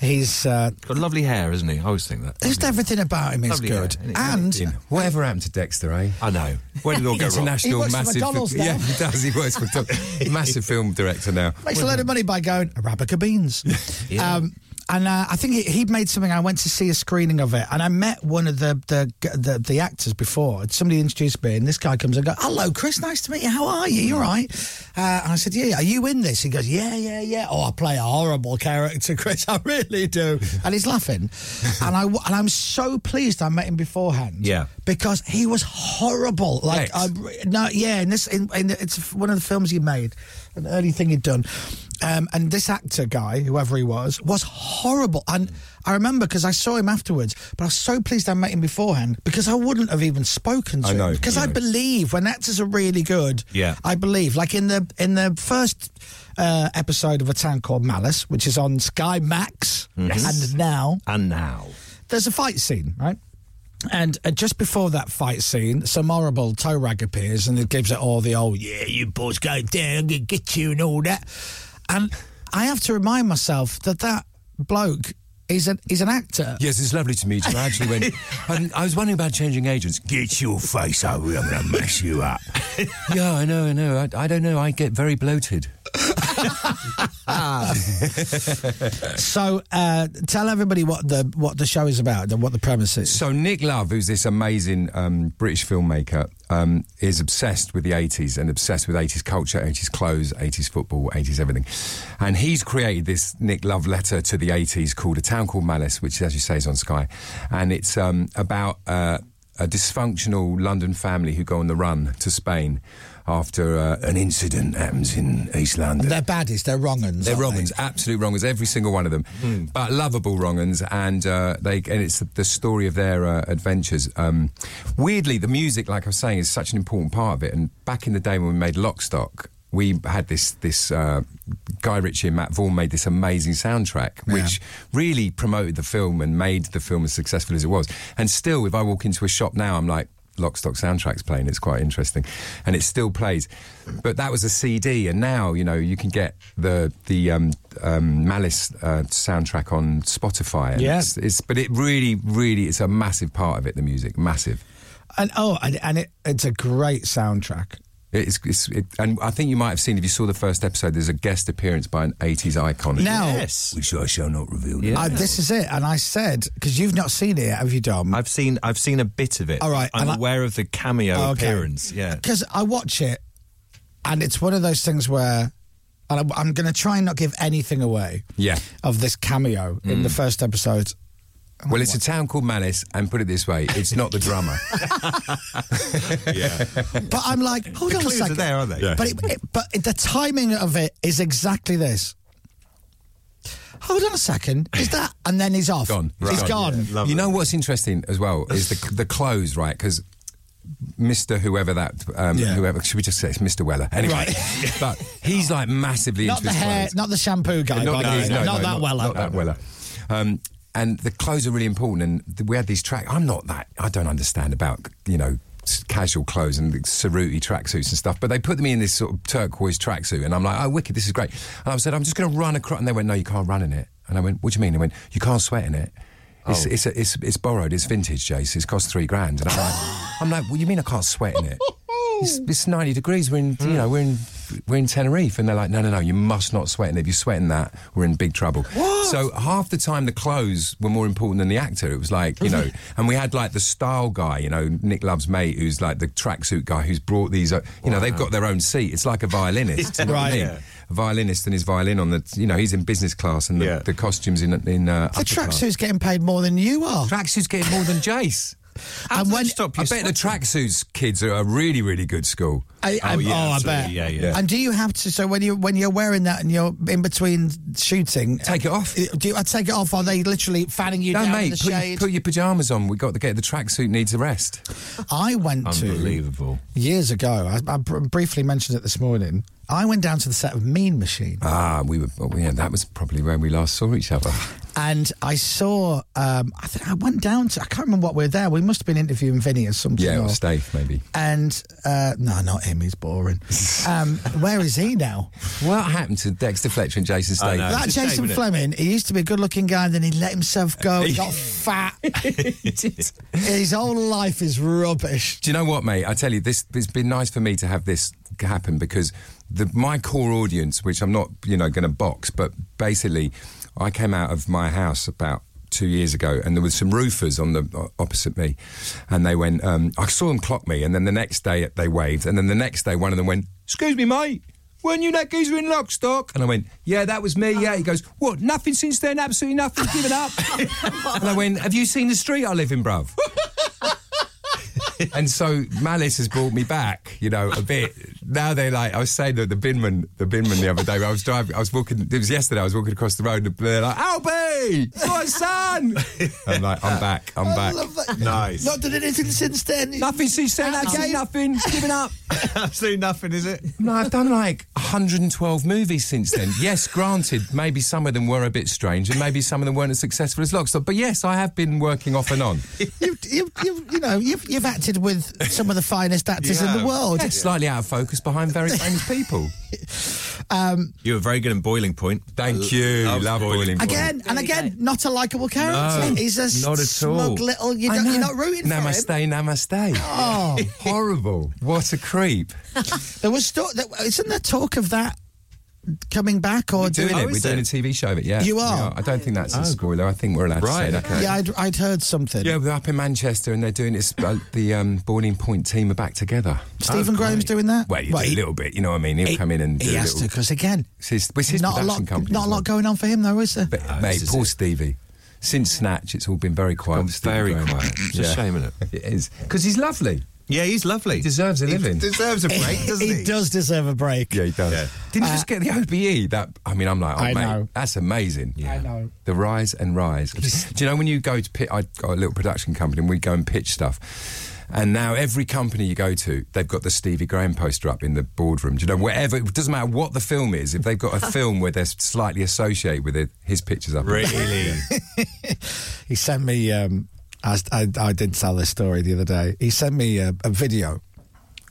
S5: He's uh,
S7: Got lovely hair, isn't he? I always think that.
S5: just everything about him is
S7: Lovely hair,
S5: good.
S7: isn't it?
S5: and
S16: whatever happened to Dexter, eh?
S7: I know. Where did it all go wrong?
S5: He
S16: International
S5: works for
S16: massive.
S5: McDonald's now.
S16: Yeah, he does. He works for McDonald's. massive film director now.
S5: makes a load of money by going Arabica beans. um, and uh, I think he, he made something. I went to see a screening of it, and I met one of the the the, the actors before. And somebody introduced me, and this guy comes and goes, "Hello, Chris. Nice to meet you. How are you? You all right?" Uh, and I said, "Yeah, yeah. Are you in this?" He goes, "Yeah, yeah, yeah." Oh, I play a horrible character, Chris. I really do. And he's laughing, and I w- and I'm so pleased I met him beforehand.
S7: Yeah.
S5: because he was horrible. Like, I, no, yeah, in this, in, in it's one of the films he made, an early thing he'd done, um, and this actor guy, whoever he was, was horrible. And I remember because I saw him afterwards, but I was so pleased I met him beforehand because I wouldn't have even spoken to
S16: I know,
S5: him because
S16: I
S5: I
S16: know.
S5: believe when actors are really good,
S16: Yeah.
S5: I believe. Like in the in the first uh, episode of A Town Called Malice, which is on Sky Max,
S16: Mm-hmm.
S7: Yes.
S5: and now
S7: And now.
S5: there's a fight scene, right? And uh, just before that fight scene, some horrible toe rag appears and it gives it all the old, yeah, you boys go down, I'm gonna get you and all that. And I have to remind myself that that bloke is an, is an actor.
S16: Yes, it's lovely to meet you. I actually went. I, I was wondering about changing agents. Get your face over. I'm going to mess you up. yeah, I know, I know. I, I don't know. I get very bloated.
S5: So uh, tell everybody what the what the show is about and what the premise is.
S16: So Nick Love, who's this amazing um, British filmmaker, um, is obsessed with the 80s and obsessed with 80s culture, 80s clothes, 80s football, 80s everything. And he's created this Nick Love letter to the 80s called A Town Called Malice, which, as you say, is on Sky. And it's um, about uh, a dysfunctional London family who go on the run to Spain. after uh, an incident happens in East London.
S5: They're baddies. They're wrong uns.
S16: They're wrong uns, absolute wrong uns, every single one of them, but lovable wrong uns, and uh, they and it's the story of their uh, adventures. Um, weirdly, the music, like I was saying, is such an important part of it. And back in the day when we made Lockstock, we had this this uh, Guy Ritchie and Matt Vaughan made this amazing soundtrack, which really promoted the film and made the film as successful as it was. And still, if I walk into a shop now, I'm like. Lockstock soundtracks playing. It's quite interesting, and it still plays. But that was a CD, and now you know you can get the the um, um, Malice uh, soundtrack on Spotify. and
S5: Yeah.
S16: it's, it's but it really, really, it's a massive part of it. The music, massive.
S5: And oh, and, and it, it's a great soundtrack.
S16: It's, it's it, and I think you might have seen if you saw the first episode. There's a guest appearance by an '80s icon.
S5: Now-
S16: which I shall not reveal.
S5: I, Uh, this is it. And I said because you've not seen it, yet, have you, Dom?
S17: I've seen I've seen a bit of it.
S5: All right,
S17: I'm
S5: and I-
S17: aware of the cameo
S5: Oh, okay.
S17: appearance. Yeah.
S5: Because I watch it, and it's one of those things where, and I, I'm going to try and not give anything away
S16: Yeah.
S5: of this cameo in
S16: Mm.
S5: the first episode. Oh
S16: Well, it's a town called Malice, and put it this way, it's not the drummer. yeah.
S5: But I'm like, hold
S16: The
S5: on
S16: clues are
S5: a second.
S16: there, aren't they? Yeah.
S5: But it, it- but the timing of it is exactly this. Hold on a second. Is that? And then he's off.
S16: Gone.
S5: He's gone.
S16: you know what's interesting as well is the the clothes, right? Because Mr. Whoever that, um,
S5: Yeah.
S16: whoever should we just say it's Mr. Weller? Anyway,
S5: Right.
S16: but he's like massively
S5: Not
S16: into
S5: the
S16: his
S5: hair,
S16: clothes.
S5: not the shampoo guy.
S16: Not
S5: by the
S16: the-
S5: way.
S16: no,
S5: not
S16: no,
S5: that well.
S16: Not that Weller. Um, and the clothes are really important. And th- we had these tracks. I'm not that. I don't understand about you know s- casual clothes and the Saruti tracksuits and stuff. But they put me in this sort of turquoise tracksuit, and I'm like, oh, wicked, this is great. And I said, I'm just going to run across. And they went, no, you can't run in it. And I went, what do you mean? They went, you can't sweat in it.
S5: Oh.
S16: It's, it's, a, it's, it's borrowed. It's vintage, Jace. It's cost three grand. And I'm like, I'm like, what do you mean I can't sweat in it? It's, it's 90 degrees. We're in, you know, we're in, we're in Tenerife. And they're like, no, no, no, you must not sweat. And if you sweat in that, we're in big trouble. So half the time, the clothes were more important than the actor. It was like, you know, and we had like the style guy, you know, Nick Love's mate, who's like the tracksuit guy who's brought these, uh, you know, they've got their own seat. It's like a violinist. you know what I
S5: Right.
S16: mean?
S5: Yeah.
S16: A violinist and his violin on the, you know, he's in business class and the, the costumes in, in uh,
S5: The
S16: upper class.
S5: tracksuit's getting paid more than you are.
S16: Tracksuit's getting more than Jace.
S5: and when
S16: I bet the tracksuits kids are a really, really good school.
S5: I, I, oh, I bet. And do you have to? So when you when you're wearing that and you're in between shooting, uh,
S16: take it off.
S5: Do you, I take it off? Are they literally fanning you
S16: no,
S5: down in
S16: mate,
S5: the
S16: put,
S5: shade?
S16: Your, put your pajamas on. We got to get the tracksuit needs a rest.
S5: I went to
S17: Unbelievable.
S5: years ago. I, I br- briefly mentioned it this morning. I went down to the set of Mean Machine
S16: Ah, we were. Well, yeah, that was probably when we last saw each other.
S5: and I saw. Um, I think I went down to. I can't remember what we were there. We must have been interviewing Vinny or something.
S16: yeah, it
S5: or-
S16: was Dave, maybe.
S5: and uh, no, not him. He's boring. um, where is he now?
S16: What happened to Dexter Fletcher and Jason
S17: I
S16: Statham?
S17: know.
S5: that
S17: It's a shame,
S5: Jason
S17: isn't it?
S5: Fleming, he used to be a good looking guy, then he let himself go. He got fat. His whole life is rubbish.
S16: Do you know what, mate? I tell you, this it's been nice for me to have this happen because the, my core audience, which I'm not, you know, going to box, but basically, I came out of my house about two years ago, and there was some roofers on the o- opposite me, and they went, um, I saw them clock me, and then the next day they waved, and then the next day one of them went, "Excuse me, mate." When you that geezer in Lockstock? And I went, yeah, that was me, yeah. He goes, what, nothing since then, absolutely nothing, given up. and I went, have you seen the street I live in, bruv? and so malice has brought me back, you know, a bit. Now they like I was saying that the binman, the binman the other day. I was driving, I was walking. It was yesterday. I was walking across the road, and they're like, "Albie, my son." I'm like, I'm back. I'm back.
S17: Nice.
S5: Not done anything since then.
S16: Nothing since then. I've done nothing. Giving up.
S17: Absolutely nothing, is it?
S16: No, I've done like 112 movies since then. Yes, granted, maybe some of them were a bit strange, and maybe some of them weren't as successful as Lockstock. But yes, I have been working off and on.
S5: You've, you've, you've, you know, you've, you've acted with some of the finest actors in the world.
S16: Yeah, slightly out of focus behind very famous people.
S5: Um,
S17: You were very good in Boiling Point.
S16: Thank you. Love, boiling. Point.
S5: again, and again, not a likable character.
S16: No,
S5: He's a
S16: not at
S5: smug
S16: all.
S5: little. You
S16: I
S5: don't, you're
S16: know.
S5: not rooting for him.
S16: Namaste, namaste.
S5: Oh.
S16: horrible! What a creep!
S5: There was talk. There, isn't there talk of that coming back or
S16: We're doing
S5: doing
S16: it. We're doing a TV show of it. Yeah,
S5: You
S16: we
S5: are?
S16: I don't think that's a spoiler. I think we're allowed
S17: Oh. Right,
S16: to say that.
S5: Yeah, I'd, I'd heard something.
S16: Yeah, we're up in Manchester and they're doing it. Uh, the um, Boiling Point team are back together.
S5: Stephen
S17: Oh,
S5: Graham's doing that.
S16: Well, you do
S5: he-
S16: a little bit, you know what I mean? He'll come in and do
S5: He
S16: a
S5: has
S16: little.
S5: to, because again,
S16: It's his, it's his
S5: not a
S16: production
S5: lot,
S16: company.
S5: not a
S16: isn't
S5: lot
S16: it?
S5: going on for him though, is there?
S16: But, uh, mate, poor Stevie. Since Snatch, it's all been very quiet. with Stevie
S17: very
S16: Graham.
S17: quiet. It's a shame, isn't
S16: it is because he's lovely.
S17: Yeah, he's lovely. He
S16: deserves a living.
S17: deserves a break, doesn't he?
S6: does deserve a break. Uh,
S16: Yeah, he does. Didn't you just get the OBE? That I mean, I'm like, oh,
S6: I
S16: mate,
S6: know.
S16: that's amazing. Yeah. I know. The rise and rise. Do you know when you go to pitch? I got a little production company, and we go and pitch stuff. And now every company you go to, they've got the Stevie Graham poster up in the boardroom. Do you know wherever? It doesn't matter what the film is. If they've got a film where they're slightly associated with it, his pictures up.
S17: Really?
S5: he sent me. Um, I, I, I did tell this story the other day. He sent me a, a video,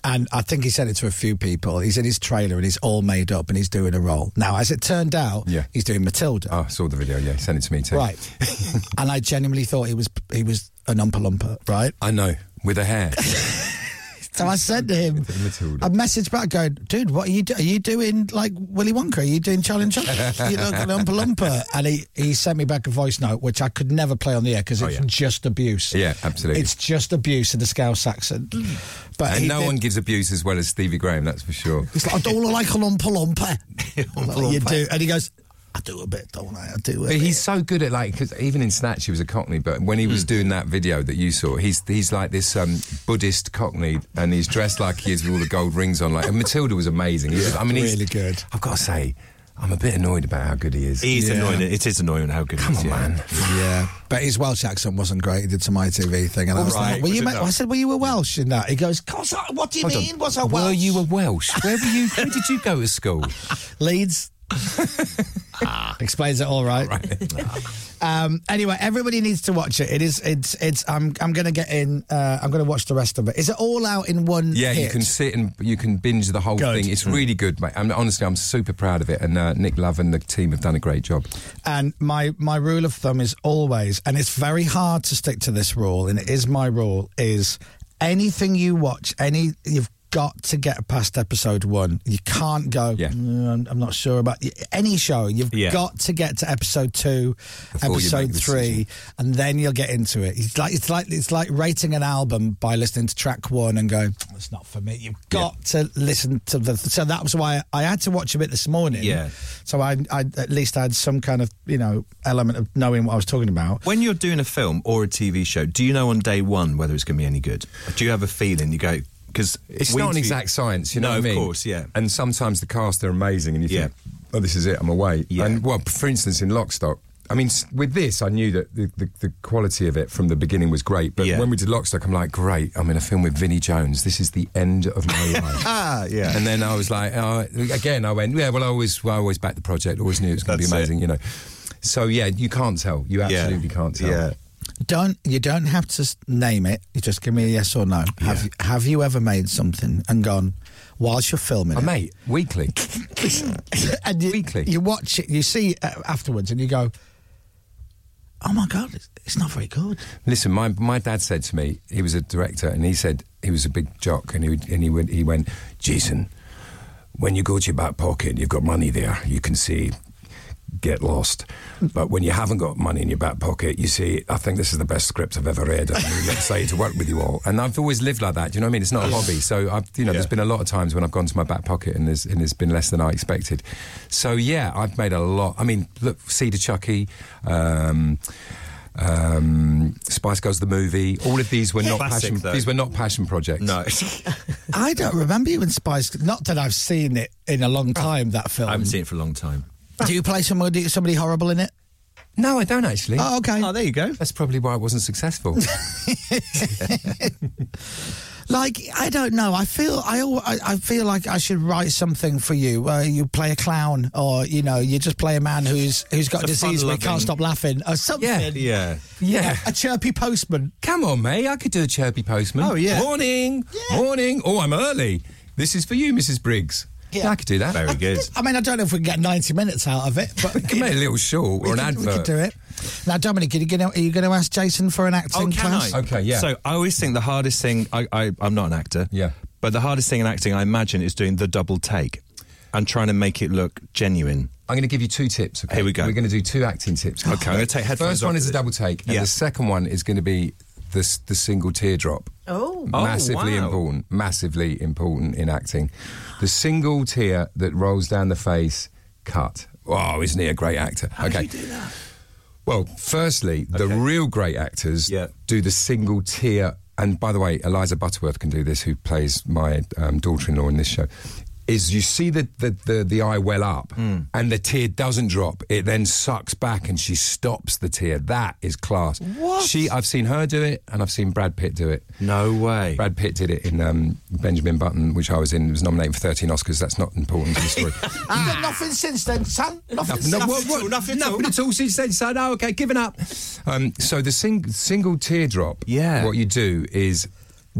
S5: and I think he sent it to a few people. He's in his trailer and he's all made up and he's doing a role. Now, as it turned out,
S16: Yeah.
S5: he's doing Matilda.
S16: Oh, I saw the video. Yeah, send it to me too.
S5: Right, and I genuinely thought he was he was an umpa lumper, right?
S16: I know. With a hair.
S5: So I said to him,
S16: Matilda.
S5: I messaged back going, dude, what are you doing? Are you doing like Willy Wonka? Are you doing Charlie and Chocolate? you look like an Oompa Loompa. And he, he sent me back a voice note, which I could never play on the air because it's just abuse.
S16: Yeah, absolutely.
S5: It's just abuse in the Scouse accent. But
S16: and
S5: he
S16: no
S5: did-
S16: one gives abuse as well as Stevie Graham, that's for sure.
S5: He's like, I don't look like an Oompa Loompa. Like, you do. And he goes, I do a bit, don't I? I do a
S16: But
S5: bit.
S16: he's so good at like because even in Snatch he was a Cockney, but when he was
S5: Hmm.
S16: doing that video that you saw, he's he's like this um, Buddhist Cockney, and he's dressed like he is with all the gold rings on. Like and Matilda was amazing. He was- I mean, he's,
S5: really good.
S16: I've got to say, I'm a bit annoyed about how good he is.
S17: He's
S5: Yeah.
S17: annoying. It is annoying how good
S16: Come
S17: he is.
S16: on,
S17: yeah.
S16: man.
S5: Yeah, but his Welsh accent wasn't great. He did some ITV thing, and I was
S16: Right,
S5: like, "Were
S16: was
S5: you?"
S16: it
S5: Ma-
S16: not?
S5: I said, "Well, you were Welsh in that?" He goes, "Course, I, what do you
S16: Hold on.
S5: mean? Was I Welsh?
S16: Were you a Welsh? Where were you? Where did you go to school?
S5: Leeds.
S17: Ah.
S5: Explains it all right. um, anyway, everybody needs to watch it. It is. It's. It's. I'm. I'm going to get in. Uh, I'm going to watch the rest of it. Is it all out in one?
S16: Yeah, you
S5: hit?
S16: can sit and you can binge the whole
S5: Good. Mm.
S16: thing. It's really good, mate. I'm, honestly, I'm super proud of it, and uh, Nick Love and the team have done a great job.
S5: And my my rule of thumb is always, and it's very hard to stick to this rule, and it is my rule is anything you watch, any you've got to get past episode one. You can't go.
S16: Yeah.
S5: "Mm, I'm, I'm not sure about any show. You've
S17: Yeah.
S5: got to get to episode two,
S16: Before you make
S5: episode
S16: the
S5: three, and then you'll get into it. It's like it's like it's like rating an album by listening to track one and going, "It's not for me." You've got to listen to the. So that was why I had to watch a bit this morning.
S17: Yeah.
S5: So I, I at least had some kind of you know element of knowing what I was talking about.
S17: When you're doing a film or a TV show, do you know on day one whether it's going to be any good? Do you have a feeling? You go because
S16: It's not an exact science, you know
S17: No,
S16: what I
S17: of
S16: mean?
S17: course, yeah.
S16: And sometimes the cast are amazing, and you think, oh, this is it, I'm away.
S17: Yeah.
S16: And, well, for instance, in Lockstock, I mean, s- with this, I knew that the, the, the quality of it from the beginning was great. But
S17: Yeah.
S16: when we did Lockstock, I'm like, great, I'm in a film with Vinnie Jones. This is the end of my life.
S17: Ah, yeah.
S16: And then I was like, oh, again, I went, yeah, well, I always, well, I always backed the project, always knew it was going to be
S17: That's it.
S16: amazing, you know. So, yeah, you can't tell. You absolutely can't tell.
S17: Yeah.
S5: Don't you don't have to s- name it. You just give me a yes or no. Have you, Have you ever made something and gone whilst you're filming?
S16: Oh,
S5: it,
S16: mate, weekly.
S5: and you,
S16: Weekly.
S5: You watch it. You see it uh, afterwards, and you go, "Oh my god, it's, it's not very good."
S16: Listen, my my dad said to me, he was a director, and he said he was a big jock, and he would, and he went, he went, Jason, when you go to your back pocket, you've got money there. You can say, get lost. But when you haven't got money in your back pocket, you say, I think this is the best script I've ever read. I'm really excited to work with you all. And I've always lived like that. Do you know what I mean? It's not a hobby. So I've, you know, there's been a lot of times when I've gone to my back pocket and there's and there's been less than I expected. So yeah, I've made a lot. I mean, look, Cedar Chucky. Um, um, Spice Girls the movie. All of these were not
S17: Classic,
S16: passion.
S17: though.
S16: These were not passion projects.
S17: No.
S5: I don't remember you in Spice. Not that I've seen it in a long time. That film.
S17: I haven't seen it for a long time.
S5: Do you play somebody somebody horrible in it?
S16: no, I don't actually.
S5: Oh, okay.
S17: Oh, there you go.
S16: That's probably why it wasn't successful.
S5: Like I don't know. I feel I, al- I I feel like I should write something for you. Where you play a clown, or you know, you just play a man who's who's got a
S17: It's a
S5: disease but can't
S17: fun-loving-
S5: stop laughing, or Uh, something.
S16: Yeah.
S17: Yeah.
S16: yeah.
S5: A chirpy postman.
S16: Come on, mate. I could do a chirpy postman.
S5: Oh, yeah.
S16: Morning. Morning. Oh, I'm early. This is for you, Mrs. Briggs.
S5: Yeah.
S16: Yeah, I could do that.
S17: Very good.
S5: I mean, I don't know if we can get ninety minutes out of it, but
S16: We could make a little short or an
S5: we could-
S16: advert.
S5: We could do it. Now, Dominic, are you going to, are you going to ask Jason for an acting
S17: Oh, can
S5: class?
S17: I?
S16: Okay, yeah.
S17: So I always think the hardest thing. I, I I'm not an actor.
S16: Yeah.
S17: But the hardest thing in acting, I imagine, is doing the double take and trying to make it look genuine.
S16: I'm going to give you two tips. Okay?
S17: Here we go.
S16: We're going to do two acting tips.
S17: Okay, I'm gonna take headphones
S16: First one
S17: off
S16: is
S17: for
S16: a
S17: this.
S16: double take,
S17: Yeah.
S16: and the second one is going to be the s- the single teardrop.
S3: Oh.
S17: Oh,
S16: massively
S17: wow.
S16: important, massively important in acting. The single tear that rolls down the face, cut. Oh, isn't he a great actor? okay. Well, firstly, the real great actors
S17: Yeah.
S16: do the single tear and by the way, Eliza Butterworth can do this, who plays my um, daughter-in-law in this show. Is you see the the, the, the eye well
S14: Mm.
S16: up
S17: Mm.
S16: and the tear doesn't drop. It then sucks back and she stops the tear. That is class. What? She I've seen her do it and I've seen Brad Pitt do it.
S17: No way.
S16: Brad Pitt did it in um, Benjamin Button, which I was in. It was nominated for 13 Oscars. That's not important to the story.
S5: You've done nothing since then, son. Nothing.
S16: Nothing,
S5: since
S16: no, what- what- nothing, at all since then. So
S5: Ah,
S16: no, okay, given up. Um, so the sing- single teardrop. Yeah. What you do is,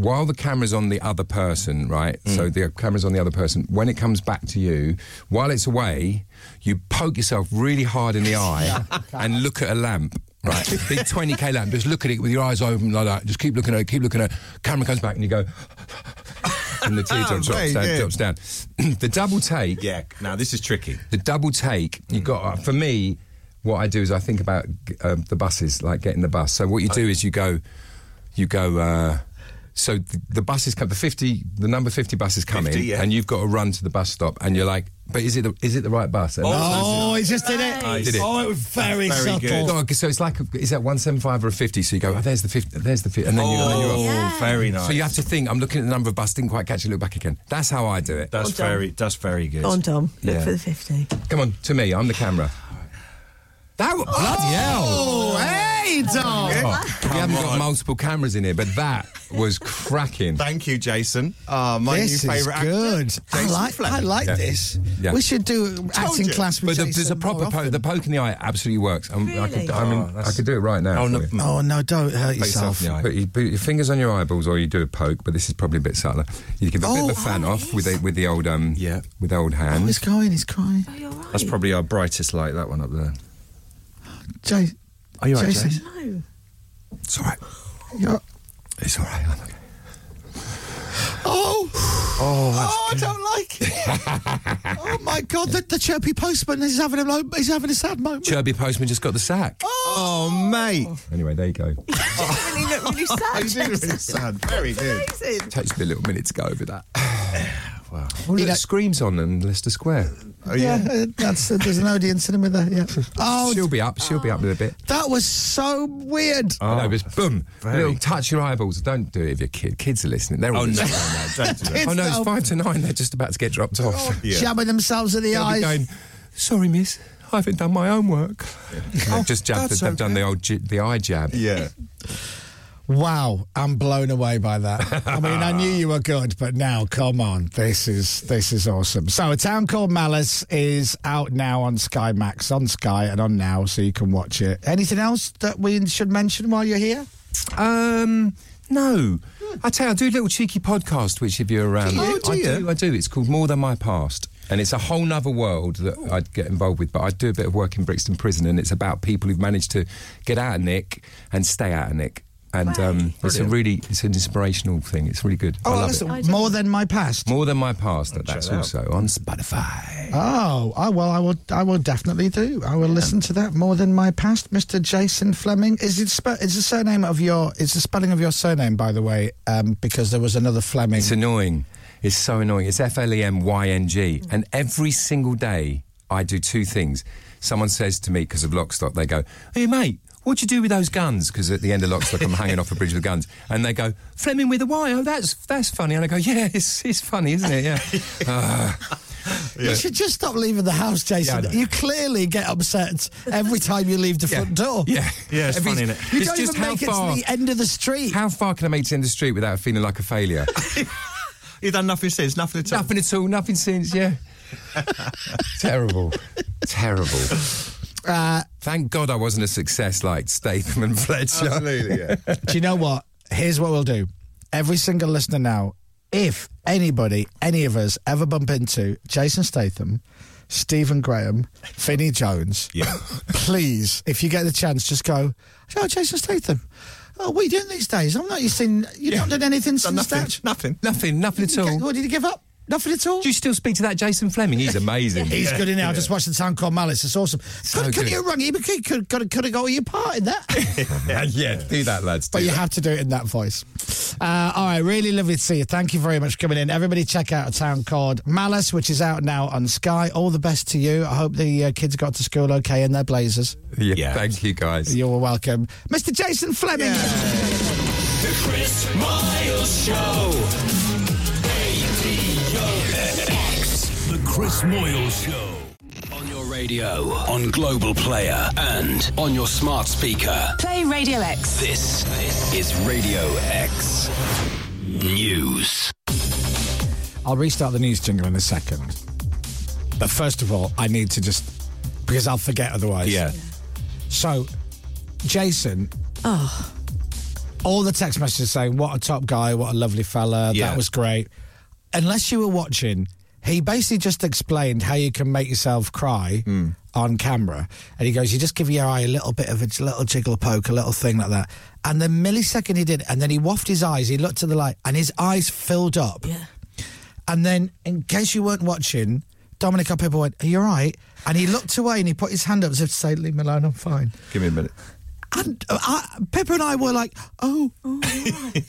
S16: while the camera's on the other person, right? So the camera's on the other person. When it comes back to you, while it's away, you poke yourself really hard in the eye and look at a lamp. Right, big 20k lamp. Just look at it with your eyes open like that. Just keep looking at it, keep looking at it. Camera comes back and you go, and the teardrop
S17: Very
S16: drops down,
S17: good.
S16: drops down. the double take.
S17: Yeah, now this is tricky.
S16: The double take, you got for me. What I do is I think about um, the buses, like getting the bus. So what you do is you go, you go. Uh, so the, the buses come. The fifty, the number fifty bus is coming,
S17: 50, yeah.
S16: and you've got to run to the bus stop, and you're like, but is it the, is it the right bus? And
S5: Oh, he just did it.
S16: I did it.
S5: Oh, it was very,
S16: That's
S5: subtle.
S16: Oh, okay, so it's like, a- is that 175 or a 50? So you go, oh, there's the 50, there's the 50. And then you- and then you're,
S17: Oh, Yeah. very nice.
S16: So you have to think, I'm looking at the number of bus, didn't quite catch it, look back again. That's how I do it.
S17: That's very that's very good.
S3: Go on, Tom. Look
S16: Yeah.
S3: for the 50.
S16: Come on, to me, I'm the camera. That was bloody hell.
S5: Oh, hey, Tom.
S16: we haven't got multiple cameras in here, but that was cracking.
S17: Thank you, Jason. Ah, my
S5: this
S17: new
S5: is
S17: favourite actor.
S5: good. I
S17: Jason
S5: like, I
S17: Fleming.
S5: like
S16: Yeah.
S5: this.
S16: Yeah.
S5: We should do acting
S17: you.
S5: class with
S16: But the,
S5: Jason
S16: there's a proper
S5: more
S16: poke.
S5: often.
S16: The poke in the eye absolutely works. I'm, I, could, I
S17: Really?
S16: mean,
S17: Oh,
S16: I
S17: that's-
S16: could do it right now.
S17: Oh,
S16: for
S17: no.
S16: you.
S5: Oh no! Don't hurt
S16: Put yourself
S5: yourself.
S16: in the eye. Put, you, put your fingers on your eyeballs, or you do a poke. But this is probably a bit subtler. You give a bit of a fan off with the, with the old um
S17: Yeah.
S16: with the old
S5: Oh,
S16: hand.
S5: he's going. He's crying.
S17: That's probably our brightest light, that one up there.
S5: Jay,
S17: Are you all right,
S5: Jason,
S17: Jason?
S3: No.
S16: It's all right.
S5: you're-
S16: It's all right. I'm okay.
S5: Oh, oh, I don't like it. oh my God! The, the chirpy postman is having a low, he's having a sad moment.
S16: Chirpy postman just got the sack.
S17: Oh, mate.
S16: Anyway, there you go.
S3: really look really sad. Jason.
S17: Very good.
S3: Amazing.
S16: Takes me a little minute to go over that. wow. All the screams on in Leicester Square.
S17: Oh,
S5: yeah, uh, that's uh, there's an Odeon cinema there. Yeah. Oh,
S16: she'll be up. She'll be up in a bit.
S5: that was so weird.
S16: I know, but boom,
S17: very-
S16: little touch your eyeballs. Don't do it if your kid kids are listening. They're all
S17: Oh, no,
S16: listening.
S17: no, don't do that. Oh,
S16: Oh no,
S5: It's
S16: it's
S5: not-
S16: five to nine. They're just about to get dropped off.
S17: Yeah.
S5: Jabbing themselves in the
S16: Oh, They'll be
S5: eyes.
S16: going, sorry, miss, I haven't done my homework.
S17: Oh,
S16: They've just jabbed,
S5: that's
S16: they've done the old j- the eye jab.
S17: Yeah.
S5: Wow, I'm blown away by that. I mean, I knew you were good, but now, come on, this is this is awesome. So, a town called Malice is out now on Sky Max, on Sky, and on Now, so you can watch it. Anything else that we should mention while you're here?
S16: Um, no, I tell you, I do a little cheeky podcast. Which, if you're around,
S5: Do you?
S16: I
S5: Oh, do you?
S16: I do. It's called More Than My Past. And it's a whole nother world that I'd get involved with, but I do a bit of work in Brixton Prison, and it's about people who've managed to get out of Nick and stay out of Nick. And um, it's a really, it's an inspirational thing. It's really good. I love it.
S5: Oh, more than my past.
S16: More than my past. That that's
S17: it out.
S16: also on Spotify.
S5: Oh, I well, I will. I will definitely do. I will listen to that. More than my past, Mr. Jason Fleming. Is it? Spe- is the surname of your? Is the spelling of your surname, by the way? Um, because there was another Fleming.
S16: It's annoying. It's so annoying. It's F L E M Y N G. And every single day, I do two things. Someone says to me, because of Lockstock, they go, Hey, mate, what'd you do with those guns? Because at the end of Lockstock, I'm hanging off a bridge with guns. And they go, Fleming with a Y. Oh, that's, that's funny. And I go, Yeah, it's, it's funny, isn't it? Yeah. "Ah,
S5: You should just stop leaving the house, Jason.
S16: Yeah, I know.
S5: you clearly get upset every time you leave the front door.
S16: Yeah.
S17: Yeah, it's funny, innit?
S5: You
S16: It's
S5: don't
S16: just
S5: even
S16: how
S5: make
S16: far.
S5: it to the end of the street.
S16: How far can I make it in the street without feeling like a failure?
S17: You've done nothing since, nothing at all.
S16: nothing at all, nothing since, yeah. Terrible. Terrible.
S5: Uh,
S16: Thank God I wasn't a success like Statham and Fletcher.
S17: Absolutely, yeah.
S5: do you know what? Here's what we'll do. Every single listener now, if anybody, any of us ever bump into Jason Statham, Stephen Graham, Finney Jones,
S17: Yeah.
S5: please, if you get the chance, just go, oh, Jason Statham. Oh, what are you doing these days? I'm not, you've seen, you've not done anything
S17: Done
S5: since
S17: nothing.
S5: that.
S17: Nothing.
S16: Nothing, nothing at all.
S5: What, did you give up? Nothing at all?
S16: Do you still speak to that Jason Fleming? He's amazing.
S5: He's good in it. I just watched the town called Malice. It's awesome. could, could
S16: good.
S5: you have rung him? Could, could, could, could have got your part in that.
S16: yeah, yeah, do that, lads.
S5: but
S16: do
S5: you
S16: that.
S5: have to do it in that voice. Uh, all right, really lovely to see you. Thank you very much for coming in. Everybody, check out a town called Malice, which is out now on Sky. All the best to you. I hope the uh, kids got to school okay in their blazers.
S16: Yeah, Thank you, guys.
S5: You're welcome, Mr. Jason Fleming.
S9: The Chris Miles Show.
S1: The Chris Moyle Show.
S9: On your radio, on Global Player, and on your smart speaker.
S2: Play Radio X.
S9: This is Radio X News.
S5: I'll restart the news jingle in a second. But first of all, I need to just because I'll forget otherwise. Yeah. So, Jason.
S3: Oh.
S5: All the text messages saying, "What a top guy! What a lovely fella!
S7: Yeah.
S5: That was great." Unless you were watching, he basically just explained how you can make yourself cry on camera, and he goes, "You just give your eye a little bit of a little jiggle poke, a little thing like that." And the millisecond he did, and then he waffed his eyes. He looked to the light, and his eyes filled up.
S3: Yeah.
S5: And then, in case you weren't watching, Dominic Oppipa went, Are you all right? And he looked away and he put his hand up as if to say, Leave me alone, I'm fine.
S7: Give me a minute.
S5: And uh, I, Pippa and I were like, Oh,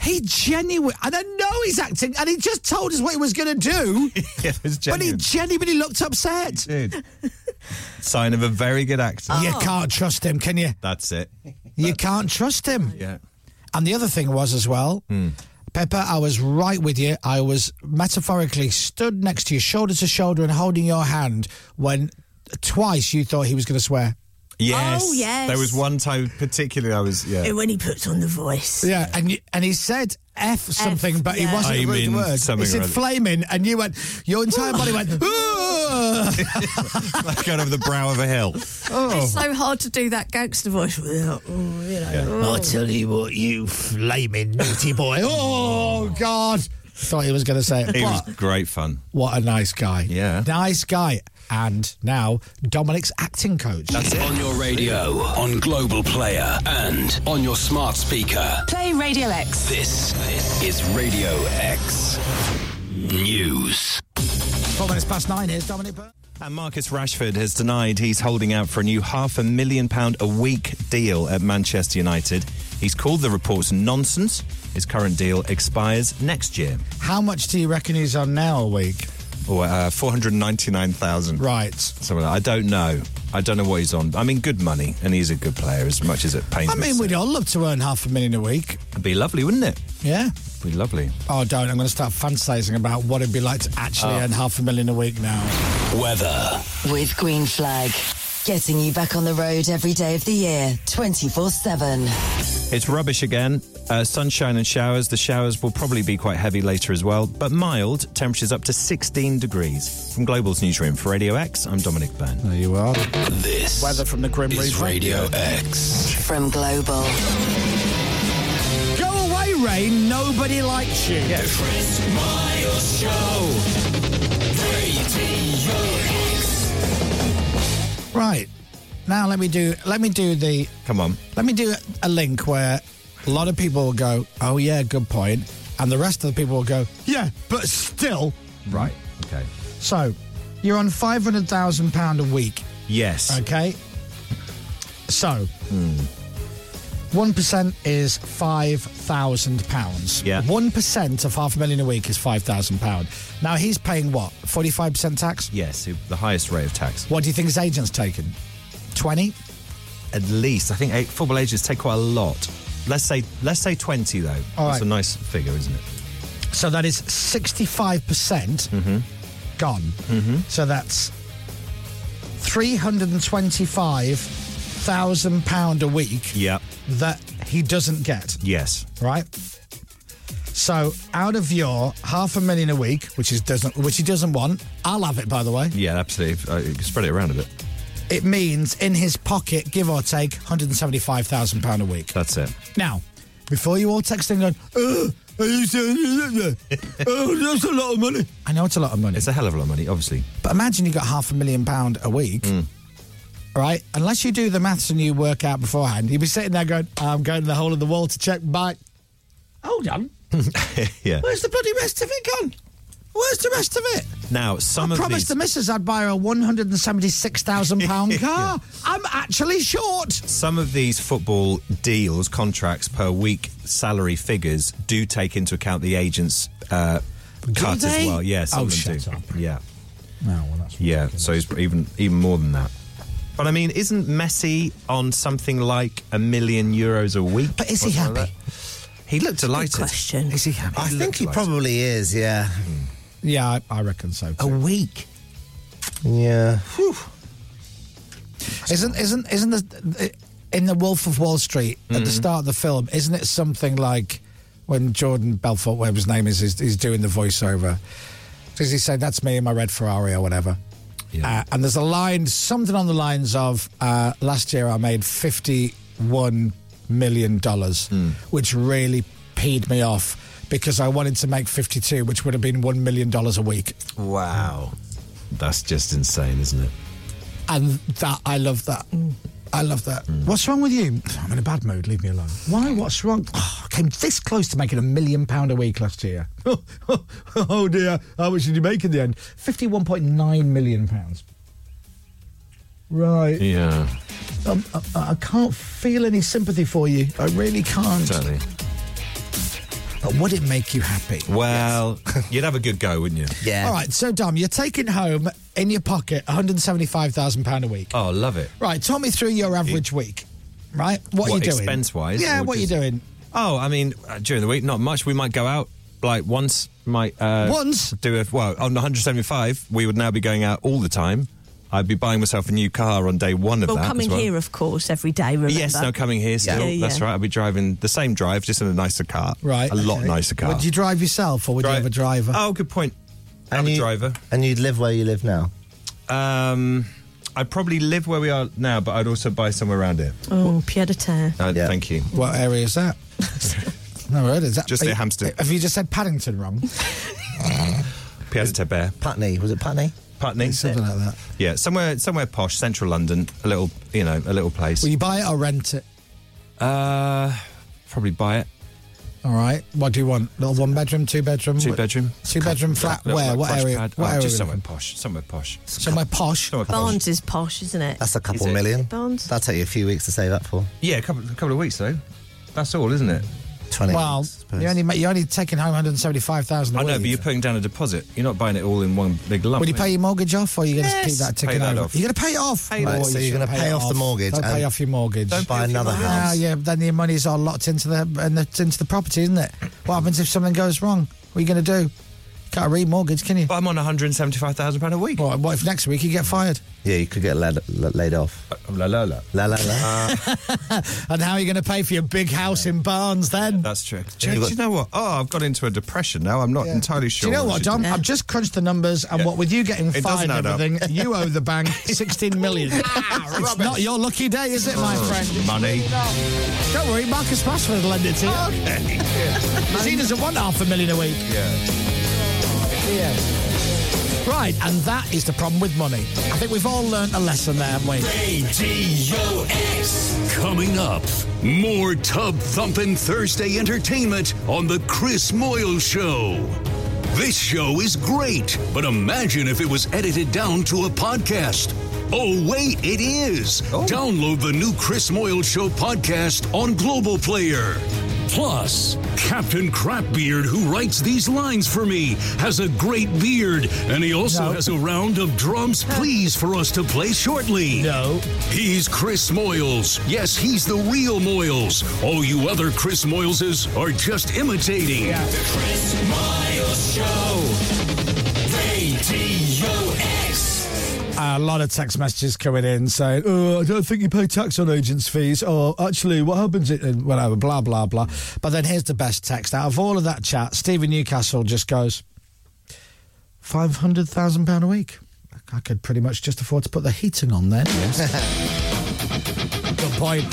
S5: he genuinely, and I know he's acting, and he just told us what he was going to do.
S7: Yeah, it was
S5: But he
S7: genuine.
S5: genuinely looked upset.
S7: Dude. Sign of a very good actor.
S5: You can't trust him, can you?
S7: That's it.
S5: You can't trust him.
S7: Yeah.
S5: And the other thing was as well,
S7: Hmm.
S5: Pepper, I was right with you. I was metaphorically stood next to you, shoulder to shoulder, and holding your hand when twice you thought he was going to swear.
S7: Yes.
S5: Oh, yes.
S7: There was one time particularly I was, yeah.
S3: When he puts on the voice.
S5: Yeah, and you, and he said F something, but he
S3: yeah.
S5: wasn't
S7: I
S5: a rude
S7: mean
S5: word.
S7: something
S5: He said
S7: or other.
S5: flaming, and you went, your entire body went, "Ugh."
S7: like going over the brow of a hill. Oh.
S3: It's so hard to do that gangster voice without, oh, you know.
S5: I'll tell you what, you flaming naughty boy. Oh, God. Thought he was going to say it.
S7: It
S5: But-
S7: was great fun.
S5: What a nice guy. Yeah. Nice guy. And now Dominic's acting coach.
S9: That's it. On your radio, on Global Player, and on your smart speaker.
S2: Play Radio X.
S9: This is Radio X News.
S5: Four minutes past nine. Here's Dominic Byrne.
S7: And Marcus Rashford has denied he's holding out for a new half a million pound a week deal at Manchester United. He's called the reports nonsense. His current deal expires next year.
S5: How much do you reckon he's on now a week?
S7: Or uh, 499,000.
S5: Right.
S7: Something like- uh, I don't know. I don't know what he's on. I mean, good money, and he's a good player as much as it pains
S5: I
S7: me.
S5: mean, we'd all love to earn half a million a week.
S7: It'd be lovely, wouldn't it?
S5: Yeah.
S7: It'd be lovely.
S5: Oh, don't. I'm going to start fantasizing about what it'd be like to actually
S7: Oh.
S5: earn half a million a week now.
S9: Weather.
S2: With Green Flag. Getting you back on the road every day of the year, 24 7.
S7: It's rubbish again. Uh, sunshine and showers. The showers will probably be quite heavy later as well, but mild. Temperatures up to 16 degrees. From Global's newsroom for Radio X, I'm Dominic Byrne.
S5: There you are.
S9: This
S5: weather from the Grim
S9: is
S5: Reaper.
S9: Radio X.
S2: From Global.
S5: Go away, rain. Nobody likes you.
S9: The Chris Miles Show. Radio X.
S5: Right. Now let me do let me do the
S7: Come on.
S5: Let me do a link where a lot of people will go, "Oh yeah, good point," and the rest of the people will go, "Yeah, but still." Right.
S7: Okay.
S5: So, you're on five hundred thousand pound a week.
S7: Yes.
S5: Okay. So, one is five thousand pounds.
S7: Yeah.
S5: One percent of half a million a week is five thousand pound. Now he's paying what? Forty five percent tax.
S7: Yes, the highest rate of tax.
S5: What do you think his agent's taken? Twenty.
S7: At least, I think eh, football agents take quite a lot. Let's say, let's say 20 though.
S5: All
S7: That's
S5: right.
S7: a nice figure, isn't it?
S5: So that is 65% percent
S7: Mm-hmm.
S5: gone. So that's £325,000 a week
S7: Yeah.
S5: that he doesn't get,
S7: Yes.
S5: right? So out of your half a million a week, which is doesn't which he doesn't want, I'll have it by the way.
S7: Yeah, absolutely. Uh, you can spread it around a bit.
S5: It means in his pocket, give or take, £175,000 a week.
S7: That's it.
S5: Now, before you all text and going, "Ugh, are you serious? oh, that's a lot of money. I know it's a lot of money.
S7: It's a hell of a lot of money, obviously. Hmm.
S5: But imagine you got half a million pound a week, all right? Unless you do the maths and you work out beforehand, you'd be sitting there going, "I'm going to the hole in the wall to check my." Hold on,
S7: yeah.
S5: where's the bloody rest of it gone? Where's the rest of it?
S7: Now, some
S5: I
S7: of
S5: promised
S7: these.
S5: the missus I'd buy her a one hundred and seventy-six thousand pound car. I'm actually short.
S7: Some of these football deals, contracts per week, salary figures do take into account the agent's uh, cut
S5: they?
S7: as well. Yeah, some
S5: Oh,
S7: of them
S5: shut
S7: do.
S5: up.
S7: Yeah,
S5: No, well, that's
S7: yeah. So it's even even more than that. But I mean, isn't Messi on something like a million euros a week?
S5: But is
S7: or
S5: he
S7: something like
S5: happy?
S7: that? He looked delighted. question. Is he happy?
S8: I think he probably is. Yeah.
S5: Yeah, I, I reckon so.
S8: A week. Yeah.
S5: Isn't isn't isn't the, in the Wolf of Wall Street at the
S8: Mhm.
S5: start of the film? Isn't it something like when Jordan Belfort, whatever his name is, is, is doing the voiceover? Does he say that's me in my red Ferrari or whatever? Uh, and there's a line, something on the lines of uh, last year I made fifty-one million dollars, which really peed me off because I wanted to make fifty-two, which would have been one million dollars a week.
S7: Wow. That's just insane, isn't it?
S5: And that I love that. I love that. What's wrong with you? I'm in a bad mood. Leave me alone. Why? What's wrong? Oh, I came this close to making a million pound a week last year. Oh, dear. How much did you make in the end? Fifty-one point nine million pounds. Right.
S7: Yeah.
S5: Um, I, I can't feel any sympathy for you. I really can't.
S7: Totally.
S5: But would it make you happy?
S7: Well, you'd have a good go, wouldn't you?
S5: All right. So, Dom, you're taking home in your pocket one hundred seventy-five thousand pound a week.
S7: Oh, love it.
S5: Right, talk me through your average week. Right,
S7: What,
S5: what, are you doing?
S7: expense-wise,
S5: Yeah,
S7: or
S5: what are you
S7: just-
S5: doing?
S7: Oh, I mean, uh, during the week, not much. We might go out like once. Might uh,
S5: Once?
S7: do a well on 175. We would now be going out all the time. I'd be buying myself a new car on day one of
S3: well,
S7: that. as
S3: coming
S7: well.
S3: here, of course, every day. Remember?
S7: Yes, no coming here still.
S3: Yeah,
S7: That's
S3: yeah.
S7: right. I'll be driving the same drive, just in a nicer car.
S5: Right,
S7: a lot nicer car.
S5: Would you drive yourself or would you have a driver?
S7: Oh, good point.
S8: And you,
S7: driver.
S8: And you'd live where you live now.
S7: Um, I'd probably live where we are now, but I'd also buy somewhere around here.
S3: Oh, pied a terre.
S7: Uh, Thank you.
S5: What area is that? no, right, is that
S7: Just
S5: are
S7: near
S5: you-
S7: Hampstead.
S5: Have you just said Paddington wrong?
S7: Piazza Taber.
S8: Putney was it Putney?
S7: Putney,
S5: something like that.
S7: Yeah, somewhere somewhere posh, central London, a little you know, a little place.
S5: Will you buy it or rent it?
S7: Uh, probably buy it.
S5: All right. What do you want? Little one bedroom, two bedroom,
S7: Two bedroom.
S5: two bedroom flat.
S7: Little,
S5: Where?
S7: like,
S5: What
S7: crush
S5: area?
S7: pad.
S5: What
S7: Oh,
S5: area?
S7: Just
S5: we
S7: somewhere
S5: looking?
S7: posh. Somewhere posh.
S5: Somewhere posh.
S7: Somewhere posh.
S3: Barnes is posh, isn't it?
S8: That's a couple
S7: Is it?
S8: million.
S3: Barnes.
S8: That'll take you a few weeks to save up for.
S7: Yeah, a couple, a couple of weeks though. That's all, isn't it?
S8: Twenty.
S5: Well, you only ma- you only taking home one hundred seventy five thousand.
S7: I know, but you're putting down a deposit. You're not buying it all in one big lump.
S5: Will you pay your mortgage off, or are you going to keep
S7: Yes.
S5: that
S7: Pay
S5: ticket
S7: that
S5: over?
S7: off.
S5: You're going to pay it off.
S7: Pay it
S5: No,
S7: off.
S5: you
S7: So
S8: you're
S5: shouldn't
S8: gonna
S5: pay
S8: pay
S5: it
S8: off the mortgage
S5: Don't pay
S8: and-
S5: off your mortgage.
S8: Don't Buy pay off your another mortgage. house.
S5: Ah, yeah. but Then your money's all locked into the and the, into the property, isn't it? What happens if something goes wrong? What are you going to do? Can't remortgage, can you?
S7: But I'm on 175,000 pound a week.
S5: What, what if next week you get fired?
S8: Yeah, you could get laid, laid off.
S7: Uh, La la la. Ah,
S8: La la la.
S5: and how are you going to pay for your big house in Barnes then?
S7: That's true. Do you, do you know what? Oh, I've got into a depression now. I'm not entirely sure.
S5: Do you know what,
S7: should
S5: Dom? I've just crunched the numbers, and
S7: Yeah.
S5: what with you getting
S7: It
S5: fired
S7: doesn't
S5: and
S7: add up.
S5: everything, you owe the bank 16 million. it's not your lucky day, is it, my
S7: Oh,
S5: friend?
S7: Money. Oh,
S5: Don't worry, Marcus Rashford will lend it to you. Because he doesn't want half a million a week.
S7: Yeah.
S5: Right, and that is the problem with money. I think we've all learned a lesson there, haven't we?
S1: Radio X. Coming up, more tub thumping Thursday entertainment on The Chris Moyle Show. This show is great, but imagine if it was edited down to a podcast. Oh, wait, it is. Download the new Chris Moyle Show podcast on Global Player. Plus, Captain Crapbeard, who writes these lines for me, has a great beard, and he also
S14: No.
S1: has a round of drums, please, for us to play shortly.
S5: No.
S1: He's Chris Moyles. Yes, he's the real Moyles. All you other Chris Moyleses are just imitating.
S14: The Chris Miles Show. Radio X.
S5: A lot of text messages coming in saying, oh, I don't think you pay tax on agents' fees, or actually, what happens it, and whatever, blah, blah, blah. But then here's the best text out of all of that chat. Stephen Newcastle just goes, £500,000 a week. I could pretty much just afford to put the heating on then. Good point.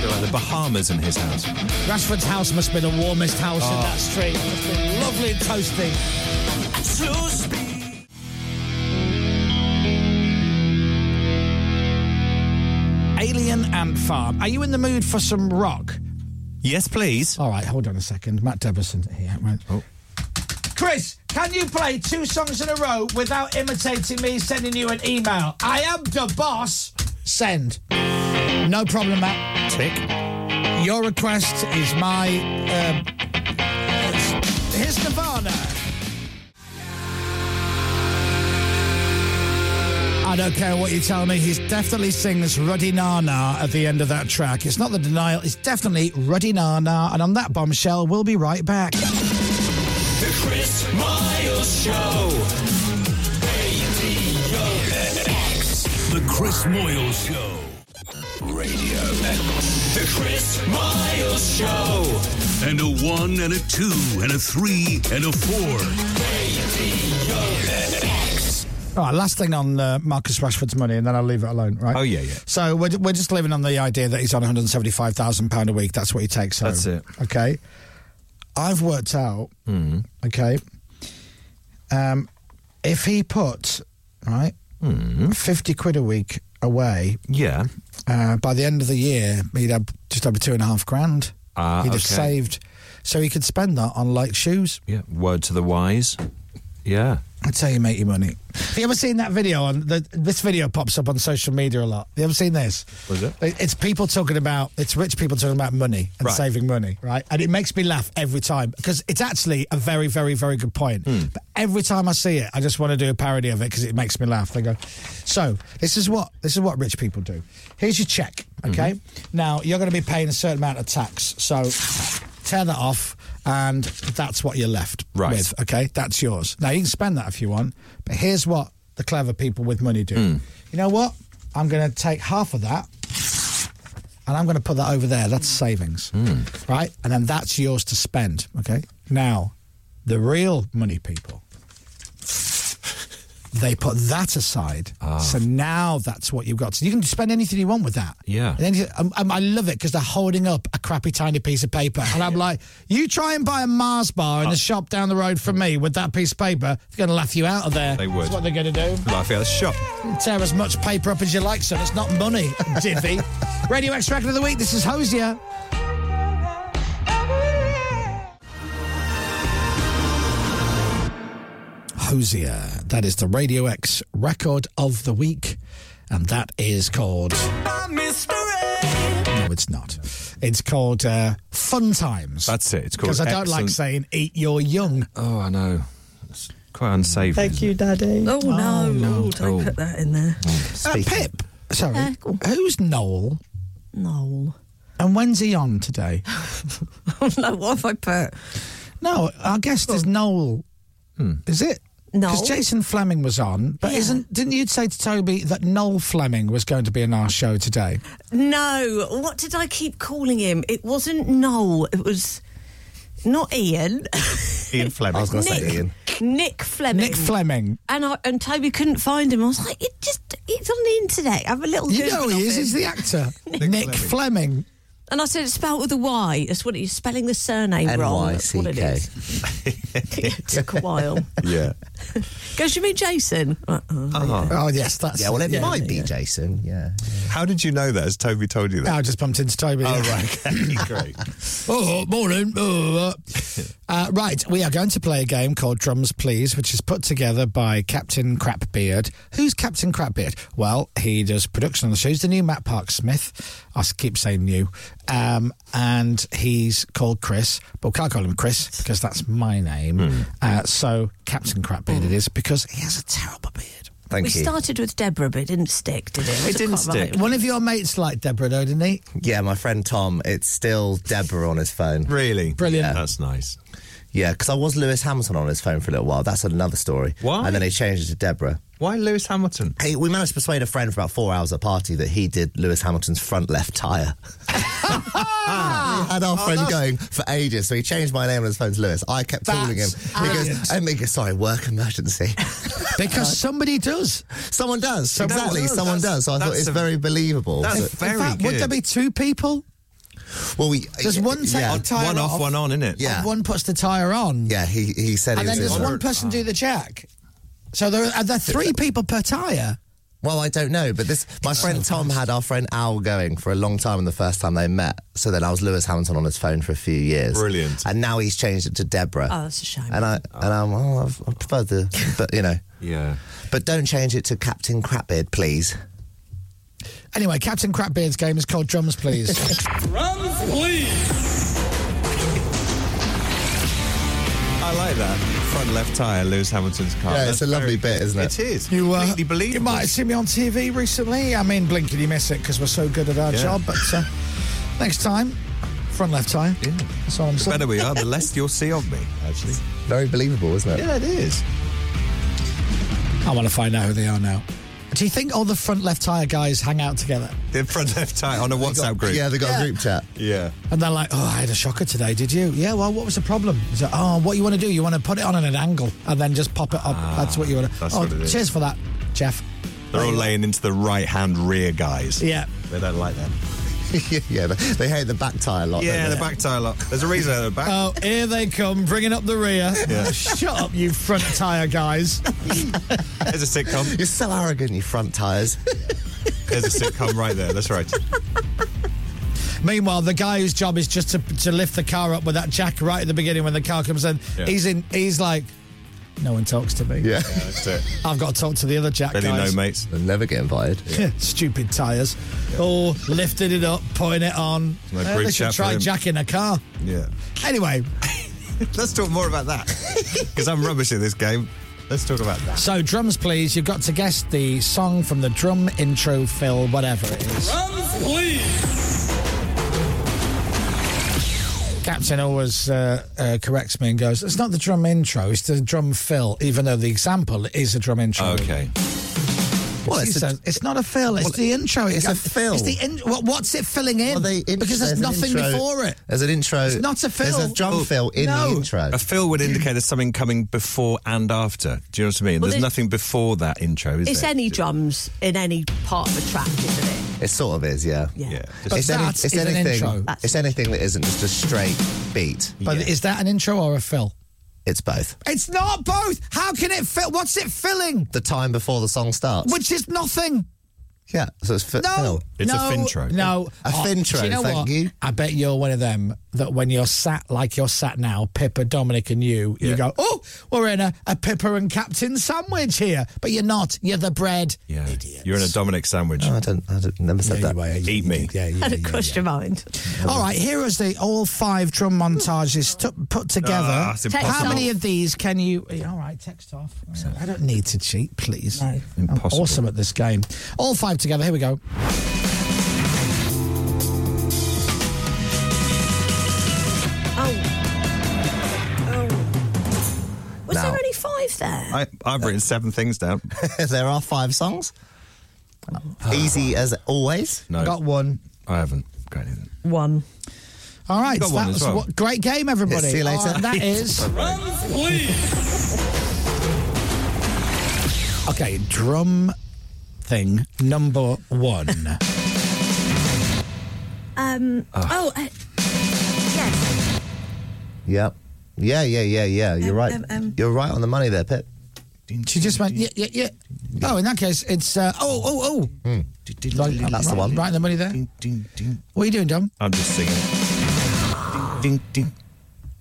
S7: You're like the Bahamas in his house.
S5: Rashford's house must be the warmest house in
S7: Oh.
S5: that street. Must be lovely and toasty.
S14: Slow speed.
S5: Alien Ant Farm. Are you in the mood for some rock?
S7: Yes, please. Oh.
S5: All right, hold on a second. Matt Deverson here. Right. Chris, can you play two songs in a row without imitating me sending you an email? I am the boss. Send. No problem, Matt.
S7: Tick.
S5: Your request is my. Um, here's Nirvana. I don't care what you tell me. He definitely sings Ruddy Nana at the end of that track. It's not the denial. It's definitely Ruddy Nana. And on that bombshell, we'll be right back.
S14: The Chris Miles Show. Radio X.
S1: The Chris Moyle Show.
S14: Radio X. The Chris Miles Show.
S1: And a one and a two and a three and a four.
S14: Radio X.
S5: All right, last thing on uh, Marcus Rashford's money, and then I'll leave it alone, right?
S17: Oh, yeah, yeah.
S5: So we're, we're just living on the idea that he's on £175,000 a week. That's what he takes home.
S17: That's it. Mm-hmm.
S5: Okay. I've worked out, okay, um, if he put, right,
S17: Mm-hmm.
S5: 50 quid a week away,
S17: Yeah.
S5: uh, by the end of the year, he'd have just over two and a half grand.
S17: Ah,
S7: uh,
S5: he'd have
S17: okay.
S5: saved. So he could spend that on like shoes.
S17: Yeah. Word to the wise. Yeah.
S5: That's how you make your money. Have you ever seen that video? On the, this video pops up on social media a lot. Have you ever seen this?
S17: Was it?
S5: It- It's people talking about it's rich people talking about money and
S17: Right.
S5: saving money, right? And it makes me laugh every time because it's actually a very, very, very good point.
S17: Hmm.
S5: But every time I see it, I just want to do a parody of it because it makes me laugh. They go, "So this is what this is what rich people do. Here's your check,
S17: Mm-hmm.
S5: okay? Now you're going to be paying a certain amount of tax, so tear that off." And that's what you're left
S17: Right.
S5: with. Okay, that's yours. Now you can spend that if you want, but here's what the clever people with money do.
S17: Hmm.
S5: You know what? I'm going to take half of that and I'm going to put that over there. That's savings,
S17: Hmm.
S5: right? And then that's yours to spend. Okay. Now, the real money people, they put that aside.
S17: Ah.
S5: So now that's what you've got. So you can spend anything you want with that.
S17: Yeah.
S5: And then, um, um, I love it because they're holding up a crappy tiny piece of paper, and I'm like, you try and buy a Mars bar in
S17: Ah.
S5: a shop down the road from me with that piece of paper, they're going to laugh you out of there.
S17: They would.
S5: That's what they're going to do.
S17: Life out of the shop.
S5: Tear as much paper up as you like, son. It's not money, Divvy. Radio X Record of the Week. This is Hosier. Hosier. That is the Radio X Record of the Week. And that is called. No, it's not. It's called uh, Fun Times.
S17: That's it. It's called.
S5: Because I don't like
S17: excellent-
S5: saying eat your young.
S17: Oh, I know. It's quite unsavoury. isn't it?
S3: Daddy. Oh, no.
S17: no.
S3: Oh, don't
S17: Oh.
S3: put that in there.
S5: Uh, Pip, sorry. Who's Noel?
S3: Uh, Noel.
S5: And when's he on today?
S3: no, what have I put?
S5: No, our guest is Noel.
S18: Hmm.
S5: Is it?
S3: Noel?
S5: Because Jason Fleming was on, but isn't? Didn't you say to Toby that Noel Fleming was going to be on our show today?
S3: No. What did I keep calling him? It wasn't Noel. It was not Ian.
S8: Ian Fleming. I was going to say
S3: Nick.
S8: Ian.
S3: Nick Fleming.
S5: Nick Fleming.
S3: And I, and Toby couldn't find him. I was like, it just it's on the internet. Have a little.
S5: You know
S3: Google
S5: he
S3: of
S5: is.
S3: him."
S5: He's the actor, Nick, Fleming.
S3: And I said it's spelled with a Y. That's what it- you're spelling the surname wrong. That's what it
S8: NYCK.
S3: is. it took a while.
S8: Yeah.
S3: Goes, you mean Jason? Uh-uh.
S7: Ah.
S5: Oh yes, that's
S8: yeah. Ah, Well, it
S5: yeah.
S8: might be Jason. Yeah.
S18: How did you know that? Has Toby told you
S5: No, I
S18: that?
S5: just bumped into Toby.
S18: oh, right. Okay. Great.
S5: Oh, morning. Oh, uh. Uh, right, we are going to play a game called Drums Please, which is put together by Captain Crapbeard. Who's Captain Crapbeard? Well, he does production on the show. He's the new Matt Park Smith. I s- keep saying new. Um, and he's called Chris, but we can't call him Chris because that's my name.
S8: Hmm.
S5: Uh, so Captain Crapbeard it is because he has a terrible beard.
S8: Thank
S3: we
S8: you.
S3: started with Deborah, but it didn't stick, did it?
S8: It didn't
S3: quite right.
S8: stick.
S5: One of your mates liked Deborah, though, didn't he?
S8: Yeah, my friend Tom. It's still Deborah on his phone.
S18: Really?
S5: Brilliant.
S18: That's nice.
S8: Yeah, because I was Lewis Hamilton on his phone for a little while. That's another story.
S18: Why?
S8: And then he changed it to Deborah.
S18: Why Lewis Hamilton?
S8: Hey, we managed to persuade a friend for about four hours at a party that he did Lewis Hamilton's front left tyre.
S3: Ah.
S8: and Ah, our
S6: Oh,
S8: friend going for ages, so he changed my name on his phone to Lewis. I kept calling him.
S5: That's
S8: He goes, "Oh, me- sorry, work emergency.
S5: Because somebody does.
S8: someone does. exactly,
S18: does.
S8: someone
S18: That's-
S8: does. So I thought
S18: that's
S8: it's
S18: a-
S8: very believable.
S18: That's
S8: But-
S18: very
S5: In fact, would
S18: good.
S5: there be two people?
S8: well, we
S5: Does one take
S8: yeah,
S5: the tyre
S18: one off, one on, innit?
S8: Yeah.
S5: and one puts the tyre on?
S8: yeah, he he said
S5: and
S8: he
S5: then
S8: was
S5: does
S8: in-
S5: one person do the jack? So there are, are there three people per tyre?
S8: Well, I don't know, but this my friend Tom had our friend Al going for a long time and the first time they met. So then I was Lewis Hamilton on his phone for a few years.
S18: Brilliant.
S8: And now he's changed it to Deborah.
S3: Oh, that's a shame.
S8: and I and I'm oh, I've, I prefer the but you know,
S18: Yeah.
S8: but don't change it to Captain Crapbeard, please.
S5: Anyway, Captain Crapbeard's game is called Drums, Please.
S14: Drums, please.
S7: I like that. Front left tyre, Lewis Hamilton's car.
S8: Yeah, it's
S7: That's
S8: a lovely bit, isn't it?
S7: It is.
S5: You, uh,
S7: completely believable.
S5: you might have seen me on TV recently. I mean, blinking, you miss it because we're so good at our
S7: Yeah.
S5: job. But uh, next time, front left tyre. Yeah. That's all I'm
S7: The
S5: saying.
S7: better we are, the less you'll see of me, actually.
S8: Very believable, isn't it?
S7: Yeah, it is.
S5: I want to find out who they are now. Do you think all the front left tyre guys hang out together?
S7: The front left tyre on a WhatsApp group.
S8: Yeah, they got
S5: Yeah.
S8: a group chat.
S7: Yeah.
S5: And they're like, oh, I had a shocker today, did you? Yeah, well, what was the problem? He's like, oh, what you want to do, you want to put it on at an angle and then just pop it up. that's what you want to
S7: Ah, that's
S5: oh,
S7: what it is.
S5: Cheers for that, Jeff.
S7: They're all laying into the right hand rear guys.
S5: Yeah.
S7: They don't like them.
S8: yeah, they, they hate the back tyre a lot.
S7: Yeah, the
S8: don't
S7: back tyre lot. There's a reason they're back.
S5: Oh, here they come, bringing up the rear.
S7: Yeah.
S5: Shut up, you front tyre guys.
S7: There's a
S8: they?
S7: sitcom.
S8: You're so arrogant, you front tyres.
S7: There's a sitcom right there. That's right.
S5: Meanwhile, the guy whose job is just to, to lift the car up with that jack right at the beginning when the car comes in,
S7: Yeah.
S5: he's in. He's like, no one talks to me.
S8: Yeah.
S7: That's it.
S5: I've got to talk to the other jack
S7: Really no
S5: guys.
S7: mates.
S8: They'll never get invited.
S5: Stupid tyres. Oh, lifted it up, putting it on.
S7: No
S5: Eh,
S7: group chat
S5: they should
S7: for
S5: try
S7: him.
S5: jacking a car.
S7: Yeah.
S5: Anyway,
S7: Let's talk more about that. Because I'm rubbish at this game. Let's talk about that.
S5: so drums, please. You've got to guess the song from the drum intro, Phil, whatever it is. Captain always uh, uh, corrects me and goes, "It's not the drum intro; it's the drum fill." Even though the example is a drum intro.
S7: Okay.
S5: Well,
S8: Well,
S5: it's,
S8: it's a-
S5: it's not a fill. It's the intro.
S8: it's
S5: It's,
S8: a fill.
S5: It's the in, what, what's it filling in?
S8: Well, they int-
S5: because there's,
S8: an
S5: nothing
S8: intro-
S5: before it.
S8: There's an intro. It's
S5: not a
S8: There's
S5: fill.
S8: a drum
S5: Oh,
S8: fill in
S5: no.
S8: the intro.
S7: A fill would indicate there's something coming before and after. Do you know what I mean?
S3: Well, there's-
S7: there's nothing before that intro, is
S3: It's
S7: there?
S3: any drums in any part of a track, isn't it?
S8: It sort of is, yeah.
S3: Yeah.
S7: Yeah.
S5: But
S8: It's,
S5: that
S8: any-
S5: is
S8: it's
S5: an
S8: anything.
S5: intro. That's-
S8: It's anything that isn't just a straight beat.
S5: But is that an intro or a fill?
S8: It's both.
S5: It's not both. How can it fill? What's it filling?
S8: The time before the song starts.
S5: Which is nothing.
S8: yeah, so it's fi-
S5: No,
S8: fill.
S7: It's a
S5: no,
S7: fintro.
S5: No, Oh,
S8: A fintro,
S5: do you know
S8: thank
S5: what?
S8: you.
S5: I bet you're one of them that when you're sat like you're sat now, Pippa, Dominic, and you, you go, "Oh, we're in a, a Pippa and Captain sandwich here," but you're not. You're the bread.
S7: Yeah. You're in a Dominic sandwich.
S8: No, Oh, I don't. I don't, never said that.
S5: Anyway,
S7: Eat me.
S5: Yeah, yeah,
S3: I'd
S5: yeah,
S3: have crushed your mind.
S5: All right, here is the all five drum montages t- put together.
S7: Ah, it's Text
S5: How
S7: impossible.
S5: many of these can you? All right, text off. I don't need to cheat, please.
S3: No.
S5: I'm
S7: Impossible.
S5: awesome at this game. All five together. Here we go.
S3: Oh. Oh. Was
S8: Now-
S3: there only five there?
S7: I, I've written seven things down.
S8: there are five songs. Easy as always.
S7: Uh, No,
S5: Got one.
S7: I haven't got anything.
S3: One.
S5: All right,
S7: Got
S5: so
S7: one
S5: that
S7: as
S5: was
S7: well.
S5: what, great game, everybody.
S8: Yeah, see you later.
S5: All right, that is okay. Drum thing number one.
S3: Um.
S8: Ah.
S3: Oh. uh, yes.
S8: Yep. Yeah, yeah, yeah, yeah. You're
S3: Um,
S8: right.
S3: um, um.
S8: You're right on the money there, Pip.
S5: she just went yeah, yeah, yeah. Oh, in that case, it's uh, oh, oh, oh. Right,
S8: That's the Hmm. one.
S5: Right in the money there.
S7: I'm
S5: What are you doing, Dom?
S7: just singing. Ding, ding, ding.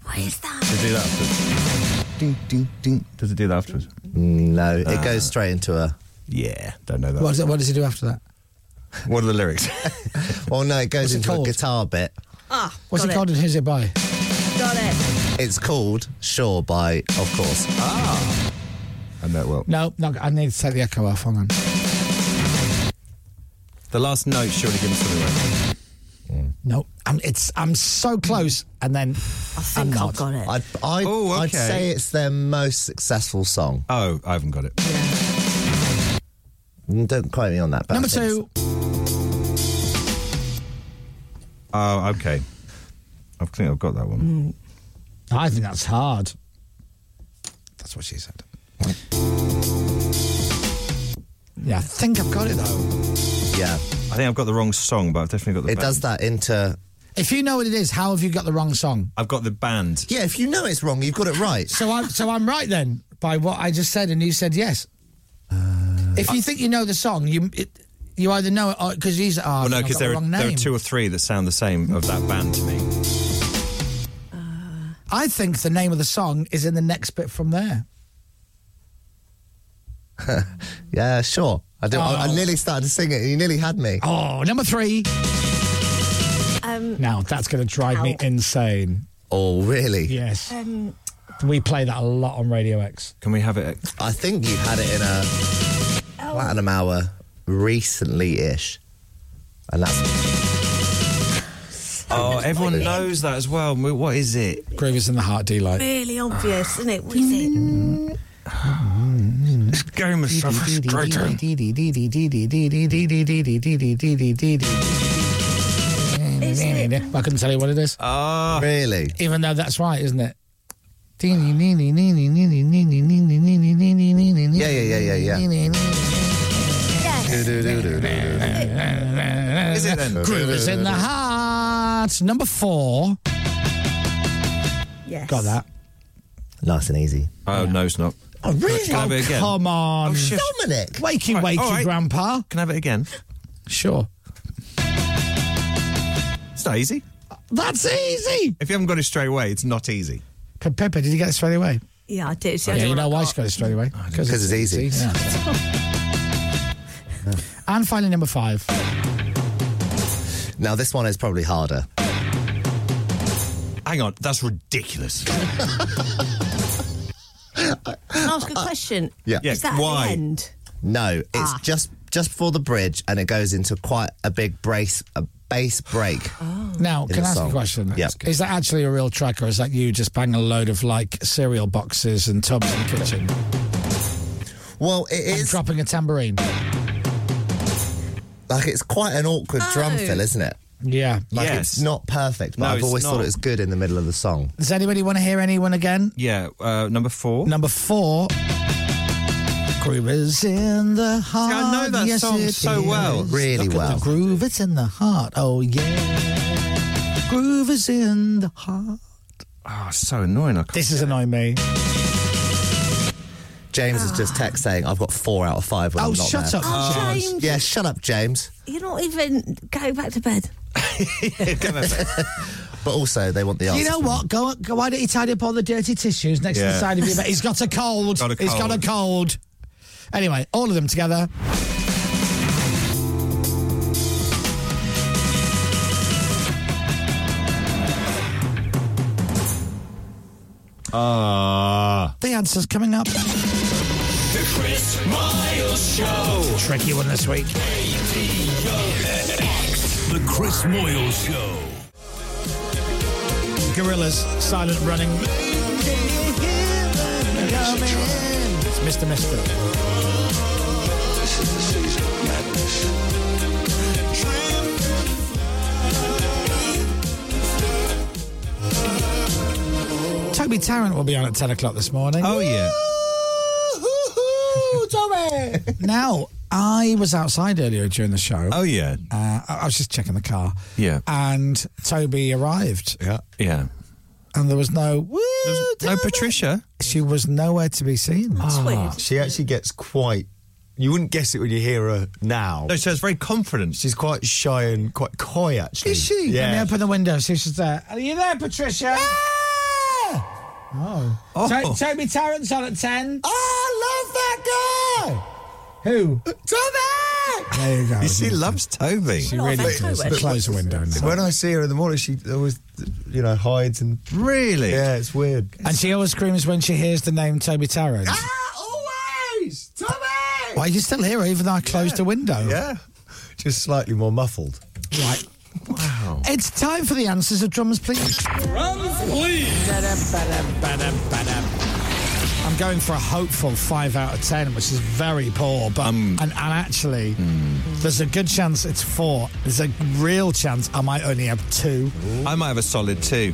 S3: What is that?
S7: Does it do that afterwards? Ding, ding, ding. Does it do that afterwards?
S8: Mm, No, it goes straight into a.
S7: Ah. Yeah, don't know that.
S5: What does, it, what does he do after that?
S7: What are the lyrics?
S8: Well, Oh, no, it goes
S5: What's it
S8: into
S5: called?
S8: a guitar bit.
S3: Ah.
S5: What's
S3: got
S5: it called and who's it by?
S3: Got it.
S8: It's called Sure by, of course.
S7: Ah. I know it well.
S5: No, no, I need to take the echo off. Hang on.
S7: The last note surely gives something away.
S5: No, I'm, it's, I'm so close, and then
S3: I think I've got it.
S8: I'd, I'd,
S7: Oh,
S8: I'd
S7: okay.
S8: say it's their most successful song.
S7: Oh, I haven't got it.
S8: Mm, Don't quote me on that. But
S5: number
S8: I think
S5: two.
S7: Oh, okay. I think I've got that one.
S5: Mm. I think that's hard. That's what she said. Yeah, I think I've got it though.
S8: it's- Yeah,
S7: I think I've got the wrong song, but I've definitely got the.
S8: it
S7: band.
S8: does that into.
S5: If you know what it is, how have you got the wrong song?
S7: I've got the band.
S8: Yeah, if you know it's wrong, you've got it right.
S5: So I'm so I'm right then by what I just said, and you said yes.
S8: Uh,
S5: if you think you know the song, you it, you either know it or because he's oh,
S7: Well, no,
S5: I've
S7: because
S5: got the
S7: there, are-
S5: wrong
S7: there are
S5: name.
S7: two or three that sound the same of that band to me.
S5: I think the name of the song is in the next bit from there.
S8: Yeah, sure. I, do, I, I nearly started to sing it, and you nearly had me.
S5: Oh, number three.
S3: Um.
S5: Now that's going to drive me
S3: Ow.
S5: insane.
S8: Oh, really?
S5: Yes.
S3: Um.
S5: We play that a lot on Radio X.
S7: Can we have it?
S8: I think you had it in a platinum hour recently-ish, and that's
S7: Oh, everyone knows that as well. Mo- What is it?
S5: Grievous in the Heart, D Light.
S3: Really obvious, isn't it? What is it?
S8: Mm-hmm.
S7: This game is so frustrating.
S5: I couldn't tell you what it is.
S7: Ah,
S8: really?
S5: Even though that's right, isn't it? Yeah, yeah,
S8: yeah, yeah, yeah.
S5: Is
S3: Uh,
S8: it then?
S5: Grievous in the Heart, number four.
S3: Yes.
S5: Got that.
S8: nice and easy.
S7: Oh no, it's not.
S5: Oh, really?
S7: Can I have it again?
S5: Come on.
S7: Oh, shit.
S8: Dominic.
S5: Wakey,
S7: Right,
S5: wakey,
S7: all right.
S5: Grandpa.
S7: Can I have it again?
S5: Sure.
S7: It's not easy.
S5: That's easy.
S17: If you haven't got it straight away, it's not easy.
S5: Pe- Pepe, did you get it straight away?
S3: Yeah, I did. It's the
S5: yeah,
S3: only
S5: you
S3: one
S5: know
S3: I
S5: why
S3: got.
S5: she got it straight
S7: Oh,
S5: away. Because
S8: it's easy.
S5: yeah. and finally, number five.
S8: Now this one is probably harder.
S7: Hang on, that's ridiculous.
S3: Can I ask a question?
S8: Yeah. Yeah,
S3: Is that
S8: why?
S3: At the end?
S8: No, it's
S3: Ah.
S8: just just before the bridge, and it goes into quite a big brace, a bass break.
S3: Oh.
S5: Now,
S8: In
S5: can
S8: a
S5: I ask
S8: song.
S5: a question?
S8: Yeah.
S5: Is that actually a real track, or is that you just banging a load of like cereal boxes and tubs in the kitchen?
S8: Well, it
S5: is. dropping a tambourine.
S8: Like it's quite an awkward drum
S5: Oh.
S8: fill, isn't it?
S5: Yeah.
S8: Like
S7: Yes.
S8: it's not perfect, but
S7: No,
S8: I've
S7: it's
S8: always thought
S7: not.
S8: it was good in the middle of the song.
S5: Does anybody want to hear anyone again?
S7: Yeah, uh, number four.
S5: Number four. Groove is in the heart.
S7: I know that
S5: yes,
S7: song
S5: it
S7: so well.
S5: is.
S8: Really
S5: Look at
S8: well.
S5: the groove, it's in the heart. Oh yeah. Groove is in the heart.
S7: Oh, it's so annoying. I can't-
S5: This is annoying me.
S8: James has
S3: Ah.
S8: just text saying I've got four out of five. When
S5: Oh,
S8: I'm not
S5: shut
S8: there."
S5: up, Oh, James.
S3: James.
S8: Yeah, shut up, James.
S3: You're not even going back to bed.
S8: But also, they want the answer.
S5: You know what? Go, go. Why don't you tidy up all the dirty tissues next to the
S8: Yeah.
S5: side of your bed? He's got a cold.
S8: Got a
S5: He's got a cold. Anyway, all of them together.
S17: Ah.
S5: The answer's coming up.
S14: The Chris Miles Show.
S5: Tricky one this week.
S1: The Chris Moyle Show.
S5: Gorillas, silent running. It's Mr. Mister. Toby Tarrant will be on at 10 o'clock this morning.
S7: Oh, yeah.
S5: now, I was outside earlier during the show.
S7: Oh, yeah.
S5: Uh, I I was just checking the car.
S7: Yeah.
S5: And Toby arrived. Yeah.
S7: Yeah.
S5: And there was no. Woo,
S7: No Patricia.
S5: She was nowhere to be seen.
S18: Ah, she actually gets quite. You wouldn't guess it when you hear her now.
S7: No, she was very confident.
S18: She's quite shy and quite coy, actually.
S5: Is she? Let me
S18: Yeah.
S5: open the window. See if she's there. Are you there, Patricia? Oh.
S18: Oh.
S5: To- Toby Tarrant's on at 10.
S18: Oh, I love that
S5: Who?
S18: guy! Toby!
S5: There you go.
S17: You see, loves Toby.
S5: She really does. Close the window now.
S18: When I see her in the morning, she always, you know, hides and.
S7: Really?
S18: Yeah, it's weird.
S5: And she always screams when she hears the name Toby Tarrant.
S18: Always! Toby!
S5: Why you still hear her even though I closed the window?
S18: Yeah. Just slightly more muffled.
S5: Right.
S7: Wow.
S5: It's time for the answers of drummers, please.
S14: Drums, please.
S5: I'm going for a hopeful five out of ten, which is very poor. But
S8: Um.
S5: and, and actually,
S8: Hmm.
S5: there's a good chance it's four. There's a real chance I might only have two.
S7: I might have a solid two.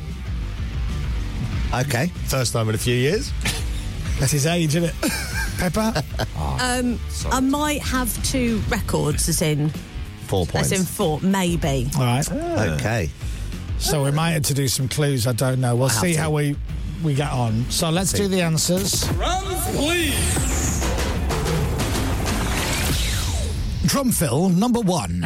S8: Okay.
S18: First time in a few years.
S5: That's his age, isn't it? Pepper.
S8: Ah,
S3: Um, I might have two records, as in,
S8: Four points. Ah.
S3: as in four, maybe.
S5: All right.
S8: Okay.
S5: So we might have to do some clues. I don't know. We'll
S8: have
S5: see
S8: to.
S5: how we we get on. So let's do the answers.
S14: Drums, please.
S5: Drum fill number one.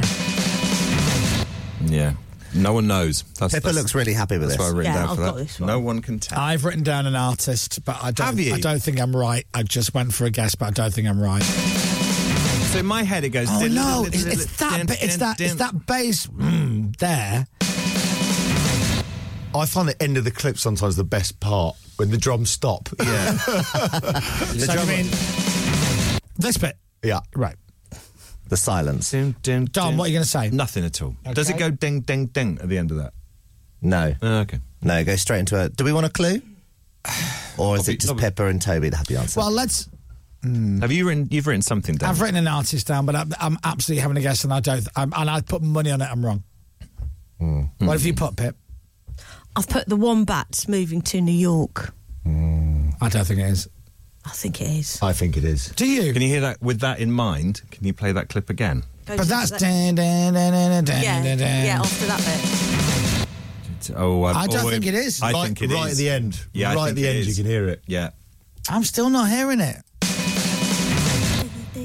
S7: Yeah. No one knows. That's,
S8: Pippa
S7: that's-
S8: looks really happy with
S7: That's why I
S8: this.
S7: written
S3: Yeah,
S7: down
S3: I've
S7: for
S3: got
S7: that.
S3: this one.
S7: No one can tell.
S5: I've written down an artist, but I don't.
S7: Have you?
S5: I don't think I'm right. I just went for a guess, but I don't think I'm right.
S7: so in my head it goes.
S5: Oh no! It's, it's that. bit- It's that. It's that bass mm, there.
S18: I find the end of the clip sometimes the best part
S6: when the drums stop.
S5: Yeah.
S6: The
S5: so, I
S6: drum-
S5: mean, this bit.
S6: Yeah.
S5: Right.
S8: The silence.
S7: Dum, dum,
S5: Dom, what are you going to say?
S7: Nothing at all.
S5: Okay.
S7: Does it go ding, ding, ding at the end of that? Oh,
S8: No.
S7: okay.
S8: No, go straight into it. Do we want a clue? Or is it just Pepper and Toby that have the answer?
S5: Well, Oh, let's.
S7: Have you written? You've written something down.
S5: Mm. I've written an artist down, but I'm, I'm absolutely having a guess, and I don't. I'm, and I put money on it. I'm wrong. What
S7: Hmm.
S5: have you put, Pip?
S3: I've put the Wombats moving to New York.
S5: I don't think it is.
S3: I think it is.
S6: I think it is.
S5: Do you?
S7: Can you hear that with that in mind? Can you play that clip again?
S5: but that's dun, dun, dun, dun, dun,
S3: yeah,
S5: dun, dun.
S3: yeah, after that bit.
S7: Oh, I've
S5: I don't
S7: always-
S5: think it is.
S7: I
S5: Right-
S7: think it is
S5: right at the end.
S7: Yeah, I
S5: Right at
S7: think
S5: the
S7: it
S5: end you
S7: is.
S5: can
S6: hear it.
S7: Yeah.
S5: I'm still not hearing it.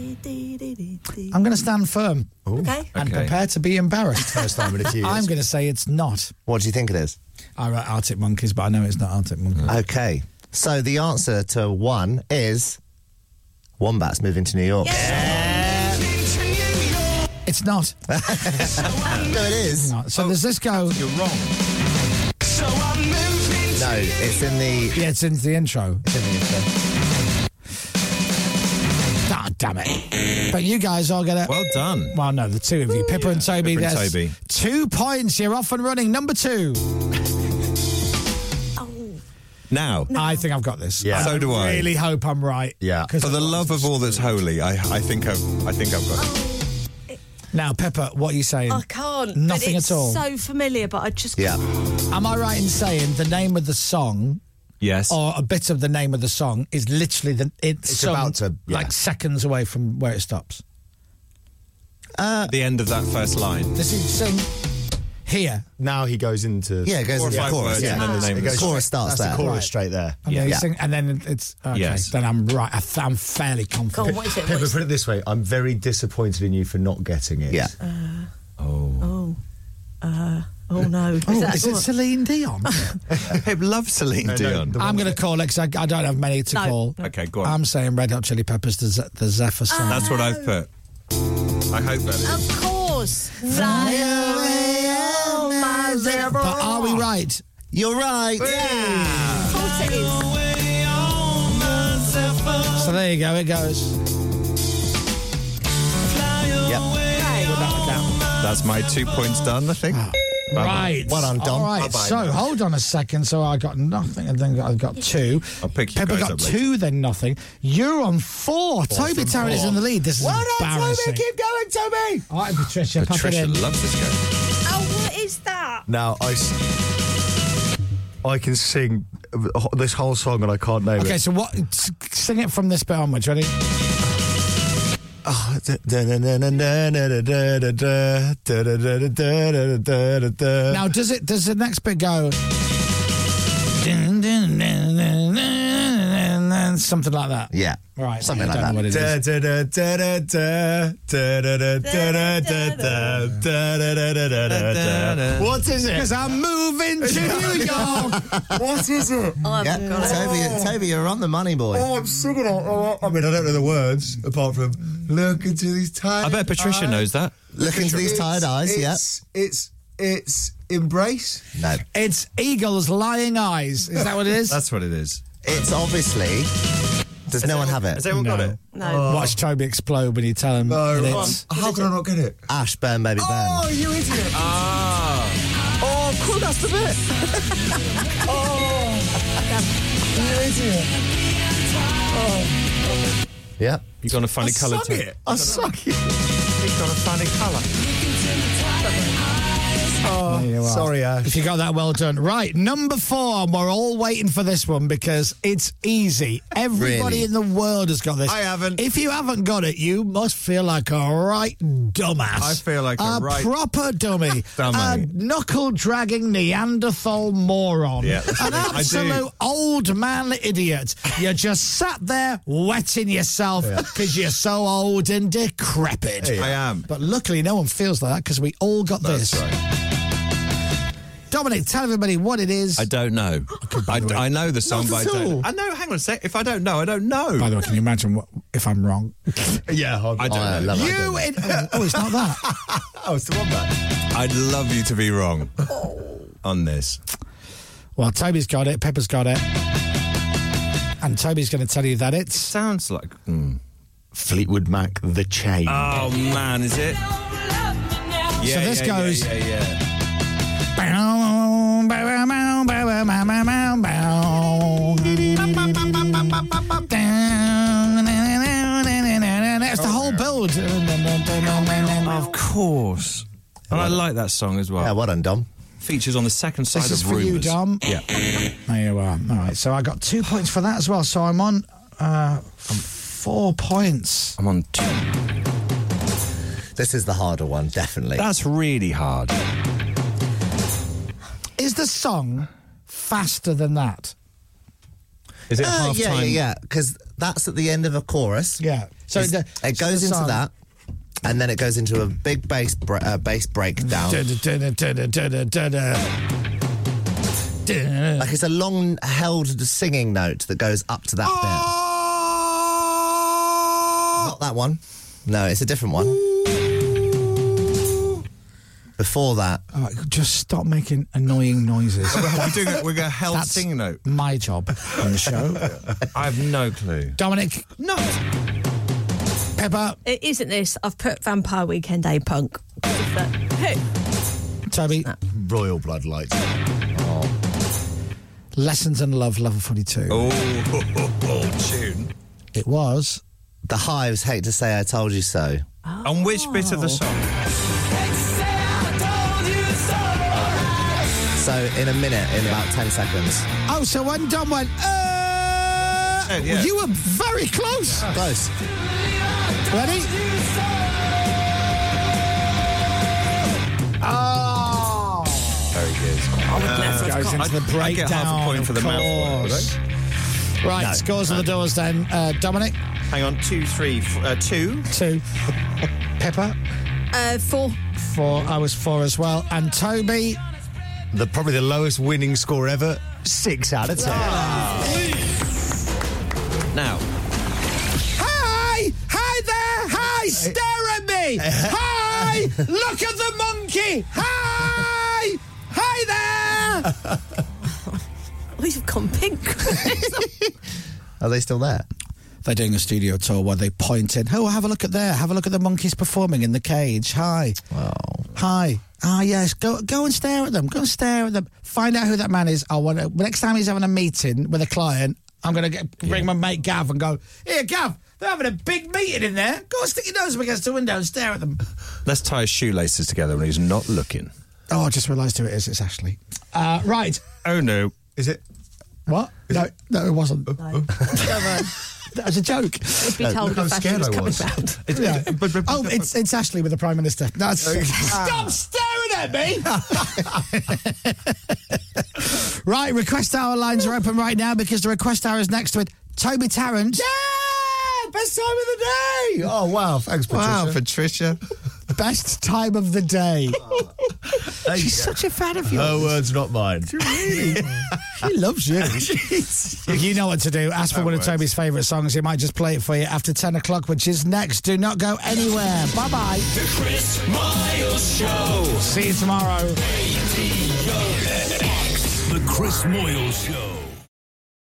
S5: I'm going to stand firm.
S3: Okay.
S5: And
S6: Okay.
S5: prepare to be embarrassed.
S6: First time in a few years.
S5: I'm going to say it's not.
S8: What do you think it is?
S5: I write Arctic Monkeys, but I know it's not Arctic Monkeys.
S8: Okay. So the answer to one is Wombats moving to New York.
S5: It's not. no,
S8: it is.
S5: So does this go?
S7: You're wrong.
S8: No, it's in the.
S5: Yeah, it's in the intro.
S8: It's in the intro.
S5: Ah, damn it. But you guys are going to.
S7: Well done.
S5: Well, no, the two of you, Pippa and Toby.
S7: Pippa and
S5: that's
S7: Toby.
S5: Two points. You're off and running. Number two.
S7: Now.
S5: I think I've got this.
S7: Yeah. So do I.
S5: really hope I'm right.
S7: Yeah. For the love of all that's holy, I, I think I've I think I've got. It.
S5: Now, Pepper, what are you saying?
S3: I can't.
S5: Nothing
S3: but it's
S5: at all.
S3: So familiar, but I just
S5: Am I right in saying the name of the song?
S7: Yes.
S5: Or a bit of the name of the song is literally the it's,
S6: It's
S5: sung
S6: about to- yeah.
S5: like seconds away from where it stops.
S6: Uh,
S7: the end of that first line.
S5: This is sing here.
S6: Now he goes into
S5: Yeah, it goes
S7: Four or into five chorus, words yeah. and then the name of the
S6: It goes
S7: song.
S6: straight-
S7: starts
S6: that's
S7: there.
S6: The chorus
S7: Right.
S6: straight there.
S5: And, then you sing, and then it's okay.
S6: Yes.
S5: Then I'm right. I th- I'm fairly confident.
S6: Pippa, put it this way: I'm very disappointed in you for not getting it. Yeah.
S3: Oh. Uh, oh no. Is
S5: Oh,
S3: that-
S5: is it Celine Dion?
S7: Pip loves Celine Dion.
S5: I'm going to call it 'cause I, I don't have many to call.
S7: Okay, go on.
S5: I'm saying Red Hot Chili Peppers, the, Z- the Zephyr song.
S7: That's what I've put. I hope that is.
S3: Of course.
S5: Fly away, oh my zebra. But are we right?
S8: You're right.
S5: Yeah.
S3: Of course it is.
S5: So there you go. It goes.
S7: That's my two points done. I think.
S6: Ah.
S7: Bye-bye.
S5: Right. All right. So hold on a second. So I got nothing, and then I've got two.
S7: I'll pick you
S5: Pepper
S7: guys
S5: got
S7: up later.
S5: two, then nothing. You're on four. Toby
S7: from
S5: Tarrant is
S7: four.
S5: in the lead. This is
S7: Well done, Toby.
S5: embarrassing.
S6: Keep going, Toby.
S5: All right, Patricia, pop it in.
S7: Patricia loves this game.
S3: Oh, what is that?
S6: Now I, s- I can sing uh, this whole song and I can't name
S5: Okay,
S6: it.
S5: so what? s- Sing it from this bit onwards. Ready?
S6: Oh, da- da- da- da- da- da- da- da- da- da- da- da- da- da- da- da- da- da-
S7: Uh,
S6: da.
S5: Now, does it? Does the next bit go? Dun, dun, dun, dun, dun, dun, Something like that.
S8: Yeah.
S5: Right.
S8: Something
S5: I
S8: like that.
S5: don't know what it
S6: Da-
S5: is.
S6: da- da- da- da- da- da- da- da- da- da- da- da- da- da- da- da- da- da-
S8: Uh,
S6: da. What is it?
S5: Because I'm moving to New York.
S6: What is it?
S3: Oh, I've
S8: Yeah,
S3: got it.
S8: Toby, Toby, you're on the money, boy.
S6: Oh, I'm singing it. Oh, I mean, I don't know the words apart from look into these tight.
S7: I bet Patricia knows that.
S8: Look into these tired eyes, yeah.
S6: It's it's it's embrace.
S8: No.
S5: It's Eagles Lying Eyes. Is that what it is?
S7: That's what it is.
S8: It's obviously. Does no one have it?
S7: Has everyone got
S5: No.
S7: it?
S3: No.
S5: Watch Toby explode when you tell him.
S6: No.
S5: that
S6: Come on.
S5: it's,
S6: How can I not get it?
S8: Ash, burn, baby, burn.
S6: Oh, you idiot!
S7: Ah.
S8: oh cool, that's the bit.
S6: Oh. You idiot!
S7: Oh.
S8: Yeah.
S7: You got a funny colour.
S6: sung
S7: to
S6: it.
S8: I suck it.
S7: You got a funny colour.
S5: There you are.
S6: Sorry, Ash.
S5: If you got that, well done. Right, number four, and we're all waiting for this one because it's easy. Everybody
S8: Really?
S5: in the world has got this.
S6: I haven't.
S5: If you haven't got it, you must feel like a right dumbass.
S7: I feel like a right-
S5: proper dummy, a
S7: Dummy.
S5: knuckle dragging Neanderthal moron,
S7: Yeah, that's
S5: an
S7: what I do.
S5: absolute old man idiot. You just sat there wetting yourself because you're so old and decrepit.
S7: I am.
S5: But luckily, no one feels like that because we all got
S7: That's
S5: this.
S7: right.
S5: Dominic, tell everybody what it is.
S7: I don't know. I, I know the song,
S5: Not
S7: but I
S5: at all.
S7: don't. I know. Hang on a sec. If I don't know, I don't know.
S5: By the way, can you imagine what, if I'm wrong?
S6: Yeah, I've,
S7: I don't
S8: Oh, I
S7: know. Oh,
S8: love it.
S5: you, in, oh, oh, it's not that.
S6: I was the one back.
S7: I'd love you to
S5: Oh.
S7: be wrong on this.
S5: Well, Toby's got it, Pepper's got it. And Toby's going to tell you that it sounds
S17: like
S7: hmm.
S18: Fleetwood Mac, The Chain.
S17: Oh man, is it?
S5: so this
S17: yeah,
S5: goes.
S17: Yeah, yeah, yeah.
S5: It's the whole build. Of
S17: course. And I like that song as well. Yeah,
S8: well done, Dom.
S17: Features on the second side
S5: This is
S17: of
S5: for
S17: Rumours.
S5: you, Dom.
S17: Yeah.
S5: There you are. All right. So I got two points for that as well. So I'm on uh, four points.
S17: I'm on two.
S8: This is the harder one, definitely.
S17: That's really hard.
S5: Is the song faster than that?
S17: Is
S5: it
S8: uh, Yeah, yeah,
S5: halftime?
S8: yeah. Because that's at the end of a chorus.
S5: Yeah. So
S8: It's-
S5: the-
S8: it
S5: so
S8: goes
S5: the
S8: into
S5: song-
S8: that, and then it goes into a big bass br- uh, bass breakdown.
S5: uh,
S8: Like it's a long held singing note that goes up to that
S5: Ah!
S8: bit. Not that one. No, it's a different one. Before that,
S5: All right, just stop making annoying noises.
S18: We're doing it- we're gonna held
S5: That's
S18: singing note.
S5: My job on the show.
S17: I have no clue.
S5: Dominic,
S3: No.
S5: Pepper.
S3: It isn't this. I've put Vampire Weekend A Punk. Who?
S5: Toby.
S8: Royal Bloodlight.
S5: Oh. Lessons in Love, level 42.
S17: Oh, tune.
S5: It was.
S8: The Hives hate to say I told you so.
S17: On which bit of the
S5: Oh.
S17: song?
S8: So in a minute, in about 10 seconds.
S5: Oh, so one Dom went, uh,
S8: yeah.
S5: You were very close.
S8: Close.
S5: Ready? Oh.
S17: Very good.
S5: I
S6: Uh,
S5: would love to have Goes into the
S17: I get half a
S5: breakdown,
S17: point for the
S5: of
S17: mouth. would
S5: course.
S17: I?
S5: Right,
S17: No,
S5: scores
S17: no.
S5: on the doors then. Uh, Dominic?
S18: Hang on, two, three, f- uh, two.
S5: Two. Pepper?
S3: Uh, four.
S5: Four. I was four as well. And Toby?
S18: The probably the lowest winning score ever. Six out of ten.
S6: Ah.
S17: Now,
S5: Hi! Hi there! Hi! Stare at me! Hi! Look at the monkey! Hi! Hi there!
S3: Oh, you've gone pink.
S8: Are they still there?
S5: They're doing a studio tour where they point in, oh, have a look at there, have a look at the monkeys performing in the cage. Hi. Wow. Hi. Ah, yes. Go go and stare at them. Go and stare at them. Find out who that man is. I want to, next time he's having a meeting with a client, I'm going to bring my mate Gav and go, here, Gav, they're having a big meeting in there. Go and stick your nose up against the window and stare at them.
S17: let's tie his shoelaces together when he's not looking.
S5: Oh, I just realised who it is. It's Ashley. Uh, right.
S17: Oh no.
S18: Is it?
S5: What? no, no, it wasn't. that was a joke.
S3: If be told the fashion was coming round.
S5: Yeah. oh, it's, it's Ashley with the Prime Minister. That's
S3: Ah.
S5: Stop staring at me! right, request hour lines are open right now because the request hour is next with Toby Tarrant. Yeah! Best time of the day!
S18: Oh, wow. Thanks,
S5: Patricia.
S18: Wow, Patricia.
S5: Best time of the day.
S18: There you
S5: She's
S18: go.
S5: such a fan of
S18: Her
S5: yours.
S18: words, not mine.
S5: Really? she loves you. you know what to do. Ask for
S18: That
S5: one
S18: works.
S5: of Toby's favourite songs. He might just play it for you after 10 o'clock, which is next. Do not go anywhere. Bye bye.
S14: The Chris Miles Show.
S5: See you tomorrow.
S1: The Chris Moyle Show.